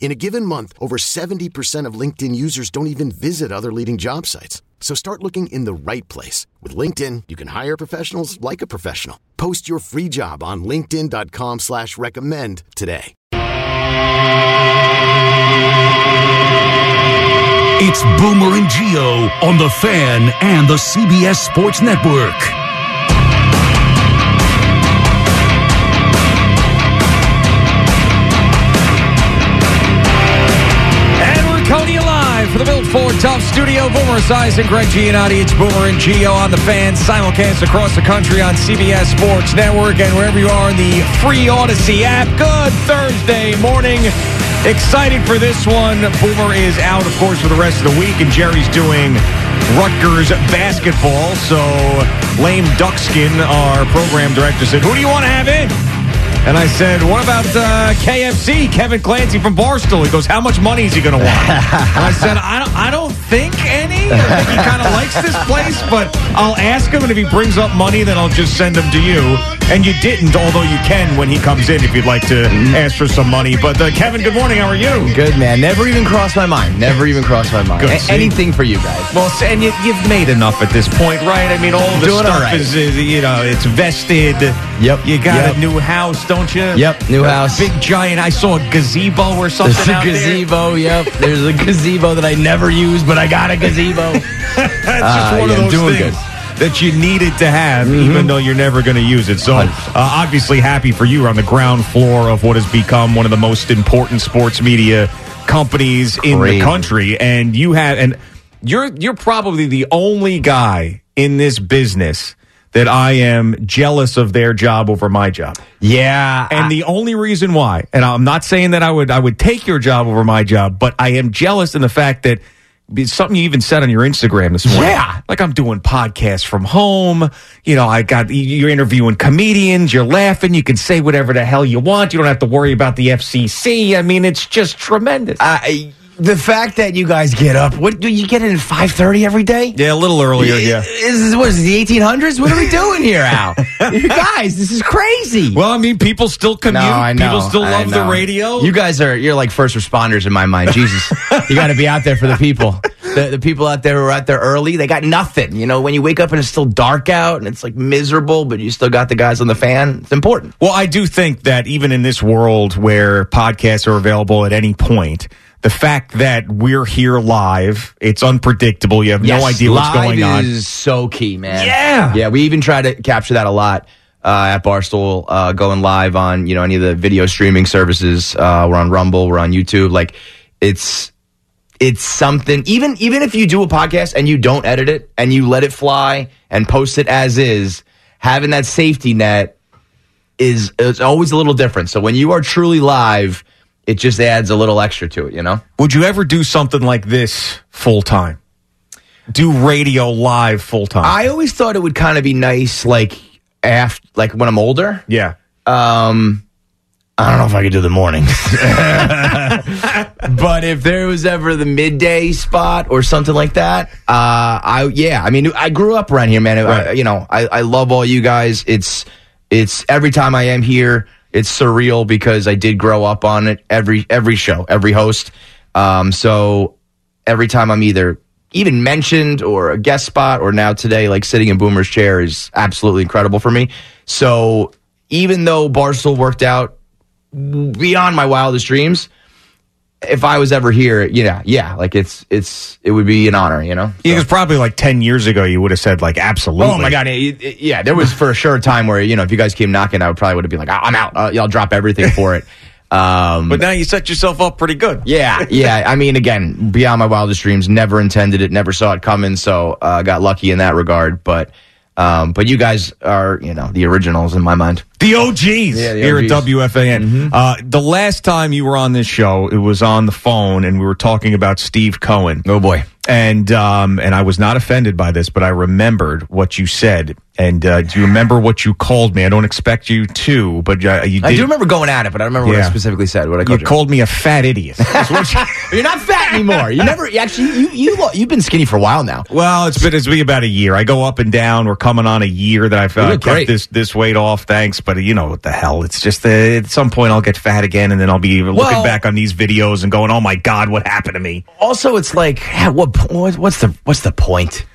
In a given month, over 70% of LinkedIn users don't even visit other leading job sites. So start looking in the right place. With LinkedIn, you can hire professionals like a professional. Post your free job on linkedin.com slash recommend today. It's Boomer and Geo on The Fan and the CBS Sports Network. And we're coming to you live from the Built Ford Tough Studio. Boomer Esiason, Greg Giannotti. It's Boomer and Geo on the fans, simulcast across the country on CBS Sports Network and wherever you are in the free Odyssey app. Good Thursday morning. Excited for this one. Boomer is out, of course, for the rest of the week, and Jerry's doing Rutgers basketball. So Lame Duckskin, our program director, said, Who do you want to have in? And I said, "What about uh, KFC? Kevin Clancy from Barstool." He goes, "How much money is he going to want?" and I said, "I don't, I don't think any. I think he kind of likes this place, but I'll ask him, and if he brings up money, then I'll just send him to you." And you didn't, although you can when he comes in if you'd like to ask for some money. But uh, Kevin, good morning. How are you? Good man. Never even crossed my mind. Never even crossed my mind. Good. A- See? anything for you guys. Well, s- and you, you've made enough at this point, right? I mean, all the Doing all stuff right. is, is, you know, it's vested. Yep. You got Yep. a new house, don't you? Yep, new A house. Big giant. I saw a gazebo or something There's a out there. gazebo. Yep. There's a gazebo that I never use, but I got a gazebo. That's just Ah, one yeah, of those doing Mm-hmm. things. That you needed to have, even though you're never going to use it. So, uh, obviously, happy for you You're on the ground floor of what has become one of the most important sports media companies in the Crazy. country. And you have, and you're you're probably the only guy in this business that I am jealous of their job over my job. yeah. And I- the only reason why, and I'm not saying that I would I would take your job over my job, but I am jealous in the fact that it's something you even said on your Instagram this morning. Yeah. Like I'm doing podcasts from home. You know, I got you're interviewing comedians, you're laughing, you can say whatever the hell you want. You don't have to worry about the FCC. I mean, it's just tremendous. I- the fact that you guys get up. What do you get in at 5:30 every day? yeah, a little earlier, Is this what is this, the 1800s? What are we doing here, Al? you guys, this is crazy. Well, I mean, people still commute. People still I love the know. radio. You guys are you're like first responders in my mind. Jesus, you got to be out there for the people. The, the people out there who are out there early, they got nothing. You know, when you wake up and it's still dark out and it's like miserable, but you still got the guys on the fan. It's important. Well, I do think that even in this world where podcasts are available at any point, the fact that we're here live, it's unpredictable. You have no idea what's live going on. Is so key, man. Yeah. yeah. We even try to capture that a lot uh, at Barstool, uh, going live on you know any of the video streaming services. Uh, we're on Rumble, we're on YouTube. Like it's it's something. Even even if you do a podcast and you don't edit it and you let it fly and post it as is, having that safety net is is always a little different. So when you are truly live, it just adds a little extra to it. You know. Would you ever do something like this full time? Do radio live full time? I always thought it would kind of be nice, like after, like when I'm older. yeah. Um, I don't know if I could do the morning. but if there was ever the midday spot or something like that, uh, I yeah, I mean, I grew up around here, man. I- I, you know, I, I love all you guys. It's it's every time I am here, it's surreal because I did grow up on it. Every every show, every host. Um, so every time I'm either even mentioned or a guest spot or now today, like sitting in Boomer's chair is absolutely incredible for me. So even though Barstool worked out beyond my wildest dreams, if I was ever here, you know, yeah, like it's it's it would be an honor, you know. It was probably like 10 years ago you would have said, like, absolutely. Oh my god, it- it- yeah, there was for sure a time where you know if you guys came knocking, I would probably would have been like, I'm out, uh, y'all drop everything for it. Um, But now you set yourself up pretty good. yeah, yeah. I mean, again, beyond my wildest dreams. Never intended it. Never saw it coming. So uh, got lucky in that regard. But um, but you guys are you know the originals in my mind. The OGs the Mm-hmm. here OGs. at WFAN. Uh, the last time you were on this show, it was on the phone, and we were talking about Steve Cohen. Oh boy. And um, and I was not offended by this, but I remembered what you said. And uh, do you remember what you called me? I don't expect you to, but uh, you did. I do remember going at it, but I don't remember what Yeah. I specifically said. What I you called you. called me a fat idiot. That's what you- You're not fat anymore. You never actually you you lo- you've been skinny for a while now. Well, it's been it's been about a year. I go up and down. We're coming on a year that I've You uh, look kept great. this this weight off. Thanks, but uh, you know what the hell? It's just uh, at some point I'll get fat again, and then I'll be Well- looking back on these videos and going, "Oh my god, what happened to me?" Also, it's like at what po- uh, what- what's the what's the point?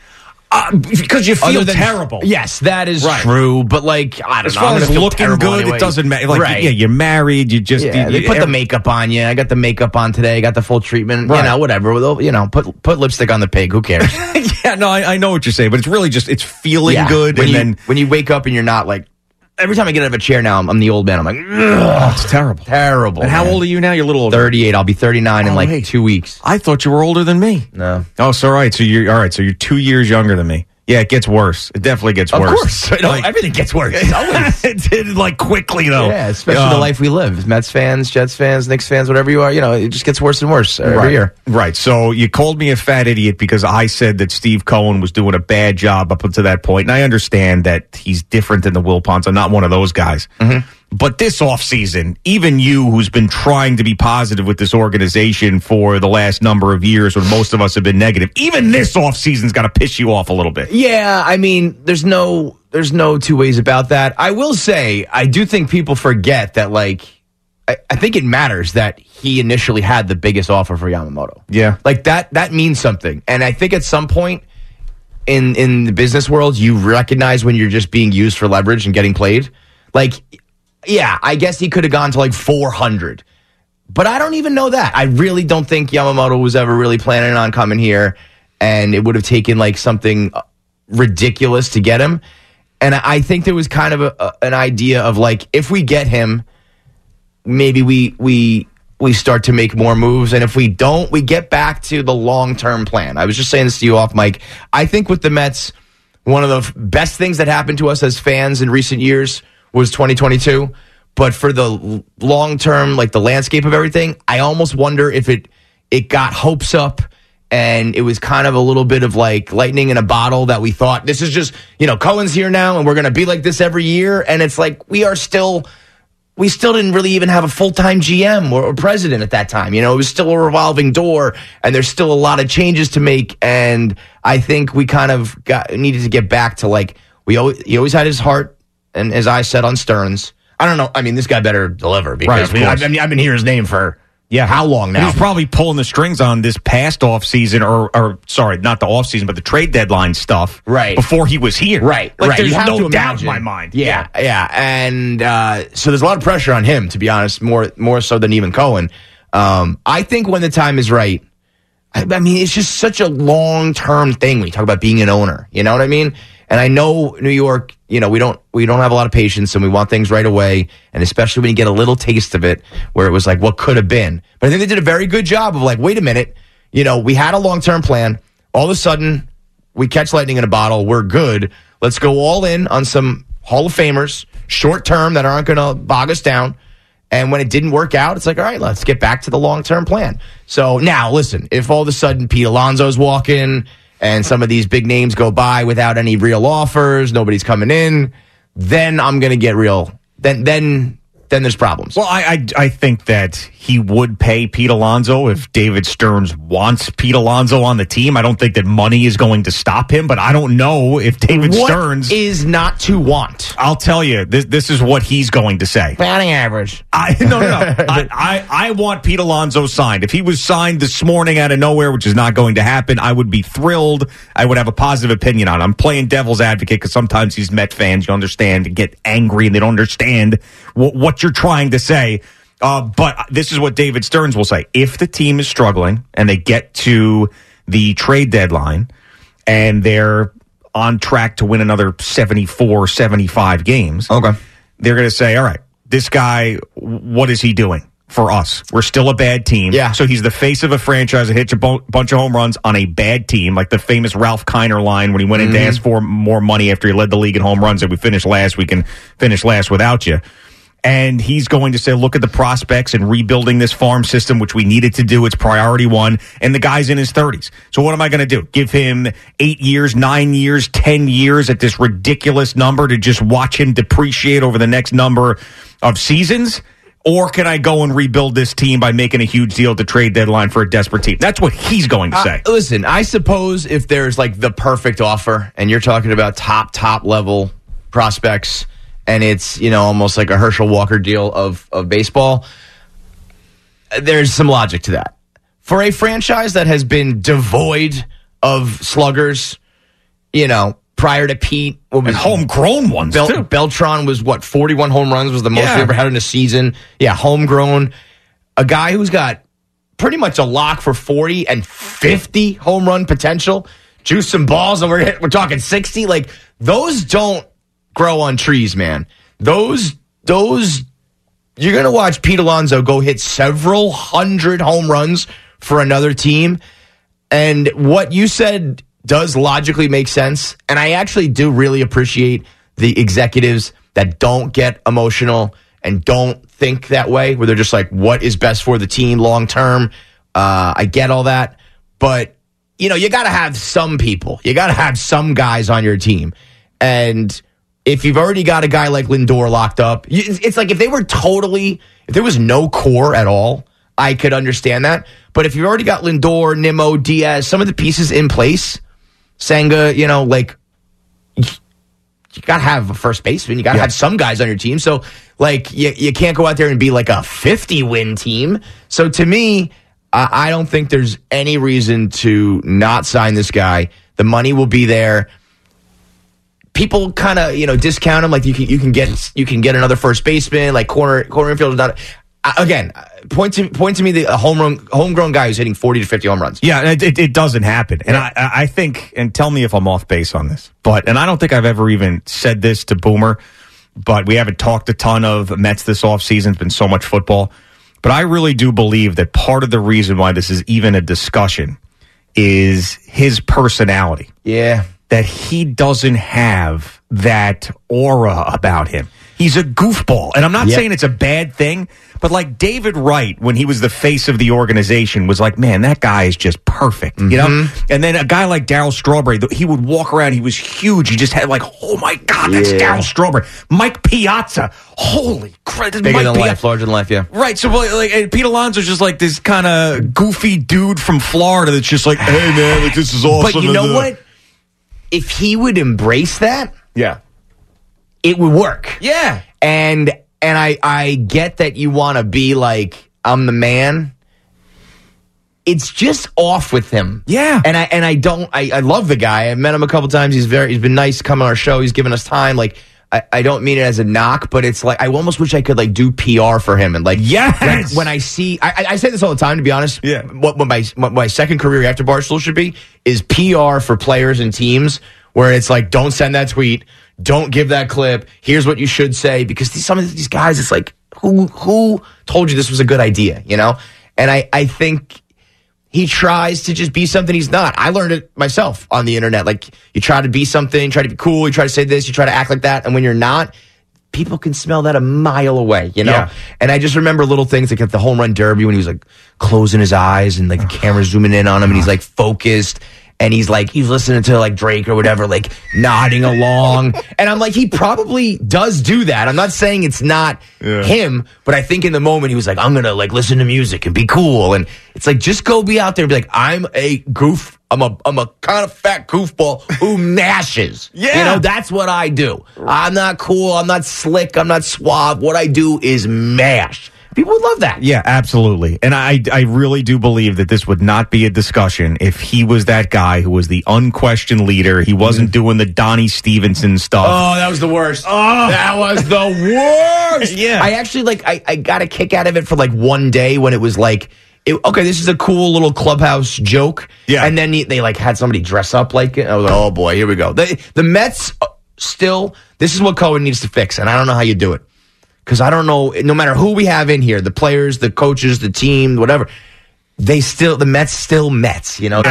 Because you Other than- Yes, that is Right. true. But like I don't As know. far I'm as gonna feel looking terrible good, anyway. it doesn't matter. Like, right. yeah, you're married. You just Yeah, you- they you- put the every- makeup on you. I got the makeup on today. I got the full treatment. Right. You know, whatever. They'll- You know, put put lipstick on the pig. Who cares? yeah. No, I, I know what you're saying, but it's really just it's feeling Yeah. good, When and you, then when you wake up and you're not like. Every time I get out of a chair now, I'm, I'm the old man. I'm like, "Ugh, it's terrible. terrible. And how old are you now? You're a little older. 38. I'll be 39 in Oh, like wait. two weeks. I thought you were older than me. No. Oh, so all right. So you're all right. So you're two years younger than me. Yeah, it gets worse. It definitely gets worse. You know, Like- everything gets worse. Always. it did like quickly though. yeah, especially the Um, life we live. Mets fans, Jets fans, Knicks fans, whatever you are, you know, it just gets worse and worse every Right, year. right. So you called me a fat idiot because I said that Steve Cohen was doing a bad job up until that point, and I understand that he's different than the Wilpons. I'm not one of those guys. But this offseason, even you, who's been trying to be positive with this organization for the last number of years, when most of us have been negative, even this offseason's got to piss you off a little bit. Yeah, I mean, there's no there's no two ways about that. I will say, I do think people forget that like I, I think it matters that he initially had the biggest offer for Yamamoto. Yeah. Like that that means something. And I think at some point in in the business world, you recognize when you're just being used for leverage and getting played. Like yeah, I guess he could have gone to like 400. But I don't even know that. I really don't think Yamamoto was ever really planning on coming here, and it would have taken like something uh, ridiculous to get him. And I- I think there was kind of a, a- an idea of like, if we get him, maybe we we we start to make more moves, and if we don't, we get back to the long term plan. I was just saying this to you off mic. I think with the Mets, one of the f- best things that happened to us as fans in recent years was 2022. But for the long term, like the landscape of everything, I almost wonder if it it got hopes up and it was kind of a little bit of like lightning in a bottle that we thought this is just you know Cohen's here now and we're gonna be like this every year, and it's like we are still we still didn't really even have a full time GM or, or president at that time. You know, it was still a revolving door, and there's still a lot of changes to make. And I think we kind of got needed to get back to like we always he always had his heart and as I said on Stearns. I don't know. I mean, this guy better deliver because of we- course. I mean, I've been hearing his name for Yeah. how long now? He's probably pulling the strings on this past offseason or or sorry, not the offseason, but the trade deadline stuff. Right. Before he was here. Right, Like right. there's You have no to doubt in imagine. my mind. Yeah, yeah, and uh, so there's a lot of pressure on him, to be honest, more more so than even Cohen. Um, I think when the time is right, I, I mean, it's just such a long term thing when you talk about being an owner. You know what I mean? And I know New York. You know, we don't we don't have a lot of patience, and we want things right away. And especially when you get a little taste of it, where it was like what could have been. But I think they did a very good job of like, wait a minute. You know, we had a long term plan. All of a sudden, we catch lightning in a bottle. We're good. Let's go all in on some Hall of Famers, short term that aren't going to bog us down. And when it didn't work out, it's like, all right, let's get back to the long term plan. So now, listen, if all of a sudden Pete Alonso's walking and some of these big names go by without any real offers, nobody's coming in, then I'm going to get real. Then, then, then there's problems. Well, I, I I think that he would pay Pete Alonso if David Stearns wants Pete Alonso on the team. I don't think that money is going to stop him, but I don't know if David What Stearns. is not to want? I'll tell you, this this is what he's going to say. Batting average. I, no, no, no. I, I, I want Pete Alonso signed. If he was signed this morning out of nowhere, which is not going to happen, I would be thrilled. I would have a positive opinion on. It. I'm playing devil's advocate because sometimes these Met fans, you understand, get angry and they don't understand what, what you're trying to say. Uh, but this is what David Stearns will say: If the team is struggling and they get to the trade deadline and they're on track to win another 74, 75 games, Okay. they're going to say, all right, this guy, what is he doing for us? We're still a bad team. Yeah. So he's the face of a franchise that hits a bu- bunch of home runs on a bad team, like the famous Ralph Kiner line when he went in Mm-hmm. to ask for more money after he led the league in home runs that we finished last week and finished last without you. And he's going to say, look at the prospects and rebuilding this farm system, which we needed to do. It's priority one. And the guy's in his 30s. So what am I going to do? Give him eight years, nine years, 10 years at this ridiculous number to just watch him depreciate over the next number of seasons? Or can I go and rebuild this team by making a huge deal at the trade deadline for a desperate team? That's what he's going to say. Uh, listen, I suppose if there's like the perfect offer and you're talking about top, top level prospects and it's, you know, almost like a Herschel Walker deal of, of baseball, there's some logic to that. For a franchise that has been devoid of sluggers, you know, prior to Pete, what was and homegrown ones, Bel- too. Beltron was what 41 home runs was the most Yeah. we ever had in a season. Yeah, homegrown. A guy who's got pretty much a lock for 40 and 50 home run potential. Juice some balls, and we're we're talking 60. Like those don't grow on trees, man. Those those you're gonna watch Pete Alonso go hit several hundred home runs for another team. And what you said does logically make sense. And I actually do really appreciate the executives that don't get emotional and don't think that way, where they're just like, what is best for the team long term? Uh, I get all that. But, you know, you got to have some people, you got to have some guys on your team. And if you've already got a guy like Lindor locked up, you- it's it's like if they were totally, if there was no core at all, I could understand that. But if you've already got Lindor, Nimmo, Diaz, some of the pieces in place, Sanga, you know, like you got to have a first baseman. You got to have some guys on your team. So, like, you, you can't go out there and be like a 50 win team. So, to me, I, I don't think there's any reason to not sign this guy. The money will be there. People kind of you know discount him. Like you can you can get you can get another first baseman. Like corner corner infield. Not, I- again, point to point to me the a homegrown homegrown guy who's hitting 40 to 50 home runs. Yeah, it, it, it doesn't happen. And I I, I think, and tell me if I'm off base on this, but, and I don't think I've ever even said this to Boomer, but we haven't talked a ton of Mets this offseason. It's been so much football. But I really do believe that part of the reason why this is even a discussion is his personality Yeah. that he doesn't have that aura about him. He's a goofball. And I'm not Yep. saying it's a bad thing, but like David Wright, when he was the face of the organization, was like, man, that guy is just perfect, you know? Mm-hmm. And then a guy like Daryl Strawberry, th- he would walk around, he was huge. He just had like, oh my God, that's Daryl Strawberry. Mike Piazza, holy crap. Bigger than life, larger than life. Yeah. Right, so well, like and Pete Alonso's just like this kind of goofy dude from Florida that's just like, hey man, like this is awesome. But you and, know uh, what? If he would embrace that, Yeah, it would work. yeah. And and I I get that you want to be like I'm the man. It's just off with him. Yeah. And I and I don't I, I love the guy. I met him a couple times. He's very he's been nice to come on our show. He's given us time. Like I, I don't mean it as a knock, but it's like I almost wish I could like do PR for him and like Yes. when, when I see I, I- I say this all the time to be honest. Yeah. What, what my what my second career after Barstool should be is PR for players and teams where it's like don't send that tweet, don't give that clip. Here's what you should say because these, some of these guys it's like who who told you this was a good idea, you know? And I I think he tries to just be something he's not. I learned it myself on the internet. Like you try to be something, you try to be cool, you try to say this, you try to act like that, and when you're not, people can smell that a mile away, you know? Yeah. And I just remember little things like at the home run derby when he was like closing his eyes and like the camera zooming in on him and he's like focused. and he's like he's listening to like Drake or whatever, like nodding along, and I'm like he probably does do that. I'm not saying it's not him, but I think in the moment he was like I'm gonna like listen to music and be cool, and it's like just go be out there and be like I'm a goof. I'm a I'm a kind of fat goofball who mashes. Yeah, you know that's what I do. I'm not cool. I'm not slick. I'm not suave. What I do is mash. People would love that. Yeah, absolutely. And I I really do believe that this would not be a discussion if he was that guy who was the unquestioned leader. He wasn't doing the Donnie Stevenson stuff. Oh, that was the worst. That was the worst. Yeah. I actually like I, I got a kick out of it for like one day when it was like it, okay, this is a cool little clubhouse joke. Yeah. And then he, they like had somebody dress up like it. I was like, oh boy, here we go. The the Mets uh, still this is what Cohen needs to fix, and I don't know how you do it. Because I don't know, no matter who we have in here, the players, the coaches, the team, whatever, they still, the Mets still Mets, you know?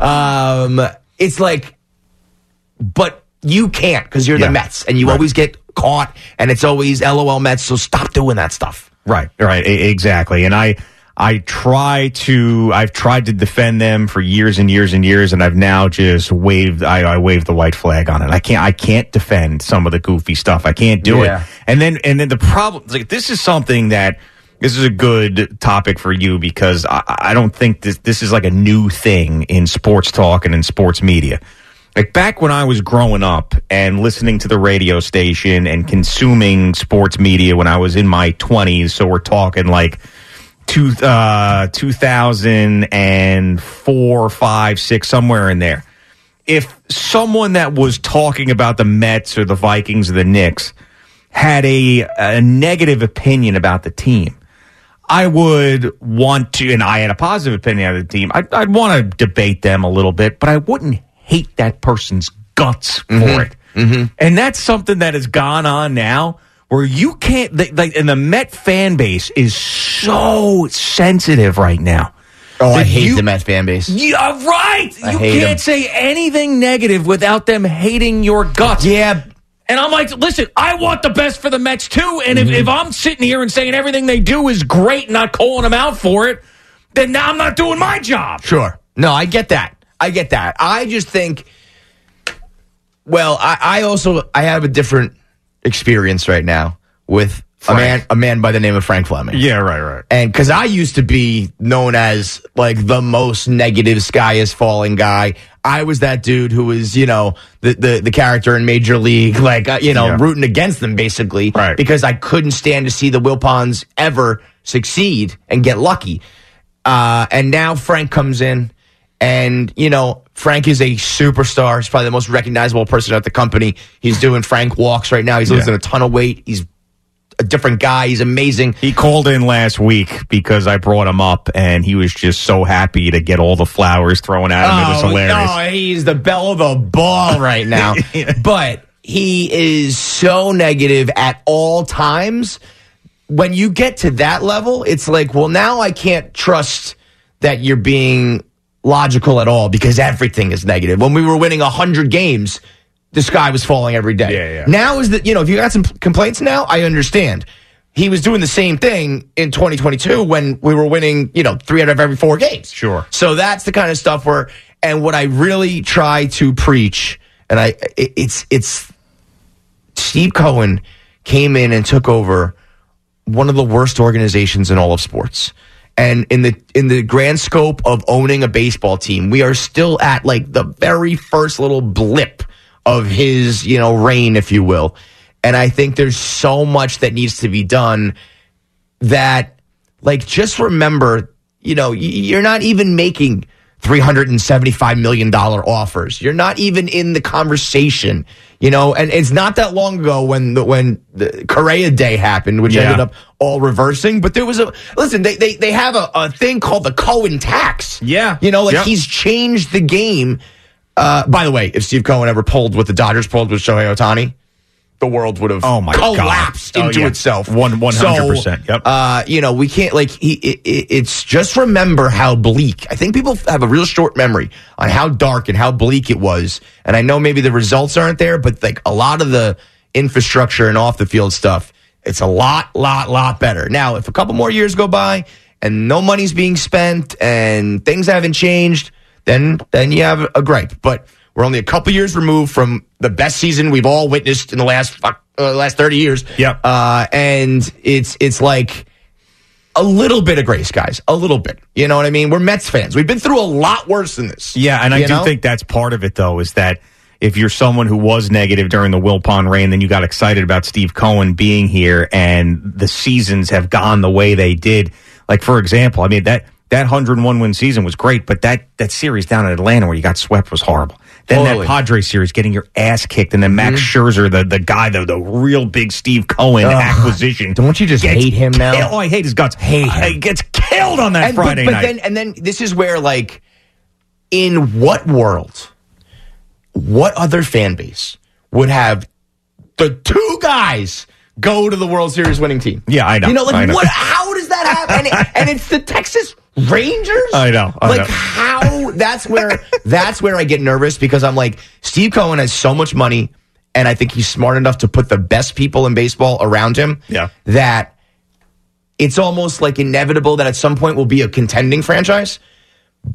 um, it's like but you can't because you're Yeah. the Mets and you always get caught and it's always LOL Mets. So stop doing that stuff. Right, right, e- exactly. And I I try to I've tried to defend them for years and years and years, and I've now just waved I, I waved the white flag on it. I can't I can't defend some of the goofy stuff. I can't do Yeah. it. And then and then the problem like this is something that this is a good topic for you because I, I don't think this this is like a new thing in sports talk and in sports media. Like back when I was growing up and listening to the radio station and consuming sports media when I was in my 20s, so we're talking like two, uh, 2004, 5, 6, somewhere in there. If someone that was talking about the Mets or the Vikings or the Knicks had a, a negative opinion about the team, I would want to, and I had a positive opinion of the team. I'd, I'd want to debate them a little bit, but I wouldn't hate that person's guts for Mm-hmm. it. And that's something that has gone on now where you can't, like- like, and the Met fan base is so sensitive right now. Oh, I That hate you- the Mets fan base. Yeah, right. I you hate can't 'em. say anything negative without them hating your guts. Yeah. And I'm like, listen, I want the best for the Mets too. And Mm-hmm. if, if I'm sitting here and saying everything they do is great, not calling them out for it, then now I'm not doing my job. Sure. No, I get that. I get that. I just think, well, I, I also, I have a different experience right now with a man, a man by the name of Frank Fleming. Yeah, right, right. And because I used to be known as like the most negative sky is falling guy. I was that dude who was, you know, the the, the character in Major League, like, uh, you know, Yeah. rooting against them basically. Right. Because I couldn't stand to see the Wilpons ever succeed and get lucky. Uh, and now Frank comes in, and, you know, Frank is a superstar. He's probably the most recognizable person at the company. He's doing Frank walks right now. He's losing a ton of weight. He's a different guy. He's amazing. He called in last week because I brought him up, and he was just so happy to get all the flowers thrown at him. it was hilarious. Oh, No, he's the bell of the ball right now. But he is so negative at all times. When you get to that level, it's like, well, now I can't trust that you're being logical at all because everything is negative. When we were winning 100 games, the sky was falling every day. Yeah, yeah. Now is that, you know, if you got some complaints now, I understand. He was doing the same thing in 2022 when we were winning, you know, three out of every four games. Sure. So that's the kind of stuff where, and what I really try to preach, and I, it, it's, it's, Steve Cohen came in and took over one of the worst organizations in all of sports. And in the in the grand scope of owning a baseball team, we are still at like the very first little blip of his, you know, reign, if you will. And I think there's so much that needs to be done that like just remember you know y- you're not even making 375 million dollar offers you're not even in the conversation you know and it's not that long ago when the when the Correa day happened which Yeah. ended up all reversing but there was a listen they they, they have a, a thing called the Cohen tax Yeah. you know like Yep. he's changed the game uh, by the way if Steve Cohen ever pulled what the Dodgers pulled with Shohei Otani the world would have Oh, my God. collapsed Oh, into yeah. itself One- 100%. So, Yep. uh, you know, we can't like he, it, it, it's just remember how bleak. I think people have a real short memory on how dark and how bleak it was. And I know maybe the results aren't there, but like a lot of the infrastructure and off the field stuff, it's a lot, lot, lot better. Now, if a couple more years go by and no money's being spent and things haven't changed, then then you have a gripe. But we're only a couple years removed from the best season we've all witnessed in the last fuck- uh, last thirty years. Yep. Uh, and it's it's like a little bit of grace, guys. A little bit. You know what I mean? We're Mets fans. We've been through a lot worse than this. Yeah, and I You do know? think that's part of it, though, is that if you're someone who was negative during the Wilpon reign, then you got excited about Steve Cohen being here, and the seasons have gone the way they did. Like for example, I mean that that 101 win season was great, but that that series down in Atlanta where you got swept was horrible. Then Totally. Mm-hmm. that Padre series, getting your ass kicked, and then Max Scherzer, the, the guy, the, the real big Steve Cohen acquisition. Don't you just gets hate him now? killed- Oh, I hate his guts. Hate He gets killed on that And- but- Friday but, night. then and then this is where like in what world what other fan base would have the two guys go to the World Series winning team? Yeah, I know, You know, like I know. what how does that happen? and, it- and it's the Texas Rangers? I know, I like know. how that's where that's where I get nervous because I'm like, Steve Cohen has so much money and I think he's smart enough to put the best people in baseball around him. Yeah. That it's almost like inevitable that at some point will be a contending franchise.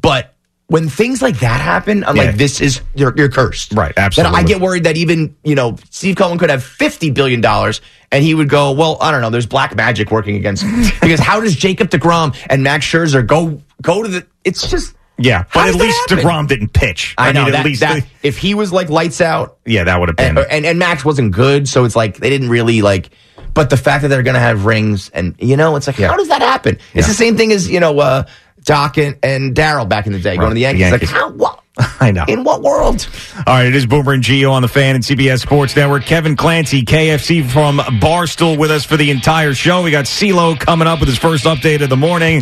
But when things like that happen, I'm Yeah. like, this is you're, you're cursed, Right, That absolutely. I get worried that even you know Steve Cohen could have fifty billion dollars and he would go, well, I don't know. There's black magic working against him because how does Jacob Degrom and Max Scherzer go go to the? It's just Yeah, how but at does that least happen? DeGrom didn't pitch. I, know mean, that, at least that- if he was like lights out yeah, that would have been. and, and and Max wasn't good, so it's like they didn't really like. But the fact that they're gonna have rings, and you know, it's like how does that happen? It's the same thing as you know, uh, Doc and, and Daryl back in the day going to the Yankees. Yankees. Like how? What? I know. In what world? All right, it is Boomer and Geo on the fan and CBS Sports Network. Kevin Clancy, KFC from Barstool, with us for the entire show. We got CeeLo coming up with his first update of the morning.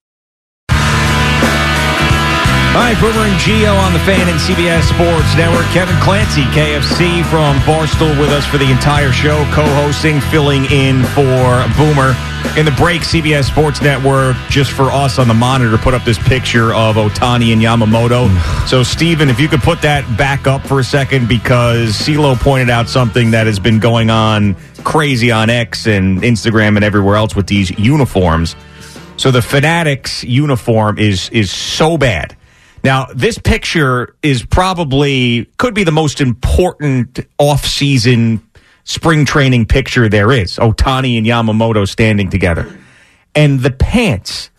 All right, Boomer and Geo on the fan and CBS Sports Network. Kevin Clancy, KFC from Barstool, with us for the entire show, co-hosting, filling in for Boomer. In the break, CBS Sports Network, just for us on the monitor, put up this picture of Otani and Yamamoto. so, Steven, if you could put that back up for a second, because CeeLo pointed out something that has been going on crazy on X and Instagram and everywhere else with these uniforms. So the Fanatics uniform is is so bad. Now, this picture is probably could be the most important off-season spring training picture there is. Otani and Yamamoto standing together. And the pants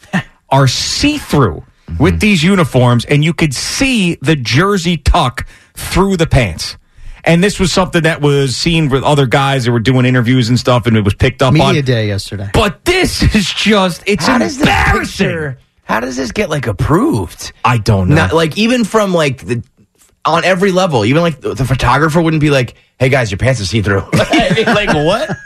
are see-through Mm-hmm. with these uniforms and you could see the jersey tuck through the pants. And this was something that was seen with other guys that were doing interviews and stuff and it was picked up on Media day yesterday. but this is just, it's embarrassing. How does this get like approved? I don't know. Not like even from like the on every level. Even like the, the photographer wouldn't be like, "Hey guys, your pants are see through." like what?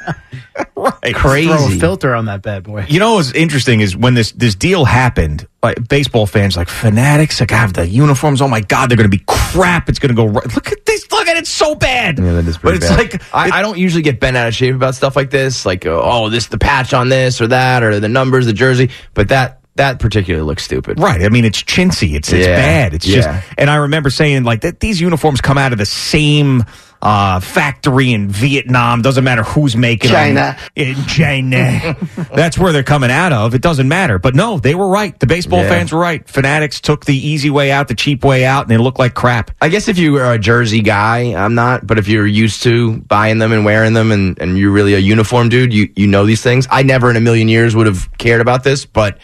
right. Throw a Crazy. filter on that bad boy. You know what's interesting is when this, this deal happened, like baseball fans like fanatics, like I have the uniforms. Oh my God, they're going to be crap. It's going to go right. Look at this. Look look at it so bad. Yeah, that is pretty But it's bad. like I, I don't usually get bent out of shape about stuff like this, like uh, oh, this the patch on this or that or the numbers, the jersey. But that that particularly looks stupid. Right. I mean, it's chintzy. It's it's Yeah. bad. It's Yeah. just. And I remember saying like that these uniforms come out of the same uh, factory in Vietnam. Doesn't matter who's making China. them. In China. That's where they're coming out of. It doesn't matter. But no, they were right. The baseball Yeah. fans were right. Fanatics took the easy way out, the cheap way out, and they look like crap. I guess if you are a jersey guy, I'm not. But if you're used to buying them and wearing them, and, and you're really a uniform dude, you you know these things. I never in a million years would have cared about this, but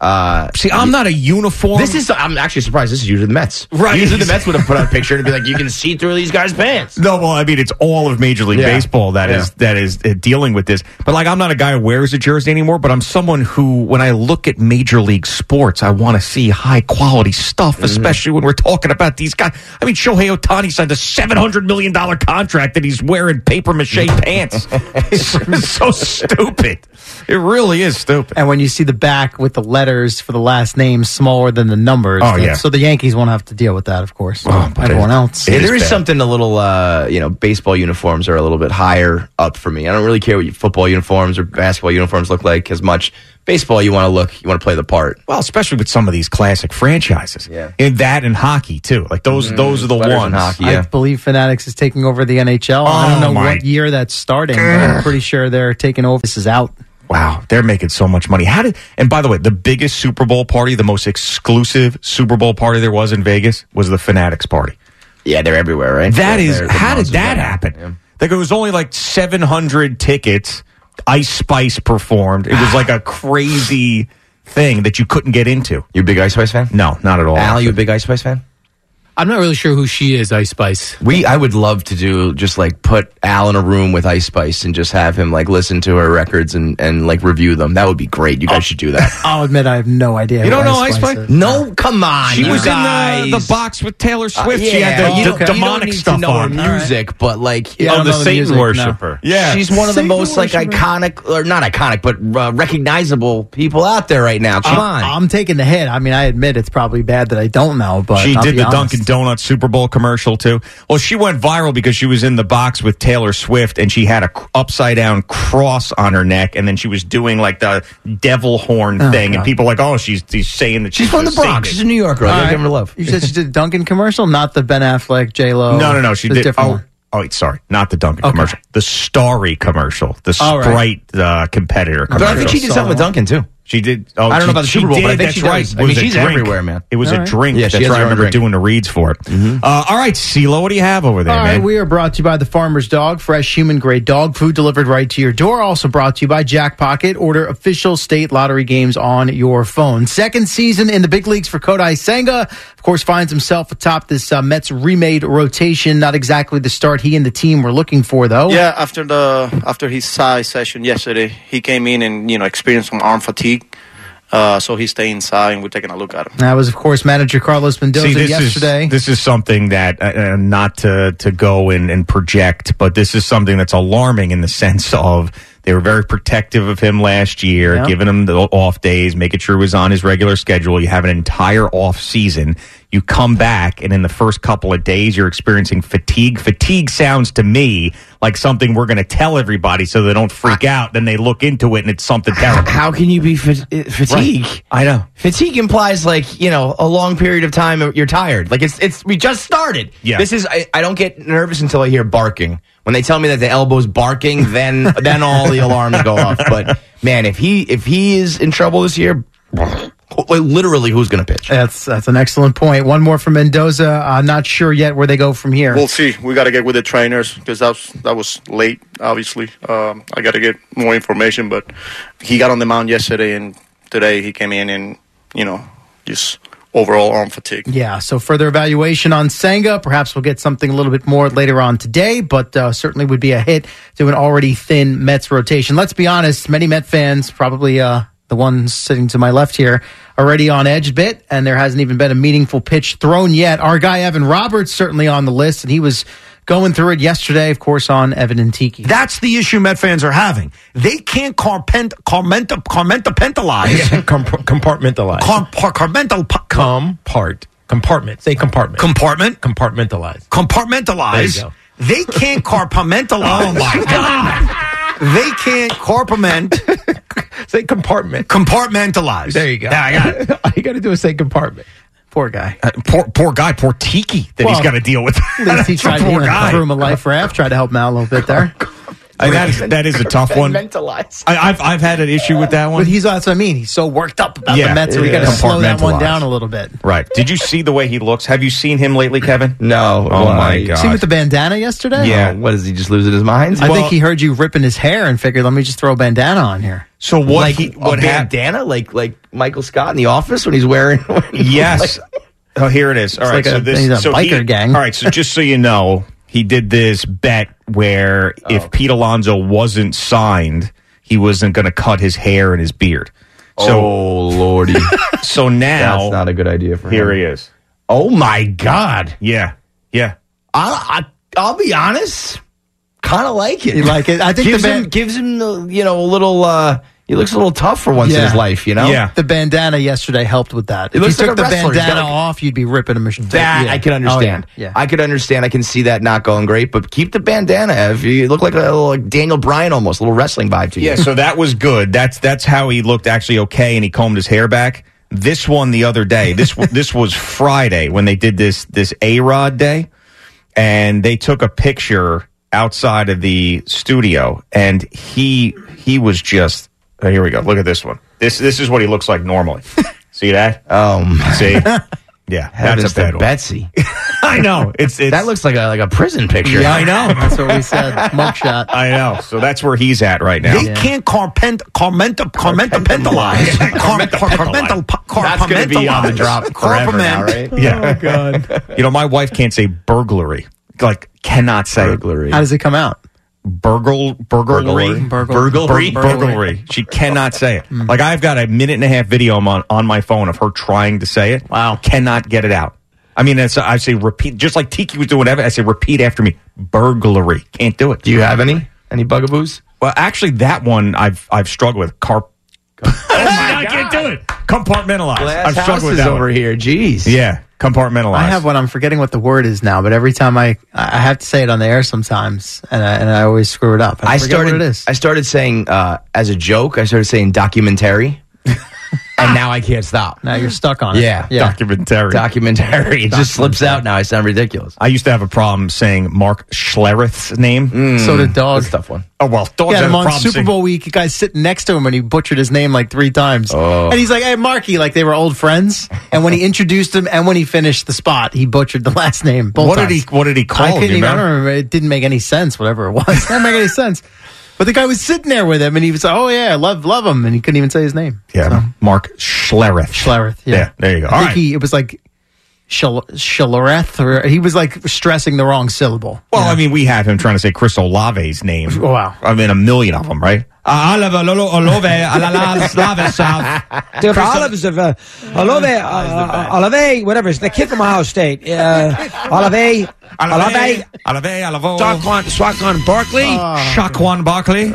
uh, See, I'm not a uniform. this is. I'm actually surprised. This is usually the Mets. Right. Usually the Mets would have put out a picture and be like, "You can see through these guys' pants." No, well, I mean, it's all of Major League Yeah. Baseball that Yeah. is that is uh, dealing with this. But like, I'm not a guy who wears a jersey anymore. But I'm someone who, when I look at Major League sports, I want to see high quality stuff, Mm-hmm. especially when we're talking about these guys. I mean, Shohei Otani signed a 700 million dollar contract and he's wearing paper mache pants. It's so stupid. It really is stupid. And when you see the back with the letters for the last name smaller than the numbers, Oh, that- yeah. so the Yankees won't have to deal with that, of course. Oh, but Everyone it- else. Yeah, is there is bad. something a little, uh, you know, baseball uniforms are a little bit higher up for me. I don't really care what your football uniforms or basketball uniforms look like as much. Baseball, you want to look, you want to play the part. Well, especially with some of these classic franchises, Yeah. Mm-hmm. and that and hockey too. Like those, those are the Letters in ones. hockey, I yeah. believe Fanatics is taking over the NHL. I Oh, don't know my- what year that's starting, but I'm pretty sure they're taking over. This is out. Wow, they're making so much money. How did? And by the way, the biggest Super Bowl party, the most exclusive Super Bowl party there was in Vegas, was the Fanatics party. Yeah, they're everywhere, right? That Yeah, is, they're the how did monsters that there. happen? Yeah. Like it was only like seven hundred tickets. Ice Spice performed. It was like a crazy thing that you couldn't get into. You a big Ice Spice fan? No, not at all. Al, you a big Ice Spice fan? I'm not really sure who she is, Ice Spice. We, I would love to do just like put Al in a room with Ice Spice and just have him like listen to her records and and like review them. That would be great. You guys Oh. should do that. I'll admit I have no idea. You who don't know Ice Spice? is. No, come on. she you was guys. in the, the box with Taylor Uh, Swift. yeah, she had the, you the don't- you don't demonic need stuff to know her on. Oh, music, but like Yeah, I don't know the music, no. Yeah, She's one of the Satan most like worshiper. iconic, or not iconic, but uh, recognizable people out there right now. Come on, I'm taking the hit. I mean, I admit it's probably bad that I don't know, but She I'll did be the honest. Dunkin' Donuts Super Bowl commercial too. Well, she went viral because she was in the box with Taylor Swift and she had a cr- upside down cross on her neck, and then she was doing like the devil horn thing, and people like, oh, she's, she's saying that she's from the Bronx. She's a New Yorker. I All gotta right. give her love. You said she did a Dunkin' commercial, not the Ben Affleck J Lo. No, no, no. She the did. Different Oh, one. oh, wait, sorry, not the Dunkin' commercial. The Starry commercial, the All right. Sprite uh, competitor. But Commercial. I think she did something with Duncan too. She did. Oh, I don't know she- about the she Super Bowl, but I did, think she that's right. does. I It was mean, a she's drink. everywhere, man. Mm-hmm. It was All a right. drink. Yeah, she that's has her right. I own remember drink. doing the reads for it. Uh, all right, CeeLo, what do you have over there, All man? right, we are brought to you by the Farmer's Dog, fresh human grade dog food delivered right to your door. Also brought to you by Jack Pocket. Order official state lottery games on your phone. Second season in the big leagues for Kodai Senga. Of course, finds himself atop this uh, Mets remade rotation. Not exactly the start he and the team were looking for, though. Yeah, after the after his size session yesterday, he came in and you know experienced some arm fatigue. Uh, so he stayed inside, and we're taking a look at him. That was, of course, manager Carlos Mendoza this yesterday. Is, this is something that, uh, uh, not to, to go and, and project, but this is something that's alarming in the sense of they were very protective of him last year, Yeah. giving him the off days, making sure he was on his regular schedule. You have an entire off season. You come back, and in the first couple of days, you're experiencing fatigue. Fatigue sounds to me like something we're going to tell everybody so they don't freak out. Then they look into it, and it's something terrible. How can you be fa- eh, fatigue? I know. Fatigue implies like you know a long period of time you're tired. Like it's it's we just started. Yeah. This is I, I don't get nervous until I hear barking. When they tell me that the elbow's barking, then then all the alarms go off. But man, if he if he is in trouble this year, like, literally who's gonna pitch? That's that's an excellent point. One more from Mendoza. I'm not sure yet where they go from here. We'll see. We got to get with the trainers because that was that was late. Obviously, um, I got to get more information. But he got on the mound yesterday, and today he came in and you know just overall arm fatigue. yeah, so further evaluation on Sanga. Perhaps we'll get something a little bit more later on today, but uh, certainly would be a hit to an already thin Mets rotation. Let's be honest, many Met fans, probably uh, the one sitting to my left here, already on edge a bit, and there hasn't even been a meaningful pitch thrown yet. Our guy Evan Roberts certainly on the list, and he was going through it yesterday, of course, on Evan and Tiki. That's the issue Met fans are having. They can't carpent, carmenta, carmenta, pentalize, Compartmentalize. carpentalize, carpentalize, Compartment. Say compartment. Compartment? Compartmentalize. Compartmentalize. There you go. They can't compartmentalize. Oh, my god! They can't compartment. Say compartment. Compartmentalize. There you go. Yeah, I got it. All you got to do is say compartment. Poor guy. Uh, poor, poor guy, poor Tiki that he's Well, got to deal with. At least he tried poor to guy. through him a life raft, tried to help him out a little bit there. Uh, that, is, that is a tough one. I, Mentalize. I've I've had an issue with that one. But he's that's what I mean. He's so worked up about Yeah, the Mets, so we yeah. got to slow that one Compartmentalize. down a little bit. right? Did you see the way he looks? Have you seen him lately, Kevin? No. Oh why? my See god! with the bandana yesterday. Yeah. Oh, what is he just losing his mind? I think he heard you ripping his hair and figured, let me just throw a bandana on here. So what? like he, what what a happened? bandana, like like Michael Scott in the office when he's wearing. when he looks Yes. oh, here it is. All right. like so a- this he's a so biker he- gang. All right. So just so you know, he did this bet where if Pete Alonso wasn't signed, he wasn't going to cut his hair and his beard. like- So oh lordy, so now that's not a good idea for here him. he is. Oh my god. Yeah. Yeah. I, I I'll be honest, kind of like it. You like it? I think gives the ban- him gives him the you know a little. uh He looks a little tough for once in Yeah. his life. You know. Yeah. The bandana yesterday helped with that. It if you looks like took the a wrestler. He's got bandana a- off, you'd be ripping a machine. That I can understand. yeah. Yeah. I could understand. I can see that not going great, but keep the bandana. If you look like a little like Daniel Bryan almost, a little wrestling vibe to you. Yeah, so that was good. That's that's how he looked actually okay, and he combed his hair back. This one the other day. This this was Friday when they did this this A Rod day, and they took a picture outside of the studio, and he he was just oh, here we go. Look at this one. This this is what he looks like normally. See that? Oh my See? Yeah, heavens that's a to bad one. Betsy. I know. It's, it's that looks like a like a prison picture. Yeah, I know. That's what we said. Mugshot. I know. So that's where he's at right now. They can't carpent, carment, carmentapentalize. Carmentapentalize. That's gonna be on the drop forever now, right? Oh, Yeah. God. You know, my wife can't say burglary. Like, cannot say burglary. How does it come out? Burgle, burglary. Burglary. Mm. Bur- burglary. She cannot say it. Like, I've got a minute and a half video on, on my phone of her trying to say it. Wow. Cannot get it out. I mean, it's, I say repeat, just like Tiki was doing, I say repeat after me. Burglary. Can't do it. Do you have any any bugaboos? Well, actually, that one I've I've struggled with. Carp. oh my God, I can't do it. Compartmentalize. Glass I've struggled with houses that over one. here. Jeez. Yeah, compartmentalize. I have one. I'm forgetting what the word is now, but every time I I have to say it on the air sometimes, and I, and I always screw it up. I forget started. What it is. I started saying uh, as a joke. I started saying documentary, and now I can't stop. now you're stuck on it. Yeah. yeah. Documentary. Documentary. It just slips out now. I sound ridiculous. I used to have a problem saying Mark Schlereth's name. So did dog. That's a tough one. Oh well, dogs Yeah, have him a on problem Super saying- Bowl week. A guy sitting next to him, and he butchered his name like three times. Oh. And he's like, "Hey, Marky!" Like they were old friends. And when he introduced him, and when he finished the spot, he butchered the last name. Both What did times. he? What did he call? I him, couldn't you even. I remember? don't remember. It didn't make any sense. Whatever it was, it didn't make any sense. But the guy was sitting there with him, and he was like, "Oh yeah, I love love him," and he couldn't even say his name. Yeah, Mark Schlereth. Schlereth. Yeah. Yeah, there you go. I All think right. he, it was like Schel- Schlereth, or he was like stressing the wrong syllable. Well, I mean, we have him trying to say Chris Olave's name. Wow. I mean, a million of them, right? Olave, Olave, Olave, Dude, Olive's of uh, Olave, uh, Olave, whatever. It's the kid from Ohio State. Uh, Olave, Olave, Saquon, Saquon Barkley. Oh. Shaquan Barkley.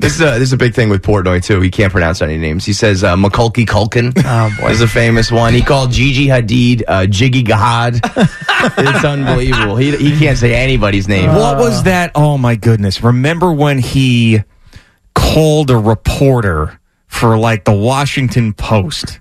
This is a this is a big thing with Portnoy too. He can't pronounce any names. He says uh, McCulkey Culkin is a famous one. He called Gigi Hadid uh, Jiggy Gahad. it's unbelievable. He he can't say anybody's name. What was that? Oh my goodness! Remember when he called a reporter for like the Washington Post,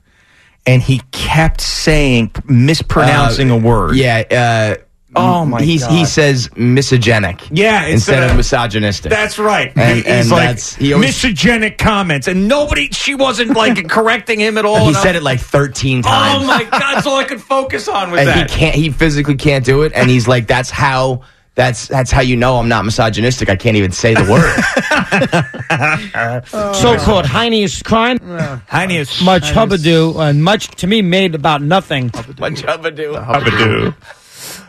and he kept saying mispronouncing a word. Yeah. Uh, Oh, my He's, God. He says misogenic. Yeah, it's, instead uh, of misogynistic. That's right. And- He- he's and like that's- he always- misogenic comments, and nobody. She wasn't like correcting him at all. He and I'm- said it like thirteen times. Oh my god! That's all I could focus on was and that. he can't. He physically can't do it. And he's like, that's how. That's that's how you know I'm not misogynistic. I can't even say the word. So-called heinous crime. Heinius. Much hubbadoo and much to me made about nothing. Much of a do. Hubbadoo.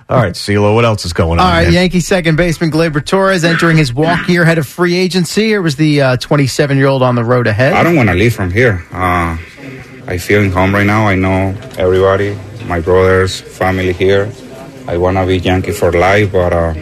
All right, CeeLo, what else is going on? All right, man? Yankee second baseman Gleyber Torres entering his walk year head of free agency. Here was the 27 year old on the road ahead. I don't want to leave from here. Uh, I feel in home right now. I know everybody, my brothers, family here. I want to be Yankee for life, but uh,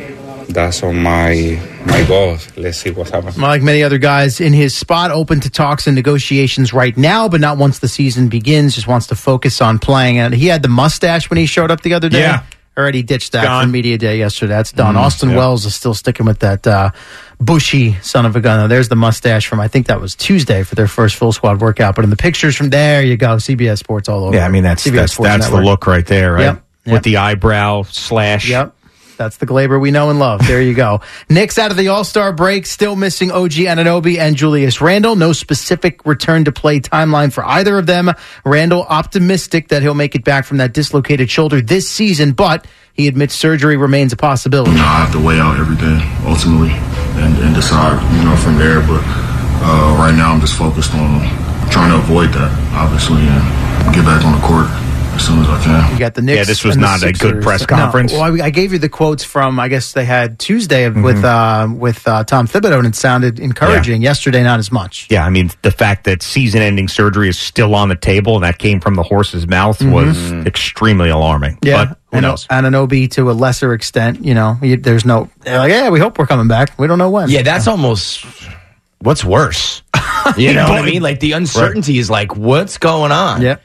that's on my my goals. Let's see what happens. Like many other guys in his spot, open to talks and negotiations right now, but not once the season begins. Just wants to focus on playing. And he had the mustache when he showed up the Er, other day. Yeah. Already ditched that Gone. from media day yesterday. That's done. Mm, Austin yeah. Wells is still sticking with that uh, bushy son of a gun. Now, there's the mustache from I think that was Tuesday for their first full squad workout. But in the pictures from there, you go CBS Sports all over. Yeah, I mean that's CBS that's, Sports that's the Network. look right there, right? Yep, With the eyebrow slash. Yep. That's the Glaber we know and love. There you go. Knicks out of the All Star break, still missing OG Ananobi and Julius Randle. No specific return to play timeline for either of them. Randle optimistic that he'll make it back from that dislocated shoulder this season, but he admits surgery remains a possibility. I have to weigh out everything ultimately and, and decide, you know, from there. But uh, right now, I'm just focused on trying to avoid that, obviously, and get back on the court as soon as I can. You got the Knicks. and the Sixers. No, well, I, I gave you the quotes from I guess they had Tuesday with uh, Mm-hmm. with uh, Tom Thibodeau, and it sounded encouraging. Yesterday, not as much. Yeah, I mean the fact that season-ending surgery is still on the table and that came from the horse's mouth Mm-hmm. was extremely alarming. Yeah. But who and, knows? and an OB to a lesser extent, you know, you, there's no, they're like, yeah, we hope we're coming back. We don't know when. Yeah, that's almost what's worse. You know what I mean? Like the uncertainty is like, what's going on? Yeah.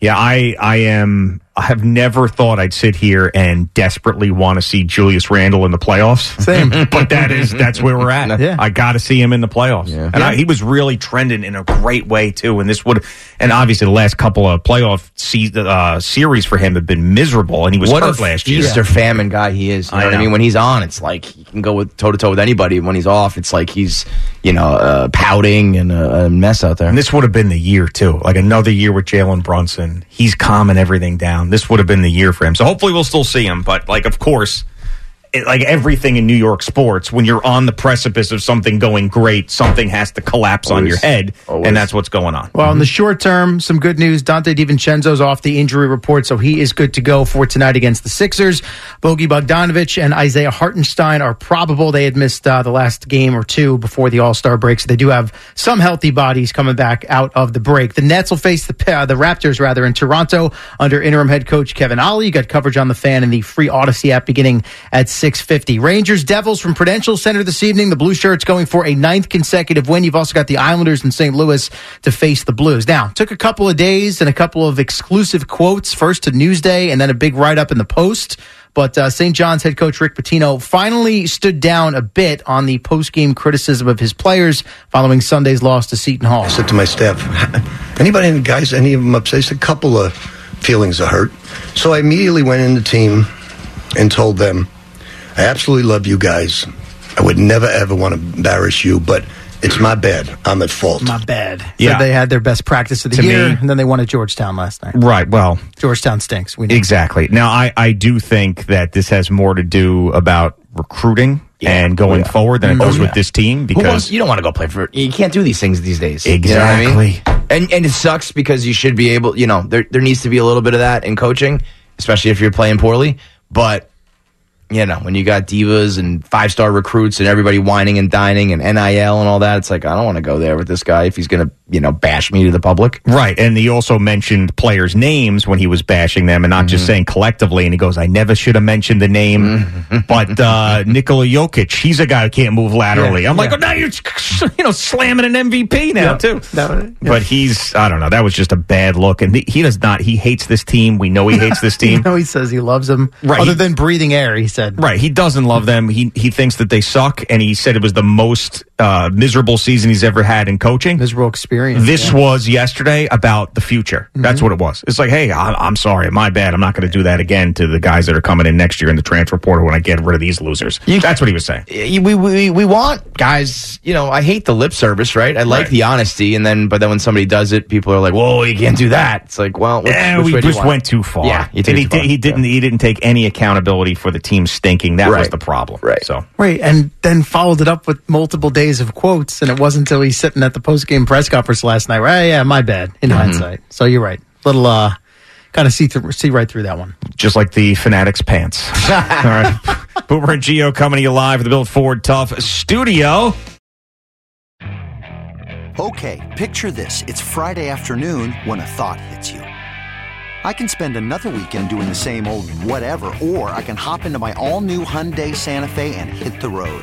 Yeah, I I am I have never thought I'd sit here and desperately want to see Julius Randle in the playoffs. Same. but that is that's where we're at. I got to see him in the playoffs. And I, he was really trending in a great way too and this would and obviously the last couple of playoff se- uh, series for him have been miserable and he was what hurt a last year. feast or famine guy he is. You know I what I know. mean? When he's on, it's like he can go with toe to toe with anybody. When he's off, it's like he's you know uh, pouting and a, a mess out there. And this would have been the year too, like another year with Jalen Brunson. He's calming everything down. This would have been the year for him. So hopefully we'll still see him. But like, of course, it, like everything in New York sports, when you're on the precipice of something going great, something has to collapse on Always. your head, and that's what's going on. Well, in the short term, some good news. Dante DiVincenzo's off the injury report, so he is good to go for tonight against the Sixers. Bogey Bogdanovich and Isaiah Hartenstein are probable. They had missed uh, the last game or two before the All Star break, so they do have some healthy bodies coming back out of the break. The Nets will face the, uh, the Raptors, rather, in Toronto under interim head coach Kevin Ollie. You got coverage on the fan and the free Odyssey app beginning at 6.50. Rangers Devils from Prudential Center this evening. The Blue Shirts going for a ninth consecutive win. You've also got the Islanders in St. Louis to face the Blues. Now, took a couple of days and a couple of exclusive quotes, first to Newsday and then a big write up in the Post. But uh, St. John's head coach Rick Pitino finally stood down a bit on the post-game criticism of his players following Sunday's loss to Seton Hall. I said to my staff, anybody, any guys, any of them upset? I said, a couple of feelings of hurt. So I immediately went in the team and told them, I absolutely love you guys. I would never, ever want to embarrass you, but it's my bad. I'm at fault. My bad. Yeah. So they had their best practice of the To year, me- and then they won at Georgetown last night. Right. Well, Georgetown stinks. We know. Exactly. Now, I, I do think that this has more to do about recruiting and going forward than it Oh, does yeah. with this team Who wants- because you don't want to go play for. You can't do these things these days. You know what I mean? exactly. And and it sucks because you should be able. You know, there there needs to be a little bit of that in coaching, especially if you're playing poorly. But you know, when you got divas and five star recruits and everybody whining and dining and nil and all that, it's like I don't want to go there with this guy if he's gonna you know bash me to the public. Right. And he also mentioned players' names when he was bashing them and not Mm-hmm. just saying collectively. And he goes, I never should have mentioned the name. Mm-hmm. But uh, Nikola Jokic, he's a guy who can't move laterally. I'm like, oh, now you're, you know, slamming an MVP now, too. But he's, I don't know. That was just a bad look. And he- he does not, he hates this team. We know he hates this team. no, he says he loves them. Right. Other than breathing air, he said. Right. He doesn't love them. He he thinks that they suck, and he said it was the most uh, miserable season he's ever had in coaching. Miserable experience. This yeah. was yesterday about the future. That's what it was. It's like, hey, I, I'm sorry, my bad. I'm not going to do that again to the guys that are coming in next year in the transfer portal when I get rid of these losers. That's what he was saying. Eh, we, we we want guys. You know, I hate the lip service, right? I like the honesty, and then but then when somebody does it, people are like, "Whoa, you can't do that." It's like, well, which, Eh, which we way do you just want went it? too far. Yeah, you and took he, it too did, far. he didn't. He didn't take any accountability for the team stinking. That was the problem. Right. So Right, and then followed it up with multiple days of quotes, and it wasn't until he's sitting at the post-game press conference last night. Right, yeah, my bad. Mm-hmm. In hindsight, so you're right. Little uh, kind of see through, see right through that one. just like the fanatics pants. All right. Boomer and Geo coming to you live at the Built Ford Tough Studio. Okay, picture this. It's Friday afternoon when a thought hits you. I can spend another weekend doing the same old whatever, or I can hop into my all-new Hyundai Santa Fe and hit the road.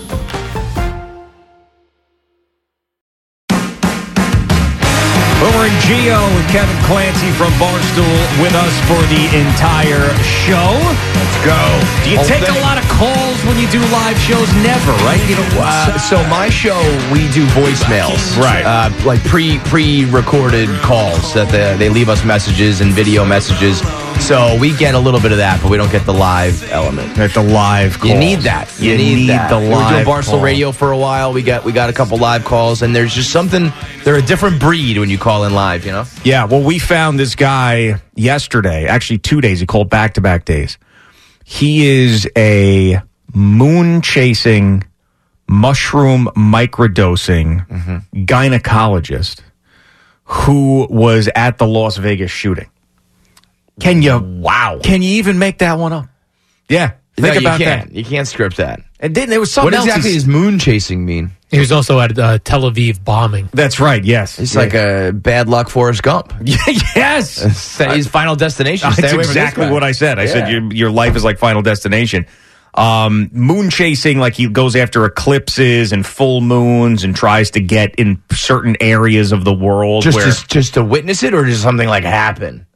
Boomer and Geo and Kevin Clancy from Barstool with us for the entire show. Let's go. Do you Whole take thing. a lot of calls when you do live shows? Never, right? You don't. Uh, so my show, we do voicemails, Right. Uh, like pre pre recorded calls that they, they leave us messages and video messages. So we get a little bit of that, but we don't get the live element. At the live, you calls. need that. You, You need, need that. the We were doing live Barstool call. Radio for a while. We got we got a couple live calls, and there's just something. They're a different breed when you call in live. You know. Yeah, well, we found this guy yesterday, actually two days. He called back to back days. He is a moon chasing, mushroom microdosing gynecologist who was at the Las Vegas shooting. Can you? Wow. Can you even make that one up? Yeah. No, Think you about can't. that. You can't script that. And then there was something What else exactly he s- does moon chasing mean? He was also at uh, Tel Aviv bombing. That's right. Yes, it's like a bad luck Forrest Gump. yes, his final destination. Stay That's away from this exactly guy. what I said. I Yeah. said your your life is like Final Destination. Um, moon chasing, like he goes after eclipses and full moons and tries to get in certain areas of the world. just where, just just to witness it, or just something like happen.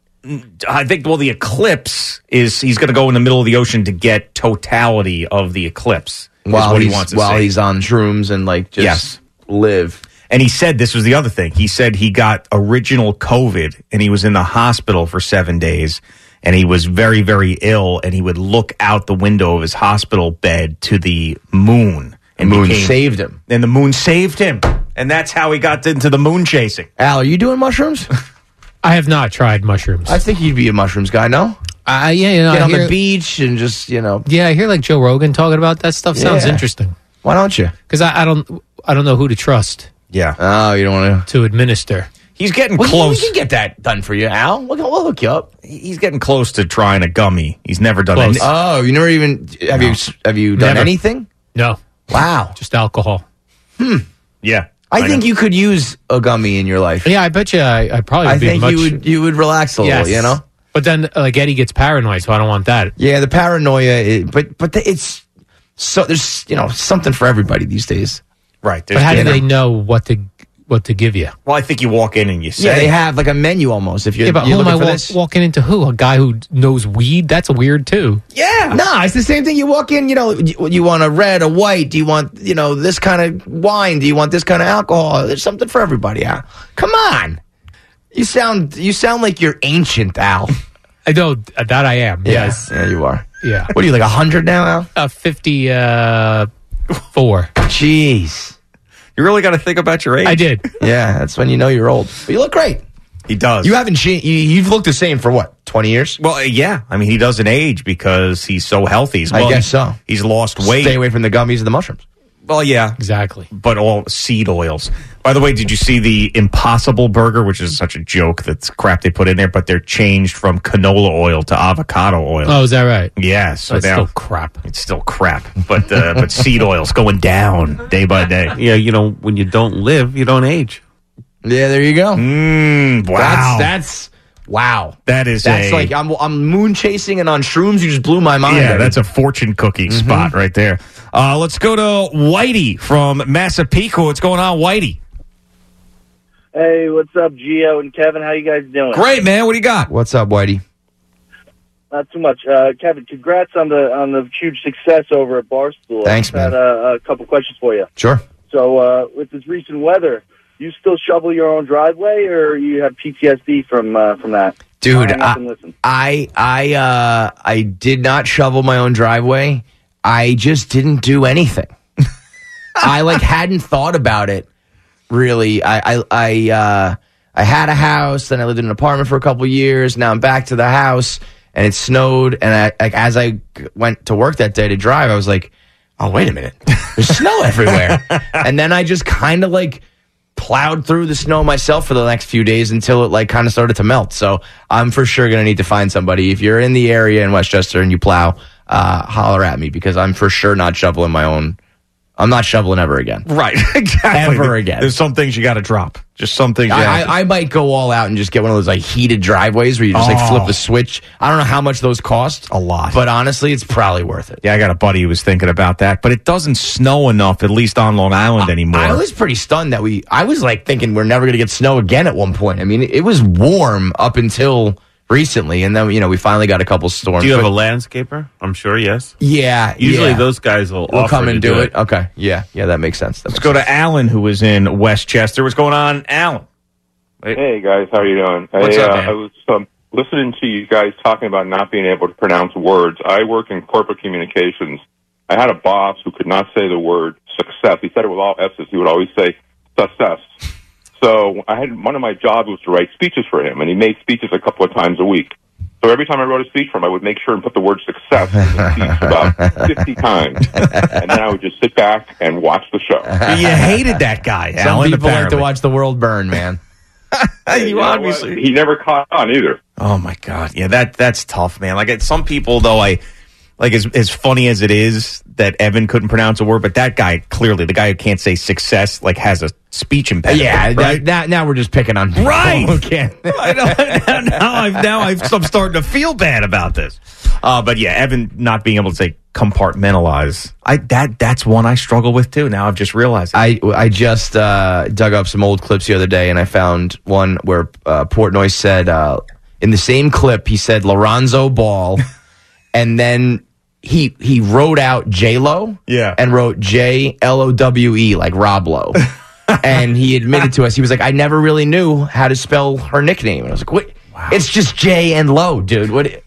I think well the eclipse is he's going to go in the middle of the ocean to get totality of the eclipse. is While what he he's- wants to while see. he's on shrooms and like just live. And he said this was the other thing. He said he got original COVID and he was in the hospital for seven days and he was very, very ill. And he would look out the window of his hospital bed to the moon. And Moon saved him. And the moon saved him. And that's how he got into the moon chasing. Al, are you doing mushrooms? I have not tried mushrooms. I think you'd be a mushrooms guy. No, I yeah, you know, get I on hear- the beach and just you know. Yeah, I hear like Joe Rogan talking about that stuff. Sounds Yeah. interesting. Why don't you? Because I, I don't, I don't know who to trust. Yeah. Oh, you don't want to to administer. He's getting Well, you- close. We can get that done for you, Al. We'll, we'll hook you up. He's getting close to trying a gummy. He's never done it. Oh, you never even have you have you done Never. anything? No. Wow. Hmm. Just alcohol. Yeah. I, think you could use a gummy in your life. Yeah, I bet you. I, I probably. I would be think much, you would you would relax a Yes. little. You know. But then, like Eddie gets paranoid, so I don't want that. Yeah, the paranoia. Is, but but the, it's so there's you know something for everybody these days. Right. But how do they know what to what to give you? Well, I think you walk in and you say. Yeah, they have like a menu almost. If you're, yeah, but you're who am looking I for walk- this. walking into? Who a guy who knows weed? That's weird too. Yeah. No, it's the same thing. You walk in, you know, you, you want a red, a white. Do you want, you know, this kind of wine? Do you want this kind of alcohol? There's something for everybody. Al. Come on. You sound you sound like you're ancient, Al. I know uh, that I am. Yeah. Yes. Yeah, you are. Yeah. What are you like 100 now, Al? Uh, Fifty uh, four. Jeez. You really got to think about your age. I did. Yeah, that's when you know you're old. But you look great. He does. You haven't changed. You, you've looked the same for what? 20 years? Well, uh, yeah. I mean, he doesn't age because he's so healthy. He's, I well, guess so. He's lost weight. Stay away from the gummies and the mushrooms. Well, yeah, exactly. But all seed oils. By the way, did you see the Impossible Burger, which is such a joke that's crap they put in there, but they're changed from canola oil to avocado oil. Oh, is that right? Yeah, so That's now still crap. It's still crap, but uh, but seed oils going down day by day. Yeah, you know, when you don't live, you don't age. Yeah, there you go. Mm, wow. That's, that's Wow, that is that's a- like I'm I'm moon chasing and on shrooms. You just blew my mind. Mm-hmm. Yeah, that's a fortune cookie spot right there. Uh, let's go to Whitey from Massapequa. What's going on, Whitey? Hey, what's up, Gio and Kevin? How you guys doing? man. What do you got? What's up, Whitey? Not too much, uh, Kevin. Congrats on the on the huge success over at Barstool. Thanks, I just Had a, a couple questions for you. Sure. So, uh, with this recent weather, you still shovel your own driveway, or you have PTSD from uh, from that? Dude, Hang up and I listen. I I, uh, I did not shovel my own driveway. I just didn't do anything. I like hadn't thought about it really. I I I, uh, I had a house, then I lived in an apartment for a couple years. Now I'm back to the house, and it snowed. And I like as I g- went to work that day to drive, I was like, oh wait a minute, there's snow everywhere. and then I just kind of like plowed through the snow myself for the next few days until it like kind of started to melt. So I'm for sure going to need to find somebody. If you're in the area in Westchester and you plow, uh, holler at me because I'm for sure not shoveling my own. I'm not shoveling ever again. Right, exactly. Ever again. There's some things you got to drop. Just some things. you I, have to- I, I might go all out and just get one of those like heated driveways where you just like Oh. flip the switch. I don't know how much those cost. A lot. But honestly, it's probably worth it. yeah, I got a buddy who was thinking about that, but it doesn't snow enough, at least on Long Uh, Island anymore. I was pretty stunned that we. I was like thinking we're never going to get snow again at one point. I mean, it was warm up until recently, and then you know we finally got a couple storms. Do you have but- a landscaper? I'm sure, yes. Yeah, Usually yeah. those guys will, We'll offer come to and do it. Okay, yeah, yeah, that makes sense. Let's go to Alan, who is in Westchester. What's going on, Alan? Hey guys, how you doing? What's I, up, uh, man? I was um, listening to you guys talking about not being able to pronounce words. I work in corporate communications. I had a boss who could not say the word success. He said it with all S's. He would always say success. So I had one of my jobs was to write speeches for him, and he made speeches a couple of times a week. So every time I wrote a speech for him, I would make sure and put the word success in the speech about fifty times, and then I would just sit back and watch the show. You hated that guy. Some Alan, people like to apparently. watch the world burn, man. you obviously he never caught on either. Oh my god, yeah, that that's tough, man. Like it- some people, though, I like as as funny as it is that Evan couldn't pronounce a word, but that guy clearly, the guy who can't say success, like has a speech impediment. yeah, that- right. that- now we're just picking on people. Right. Okay. I know, now I've now I've, I'm starting to feel bad about this. Uh, but yeah, Evan not being able to say compartmentalize. I that that's one I struggle with too. Now I've just realized. it. I I just uh, dug up some old clips the other day, and I found one where uh, Portnoy said uh, in the same clip he said Lorenzo Ball, and then he he wrote out J Lo, yeah, and wrote J L O W E like Rob Lowe. and he admitted to us he was like I never really knew how to spell her nickname, and I was like, what? It's just J and Low, dude. What?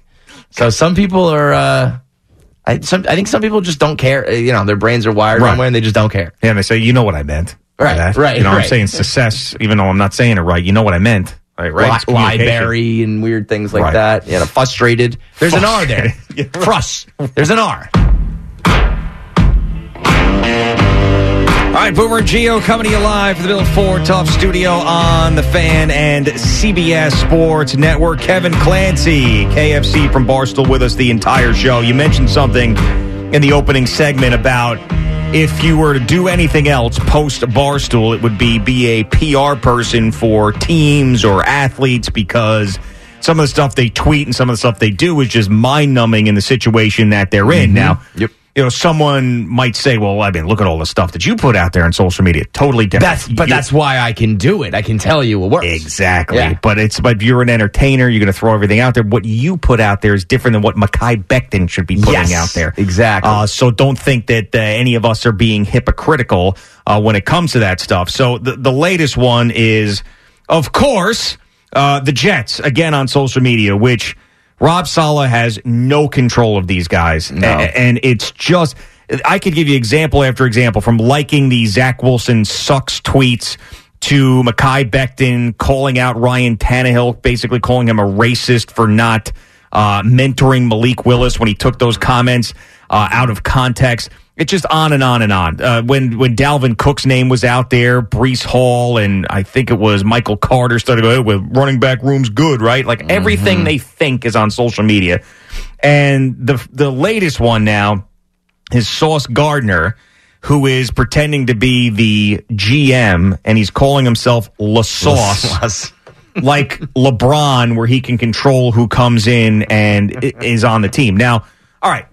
So some people are. Uh, I, some, I think some people just don't care. Uh, You know, their brains are wired one way and they just don't care. Yeah, and they say, you know what I meant. by Right, that." right, You know, I'm right. saying success, even though I'm not saying it right. You know what I meant. Right, right. It's Li- communication. library and weird things like Right. that. You know, frustrated. There's an R there. Frust. There's an R. All right, Boomer and Geo coming to you live from the Bill Ford Tough Studio on the Fan and CBS Sports Network. Kevin Clancy, KFC from Barstool, with us the entire show. You mentioned something in the opening segment about if you were to do anything else post Barstool, it would be be a PR person for teams or athletes because some of the stuff they tweet and some of the stuff they do is just mind numbing in the situation that they're in. Now, yep. You know, someone might say, "Well, I mean, look at all the stuff that you put out there on social media. Totally different." That's but that's why I can do it. I can tell you it works. Exactly. But it's but you're an entertainer. You're going to throw everything out there. What you put out there is different than what Makai Becton should be putting Yes, out there. Exactly. Uh, so don't think that uh, any of us are being hypocritical uh, when it comes to that stuff. So the, the latest one is, of course, uh, the Jets again on social media, which Rob Sala has no control of these guys, A- and it's just. I could give you example after example from liking the Zach Wilson sucks tweets to Makai Becton calling out Ryan Tannehill, basically calling him a racist for not uh, mentoring Malik Willis when he took those comments uh, out of context. It's just on and on and on. Uh, when when Dalvin Cook's name was out there, Brees Hall and I think it was Michael Carter started going, "Oh, "Well, running back room's good, right?" Like everything they think is on social media. And the the latest one now is Sauce Gardner, who is pretending to be the GM, and he's calling himself La Sauce. like LeBron, where he can control who comes in and i- is on the team. Now, all right,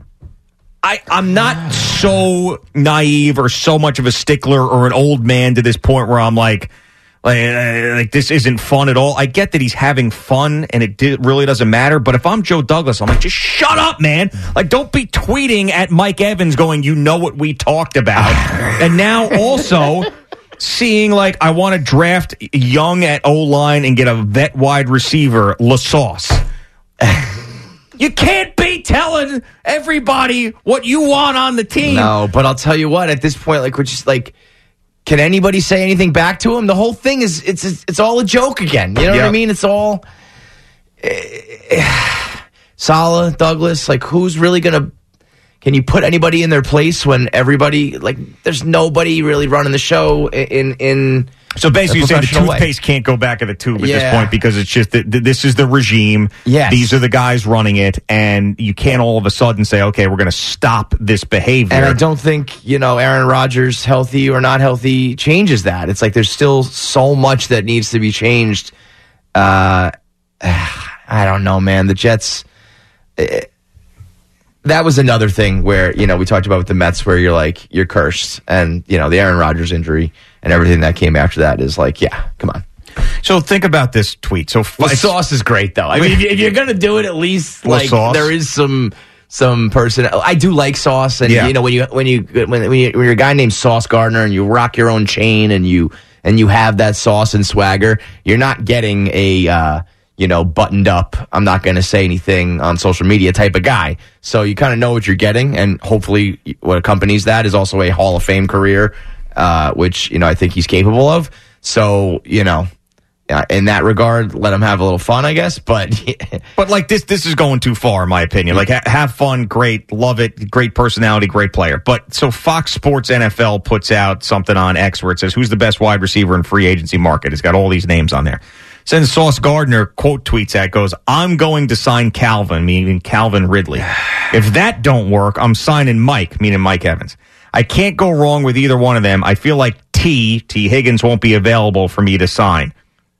I, I'm not so naive or so much of a stickler or an old man to this point where I'm like, like, uh, like this isn't fun at all. I get that he's having fun and it di- really doesn't matter. But if I'm Joe Douglas, I'm like, just shut up, man. Like, don't be tweeting at Mike Evans going, you know what we talked about. and now also seeing like, I want to draft young at O line and get a vet wide receiver, LaSauce. You can't be telling everybody what you want on the team. No, but I'll tell you what. At this point, like we're just like, can anybody say anything back to him? The whole thing is it's it's, it's all a joke again. You know what Yeah. I mean? It's all Sala, Douglas. Like who's really gonna? Can you put anybody in their place when everybody like there's nobody really running the show i- in in. So basically, a you're saying the professional way. toothpaste can't go back in the tube at Yeah. this point because it's just that th- this is the regime. Yes. These are the guys running it, and you can't all of a sudden say, okay, we're going to stop this behavior. And I don't think, you know, Aaron Rodgers, healthy or not healthy, changes that. It's like there's still so much that needs to be changed. Uh, I don't know, man. The Jets. eh, that was another thing where, you know, we talked about with the Mets where you're like, you're cursed. And, you know, the Aaron Rodgers injury and everything that came after that is like, yeah, come on. So think about this tweet. So sauce is great though. Oh, I mean, if you- if you're gonna do it, at least like sauce. there is some some person. I do like sauce, and Yeah. you know when you when you when, when, you, when you're a guy named Sauce Gardner and you rock your own chain and you and you have that sauce and swagger, you're not getting a uh, you know buttoned up. I'm not gonna say anything on social media type of guy. So you kind of know what you're getting, and hopefully what accompanies that is also a Hall of Fame career, uh, which you know I think he's capable of. So you know. uh, In that regard, let him have a little fun, I guess. But But like this, this is going too far, in my opinion. Like, ha- have fun, great, love it, great personality, great player. But so Fox Sports NFL puts out something on X where it says, "Who's the best wide receiver in free agency market?" It's got all these names on there. Sends Sauce Gardner quote tweets at goes, "I'm going to sign Calvin, meaning Calvin Ridley. If that don't work, I'm signing Mike, meaning Mike Evans. I can't go wrong with either one of them. I feel like T T Higgins won't be available for me to sign."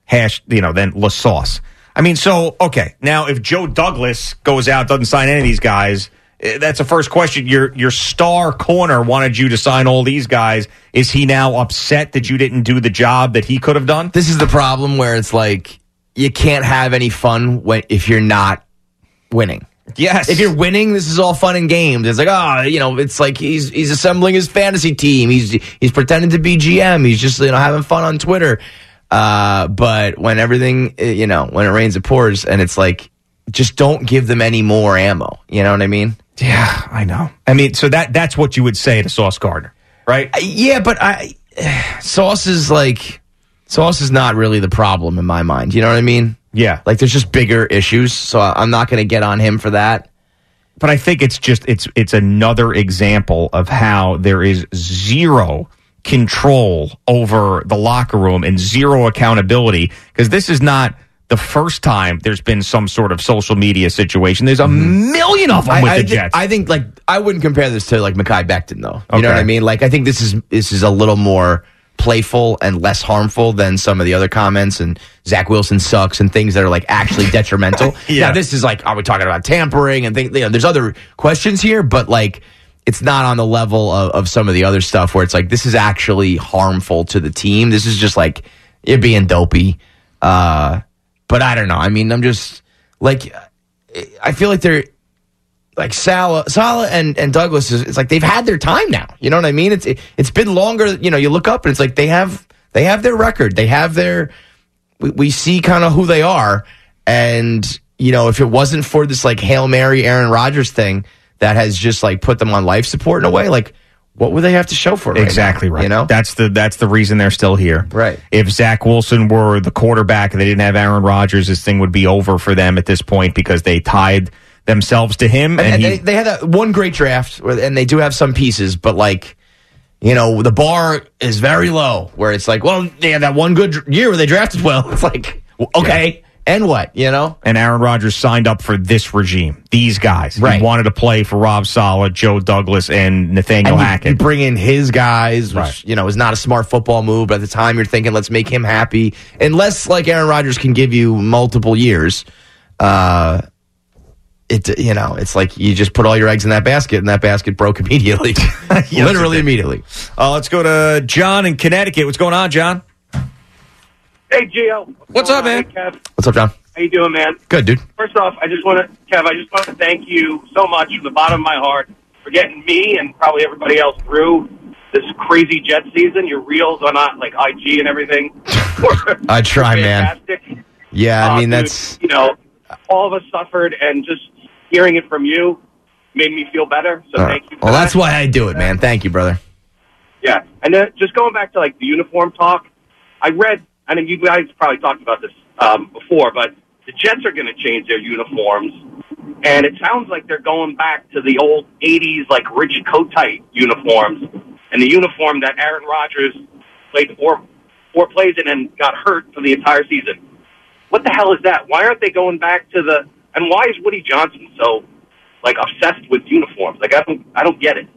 hash, you know, then LaSauce. I mean, so, okay. Now, if Joe Douglas goes out, doesn't sign any of these guys, eh, that's the first question. Your your star corner wanted you to sign all these guys. Is he now upset that you didn't do the job that he could have done? This is the problem where it's like you can't have any fun when if you're not winning. Yes. If you're winning, this is all fun and games. It's like, oh, you know, it's like he's he's assembling his fantasy team. He's he's pretending to be GM. He's just you know having fun on Twitter. Uh, but when everything, eh, you know, when it rains, it pours, and it's like, just don't give them any more ammo. You know what I mean? Yeah, I know. I mean, so that that's what you would say to Sauce Gardner, right? Uh, Yeah, but I sauce is like sauce is not really the problem in my mind. You know what I mean? Yeah. Like there's just bigger issues, so I- I'm not going to get on him for that. but I think it's just it's it's another example of how there is zero control over the locker room and zero accountability because this is not the first time there's been some sort of social media situation. There's a Mm-hmm. million of them I, with I the think, Jets. I think like I wouldn't compare this to like Mackay Becton though. You know Okay. what I mean? Like I think this is this is a little more playful and less harmful than some of the other comments and Zach Wilson sucks and things that are like actually detrimental. Yeah. Now this is like are we talking about tampering and things you know, there's other questions here, but like it's not on the level of, of some of the other stuff where it's like this is actually harmful to the team. This is just like it being dopey. Uh but I don't know. I mean I'm just like I feel like they're like Salah, Salah and, and Douglas is it's like they've had their time now. You know what I mean? It's it, it's been longer. You know, you look up and it's like they have they have their record. They have their we, we see kind of who they are. And you know, if it wasn't for this like hail mary Aaron Rodgers thing that has just like put them on life support in a way, like what would they have to show for it? right now? exactly right. You know that's the that's the reason they're still here. Right. If Zach Wilson were the quarterback and they didn't have Aaron Rodgers, this thing would be over for them at this point because they tied themselves to him. And, And, he, they, they had that one great draft, where- and they do have some pieces, but like, you know, the bar is very low. Where it's like, well, they had that one good dr- year where they drafted well. It's like, w- okay, And what? You know? And Aaron Rodgers signed up for this regime. These guys. Right. He wanted to play for Rob Sala, Joe Douglas, and Nathaniel and you- Hackett. You, bring in his guys, which Right. you know is not a smart football move. But at the time, you're thinking, let's make him happy. Unless like Aaron Rodgers can give you multiple years, uh, it you know it's like you just put all your eggs in that basket, and that basket broke immediately, literally immediately. Uh, let's go to John in Connecticut. What's going on, John? Hey, Gio. What's up, man? Hey, Kev. What's up, John? How you doing, man? Good, dude. First off, I just want to, Kev, I just want to thank you so much from the bottom of my heart for getting me and probably everybody else through this crazy jet season. Your reels on uh, like IG and everything. I try, man. Yeah, I mean that's you know, all of us suffered, and just hearing it from you made me feel better. So all right. thank you. well, that's why I do it, man. Thank you, brother. Yeah, and then just going back to like the uniform talk, I read. I mean, you guys probably talked about this um, before, but the Jets are going to change their uniforms, and it sounds like they're going back to the old '80s like Richie Kotite uniforms, and the uniform that Aaron Rodgers played four four plays in and got hurt for the entire season. What the hell is that? Why aren't they going back to the? And why is Woody Johnson so like obsessed with uniforms? Like I don't I don't get it.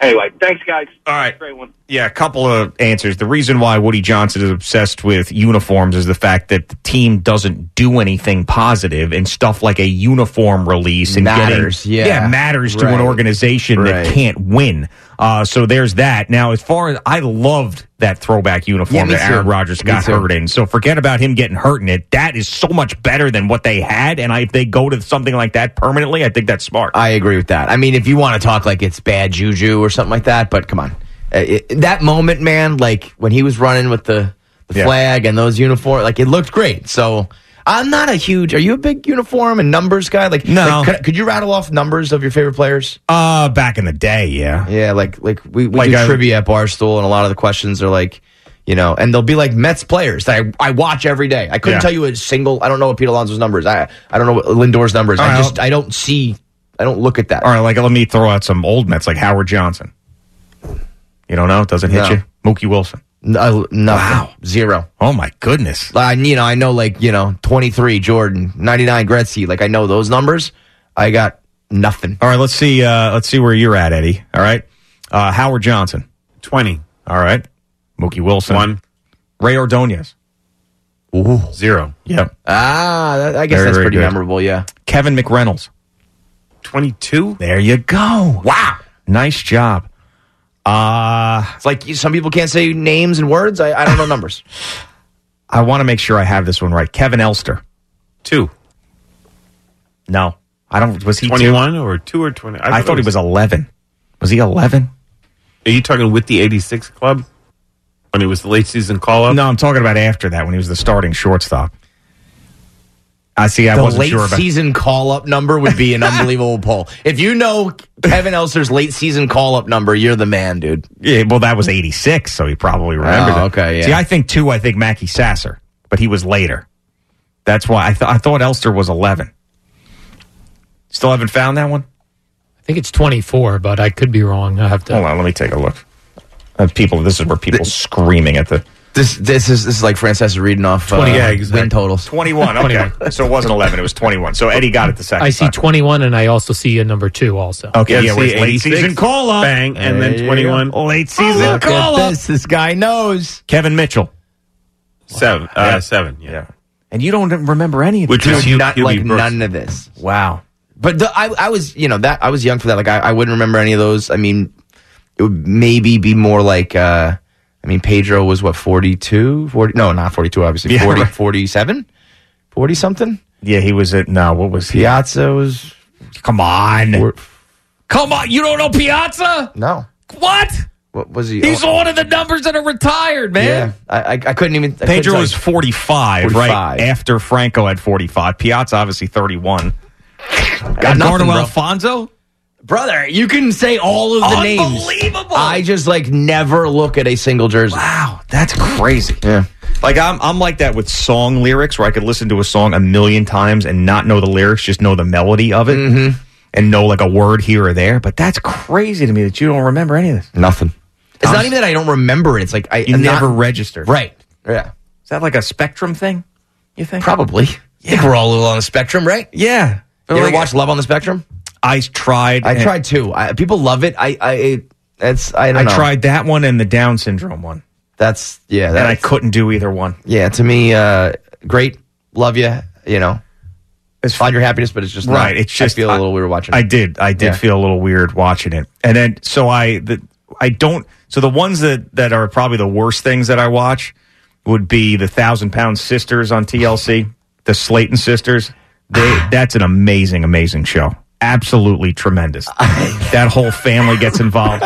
Anyway, thanks guys. All right, great one. Yeah, a couple of answers. The reason why Woody Johnson is obsessed with uniforms is the fact that the team doesn't do anything positive, and stuff like a uniform release and Matters, getting yeah. matters to an Right. organization Right. that can't win. Uh, so there's that. Now, as far as I loved that throwback Yeah, uniform me that Aaron too. Rodgers Me got too. hurt in. So forget about him getting hurt in it. That is so much better than what they had. And I, if they go to something like that permanently, I think that's smart. I agree with that. I mean, if you want to talk like it's bad juju or something like that, but come on, Uh, it- that moment, man, like when he was running with the, the Yeah. flag and those uniform, like it looked great. So I'm not a huge. Are you a big uniform and numbers guy? Like No. like, could, could you rattle off numbers of your favorite players? Uh back in the day, yeah, yeah. Like like we, we Like do I- trivia at Barstool, and a lot of the questions are like. You know, and they'll be like Mets players that I, I watch every day. I couldn't Yeah. tell you a single. I don't know what Pete Alonso's numbers. I I don't know what Lindor's numbers. All I right, just I don't see. I don't look at that. All right, like let me throw out some old Mets, like Howard Johnson. You don't know? It doesn't hit No. you. Mookie Wilson. No, nothing. Zero. Oh my goodness. I, you know, I know like, you know, 23 Jordan, 99 Gretzky, like I know those numbers. I got nothing. All right, let's see. Uh, let's see where you're at, Eddie. All right, uh, Howard Johnson, twenty. All right, Mookie Wilson, one. Ray Ordonez, zero. Yep. Ah, that, I guess Very, that's very pretty good. memorable, yeah. Kevin McReynolds, twenty-two. There you go. Wow, nice job. Uh it's like you- some people can't say names and words. I, I don't know numbers. I want to make sure I have this one right. Kevin Elster, two. No, I don't. Was he two? 21 or 2 or 20? I, thought he was 11. Was he 11? Are you talking with the 86 club? When it was the late season call up? No, I'm talking about after that when he was the starting shortstop. I see. I the wasn't late sure about. season call up number would be an unbelievable poll. If you know Kevin Elster's late season call up number, you're the man, dude. Yeah, well, that was 86, so he probably remembered. Oh, it. okay, yeah. See, I think two. I think Mackey Sasser, but he was later. That's why I, th- I thought Elster was 11. Still haven't found that one. I think it's 24, but I could be wrong. I have to. Hold on, let me take a look. Uh, people, this is where people screaming at the This this is this is like Francesca reading off uh, 20, yeah, exactly. win totals. 21. Okay, so it wasn't 11. It was 21. So Eddie got it the second. I see 21, and I also see a number two also. Okay, yeah, where's late season call up? Bang, and then There you 21. go. Late season Oh, look at call up. This this guy knows. Kevin Mitchell. Seven. Uh, Seven, yeah. And you don't remember any of Which this. was Hugh- not Hubie like Brooks. none of this. Wow. But the, I, I was, you know, that I was young for that. Like I, I wouldn't remember any of those. I mean, it would maybe be more like, uh, I mean, Pedro was what 42, 40, no, not 42, obviously Yeah, 40, right. 47, 40 something. Yeah, he was at no. What was he? Piazza was. Come on. Come on, you don't know Piazza? No. What? What was he? Oh, He's one of the numbers that are retired, man. Yeah, I, I, I couldn't even. I couldn't Pedro tell was you. 45, 45. right after Franco had 45. Piazza obviously 31. Got nothing, Eduardo bro. Alfonso? Brother, you can say all of the names. Unbelievable. I just like never look at a single jersey. Wow, that's crazy. Yeah. Like I'm I'm like that with song lyrics where I could listen to a song a million times and not know the lyrics, just know the melody of it Mm-hmm. and know like a word here or there. But that's crazy to me that you don't remember any of this. Nothing. It's not even that I don't remember it. It's like I You I'm never not, registered. Right. Yeah. Is that like a spectrum thing? You think? Probably. I think we're all a little on the spectrum, right? Yeah. You ever watch Love on the Spectrum? I tried. I and- tried too. I, people love it. I, I, that's, I don't I know. tried that one and the Down syndrome one. That's yeah. and I couldn't do either one. Yeah, to me, uh, great. Love you. You know, it's find your happiness, but it's just not- right. It's just I feel a little weird watching. I it. did. I did Yeah. feel a little weird watching it. And then so I the, I don't. So the ones that that are probably the worst things that I watch would be the Thousand Pound Sisters on TLC, the Slayton Sisters. They that's an amazing, amazing show. Absolutely tremendous. that whole family gets involved.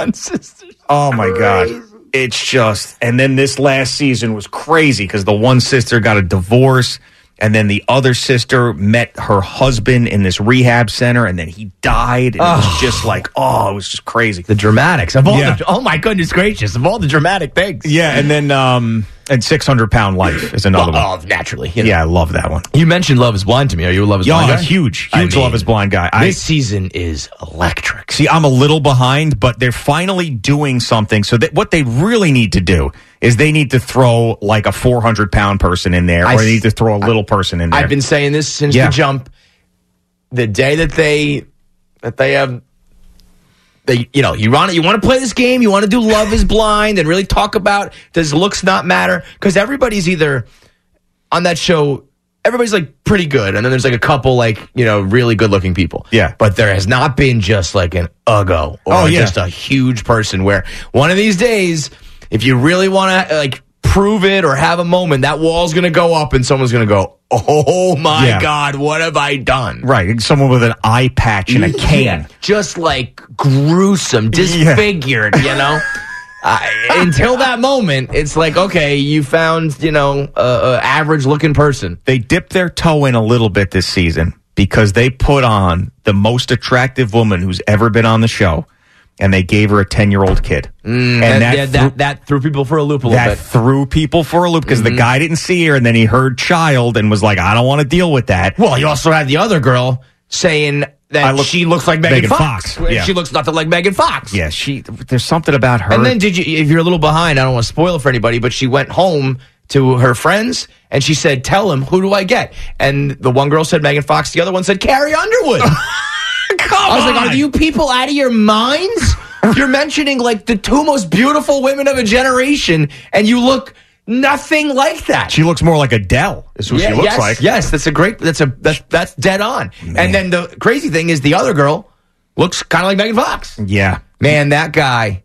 Oh my god. It's just and then this last season was crazy cuz the one sister got a divorce and then the other sister met her husband in this rehab center and then he died and it was just like oh it was just crazy. The dramatics of all the- oh my goodness gracious of all the dramatic things. Yeah, and then um and 600 pound life is another Well, one. oh, naturally, you know. Yeah, I love that one. You mentioned Love is Blind to me. Are you a Love is Yeah, Blind a guy? huge, huge I mean, Love is Blind guy. this season is electric. See, I'm a little behind, but they're finally doing something. So that what they really need to do is they need to throw like a 400 pound person in there, I or they need s- to throw a little person in there. I've been saying this since Yeah. the jump. The day that they that they um, have they you know, you want you want to play this game, you want to do love is blind and really talk about does looks not matter cuz everybody's either on that show everybody's like pretty good and then there's like a couple like, you know, really good looking people. Yeah. But there has not been just like an uggo or Oh, yeah. just a huge person where one of these days if you really want to like prove it or have a moment that wall's going to go up and someone's going to go oh my Yeah. god what have i done right, someone with an eye patch and a can. just like gruesome disfigured you know I, until that moment it's like okay you found you know a, a average looking person They dipped their toe in a little bit this season because they put on the most attractive woman who's ever been on the show, and they gave her a 10 year old kid, and that that that, that, threw- that threw people for Mm, a loop a little that bit Mm-hmm. threw people for a loop because the guy didn't see her, and then he heard child and was like, I don't want to deal with that. Well, you also had the other girl saying I that look- she looks like megan, Megan fox, Fox, yeah. she looks nothing like megan fox Yeah, she. There's something about her. And then did you? If you're a little behind, I don't want to spoil it for anybody, but she went home to her friends and she said, "Tell him who do I get?" And the one girl said Megan Fox, the other one said Carrie Underwood. I was "Oh, like, "Are you people out of your minds? you're mentioning like the two most beautiful women of a generation, and you look nothing like that." she looks more like Adele. Is what Yeah, she looks yes, like. Yes, that's a great. That's a that's that's dead on. And then the crazy thing is, the other girl looks kind of like Megan Fox. Yeah. Man, that guy.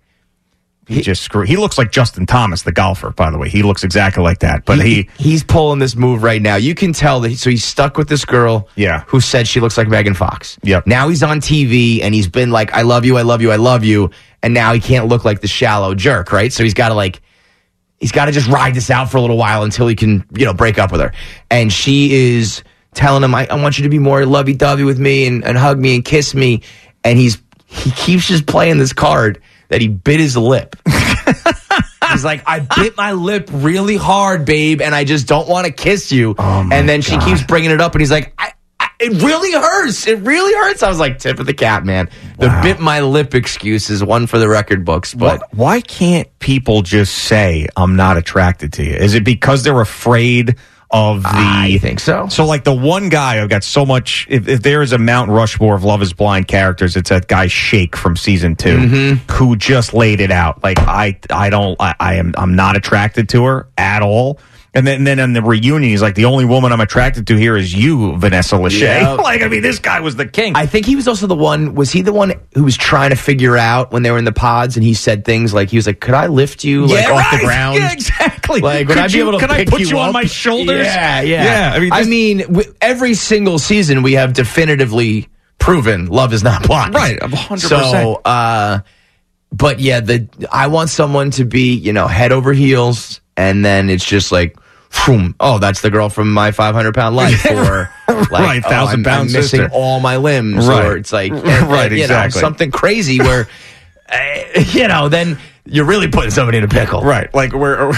He, just screw. He looks like Justin Thomas, the golfer. By the way, he looks exactly like that. But he, he's pulling this move right now. You can tell that. He, so he's stuck with this girl. Yeah. Who said she looks like Megan Fox? Yep. Now he's on TV and he's been like, "I love you, I love you, I love you," and now he can't look like the shallow jerk, right? So he's got to like, he's got to just ride this out for a little while until he can, you know, break up with her. And she is telling him, "I, I want you to be more lovey-dovey with me and, and hug me and kiss me," and he's he keeps just playing this card that he bit his lip. He's like, I bit my lip really hard, babe, and I just don't want to kiss you. and then she keeps bringing it up, and he's like, I, I, it really hurts. It really hurts. I was like, tip of the cap, man. The bit my lip excuse is one for the record books, but Why- why can't people just say I'm not attracted to you? Is it because they're afraid of the? I think so. So like the one guy who got so much. If, if there is a Mount Rushmore of Love Is Blind characters, it's that guy Shake from season 2 Mm-hmm. who just laid it out. Like I, I don't, I, I am, I'm not attracted to her at all. And then, and then in the reunion, he's like, the only woman I'm attracted to here is you, Vanessa Lachey. Yeah. like, I mean, this guy was the king. I think he was also the one. Was he the one who was trying to figure out when they were in the pods, and he said things like, he was like, "Could I lift you like Yeah, off right. the ground? Yeah, exactly. Like, would Could I be you- able to? could I pick put you on up?" my shoulders? Yeah, yeah, Yeah, I mean, I this- mean, w- every single season we have definitively proven love is not blind. Right, a hundred So, uh, but yeah, the I want someone to be you know head over heels, and then it's just like. phoom, Oh, that's the girl from my 500 pound life, or like, Right, oh, 1,000 I'm- pound I'm missing sister. all my limbs, Right. or it's like, uh, Right, you know, exactly. something crazy where, uh, you know, then you're really putting somebody in a pickle. Right. Like we're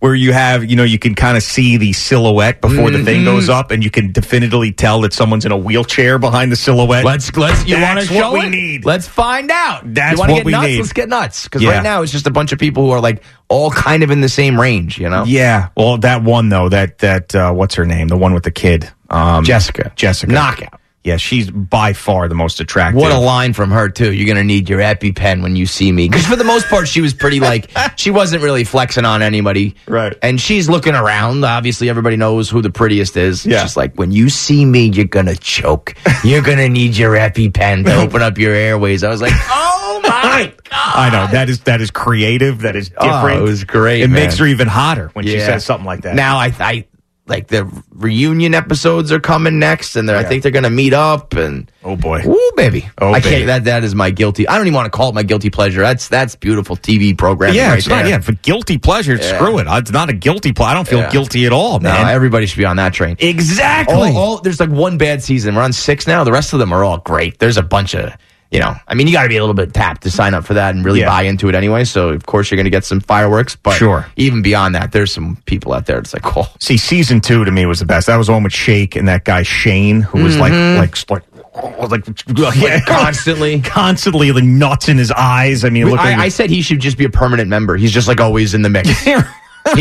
where you have, you know, you can kind of see the silhouette before the thing Mhm. goes up, and you can definitively tell that someone's in a wheelchair behind the silhouette. Let's let's. You want to That's show what we it? need. Let's find out. That's you wanna what get we nuts? need. Let's get nuts because Yeah. right now it's just a bunch of people who are like all kind of in the same range. Oh. You know. Yeah. Well, that one though, that that uh, what's her name? The one with the kid, um, Jessica. Jessica. Knockout. Yeah, she's by far the most attractive. What a line from her too. You're gonna need your EpiPen when you see me. Because for the most part, she was pretty like she wasn't really flexing on anybody. Right. And she's looking around. Obviously, everybody knows who the prettiest is. Yeah. She's like, when you see me, you're gonna choke. You're gonna need your EpiPen to open up your airways. I was like, oh my. I know that is that is creative. That is Oh, different. it was great, It man. makes her even hotter when she Yeah. says something like that. Now I, I like the reunion episodes are coming next, and they're- I think they're going to meet up. And oh boy, ooh baby, Oh, I baby. can't. That that is my guilty. I don't even want to call it my guilty pleasure. That's that's beautiful TV programming. yeah, right it's not. there. Yeah, for guilty pleasure, screw it. It's not a guilty pleasure. I don't feel Yeah. guilty at all, No, man. everybody should be on that train. Exactly. All, all- there's like one bad season. We're on six now. The rest of them are all great. There's a bunch of you know. I mean, you got to be a little bit tapped to sign up for that and really buy into it anyway. So of course you're going to get some fireworks. But Sure. even beyond that, there's some people out there. It's like, oh, See, season two to me was the best. That was the one with Shake and that guy Shane, who was Mhm. like like oh, like like, constantly, constantly the nuts in his eyes. I mean, We- looking. I, I said he should just be a permanent member. He's just like always in the mix. he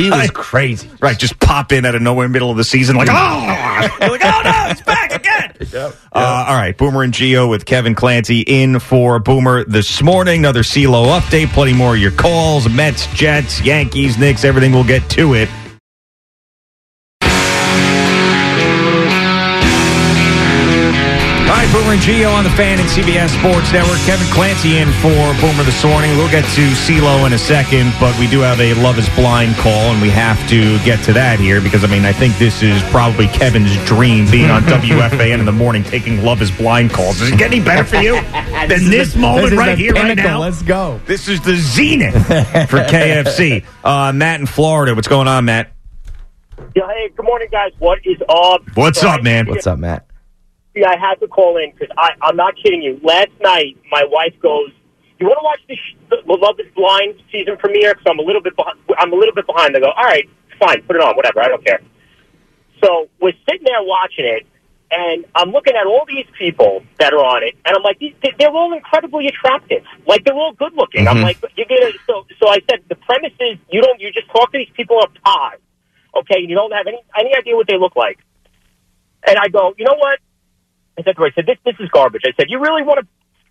was crazy. Right, just pop in out of nowhere in the middle of the season, like, oh, You're like, oh no, it's back again. Uh, all right, Boomer and Geo with Kevin Clancy in for Boomer this morning. Another CeeLo update, plenty more of your calls, Mets, Jets, Yankees, Knicks, everything. We'll get to it. All right, Boomer and Geo on the fan and CBS Sports Network. Kevin Clancy in for Boomer this morning. We'll get to CeeLo in a second, but we do have a Love is Blind call, and we have to get to that here because, I mean, I think this is probably Kevin's dream being on WFAN in the morning taking Love is Blind calls. Does it get any better for you than This this, is the- moment this is the right here, right pinnacle. now? Let's go. This is the zenith for KFC. Uh, Matt in Florida. What's going on, Matt? Yeah, hey, good morning, guys. What is up? What's Sorry. up, man? What's up, Matt? See, I had to call in because I'm not kidding you. Last night, my wife goes, "You want to watch the, sh- the Love Is Blind season premiere?" Because I'm a little bit behind. I'm a little bit behind. I go, "All right, fine, put it on, whatever. I don't care." So we're sitting there watching it, and I'm looking at all these people that are on it, and I'm like, these- they're all incredibly attractive. Like they're all good looking. I'm Mhm. like, you're gonna. So, so I said, the premise is you don't. You just talk to these people up high, okay? And you don't have any any idea what they look like. And I go, you know what? I said to her, I said, this this is garbage. I said, you really want to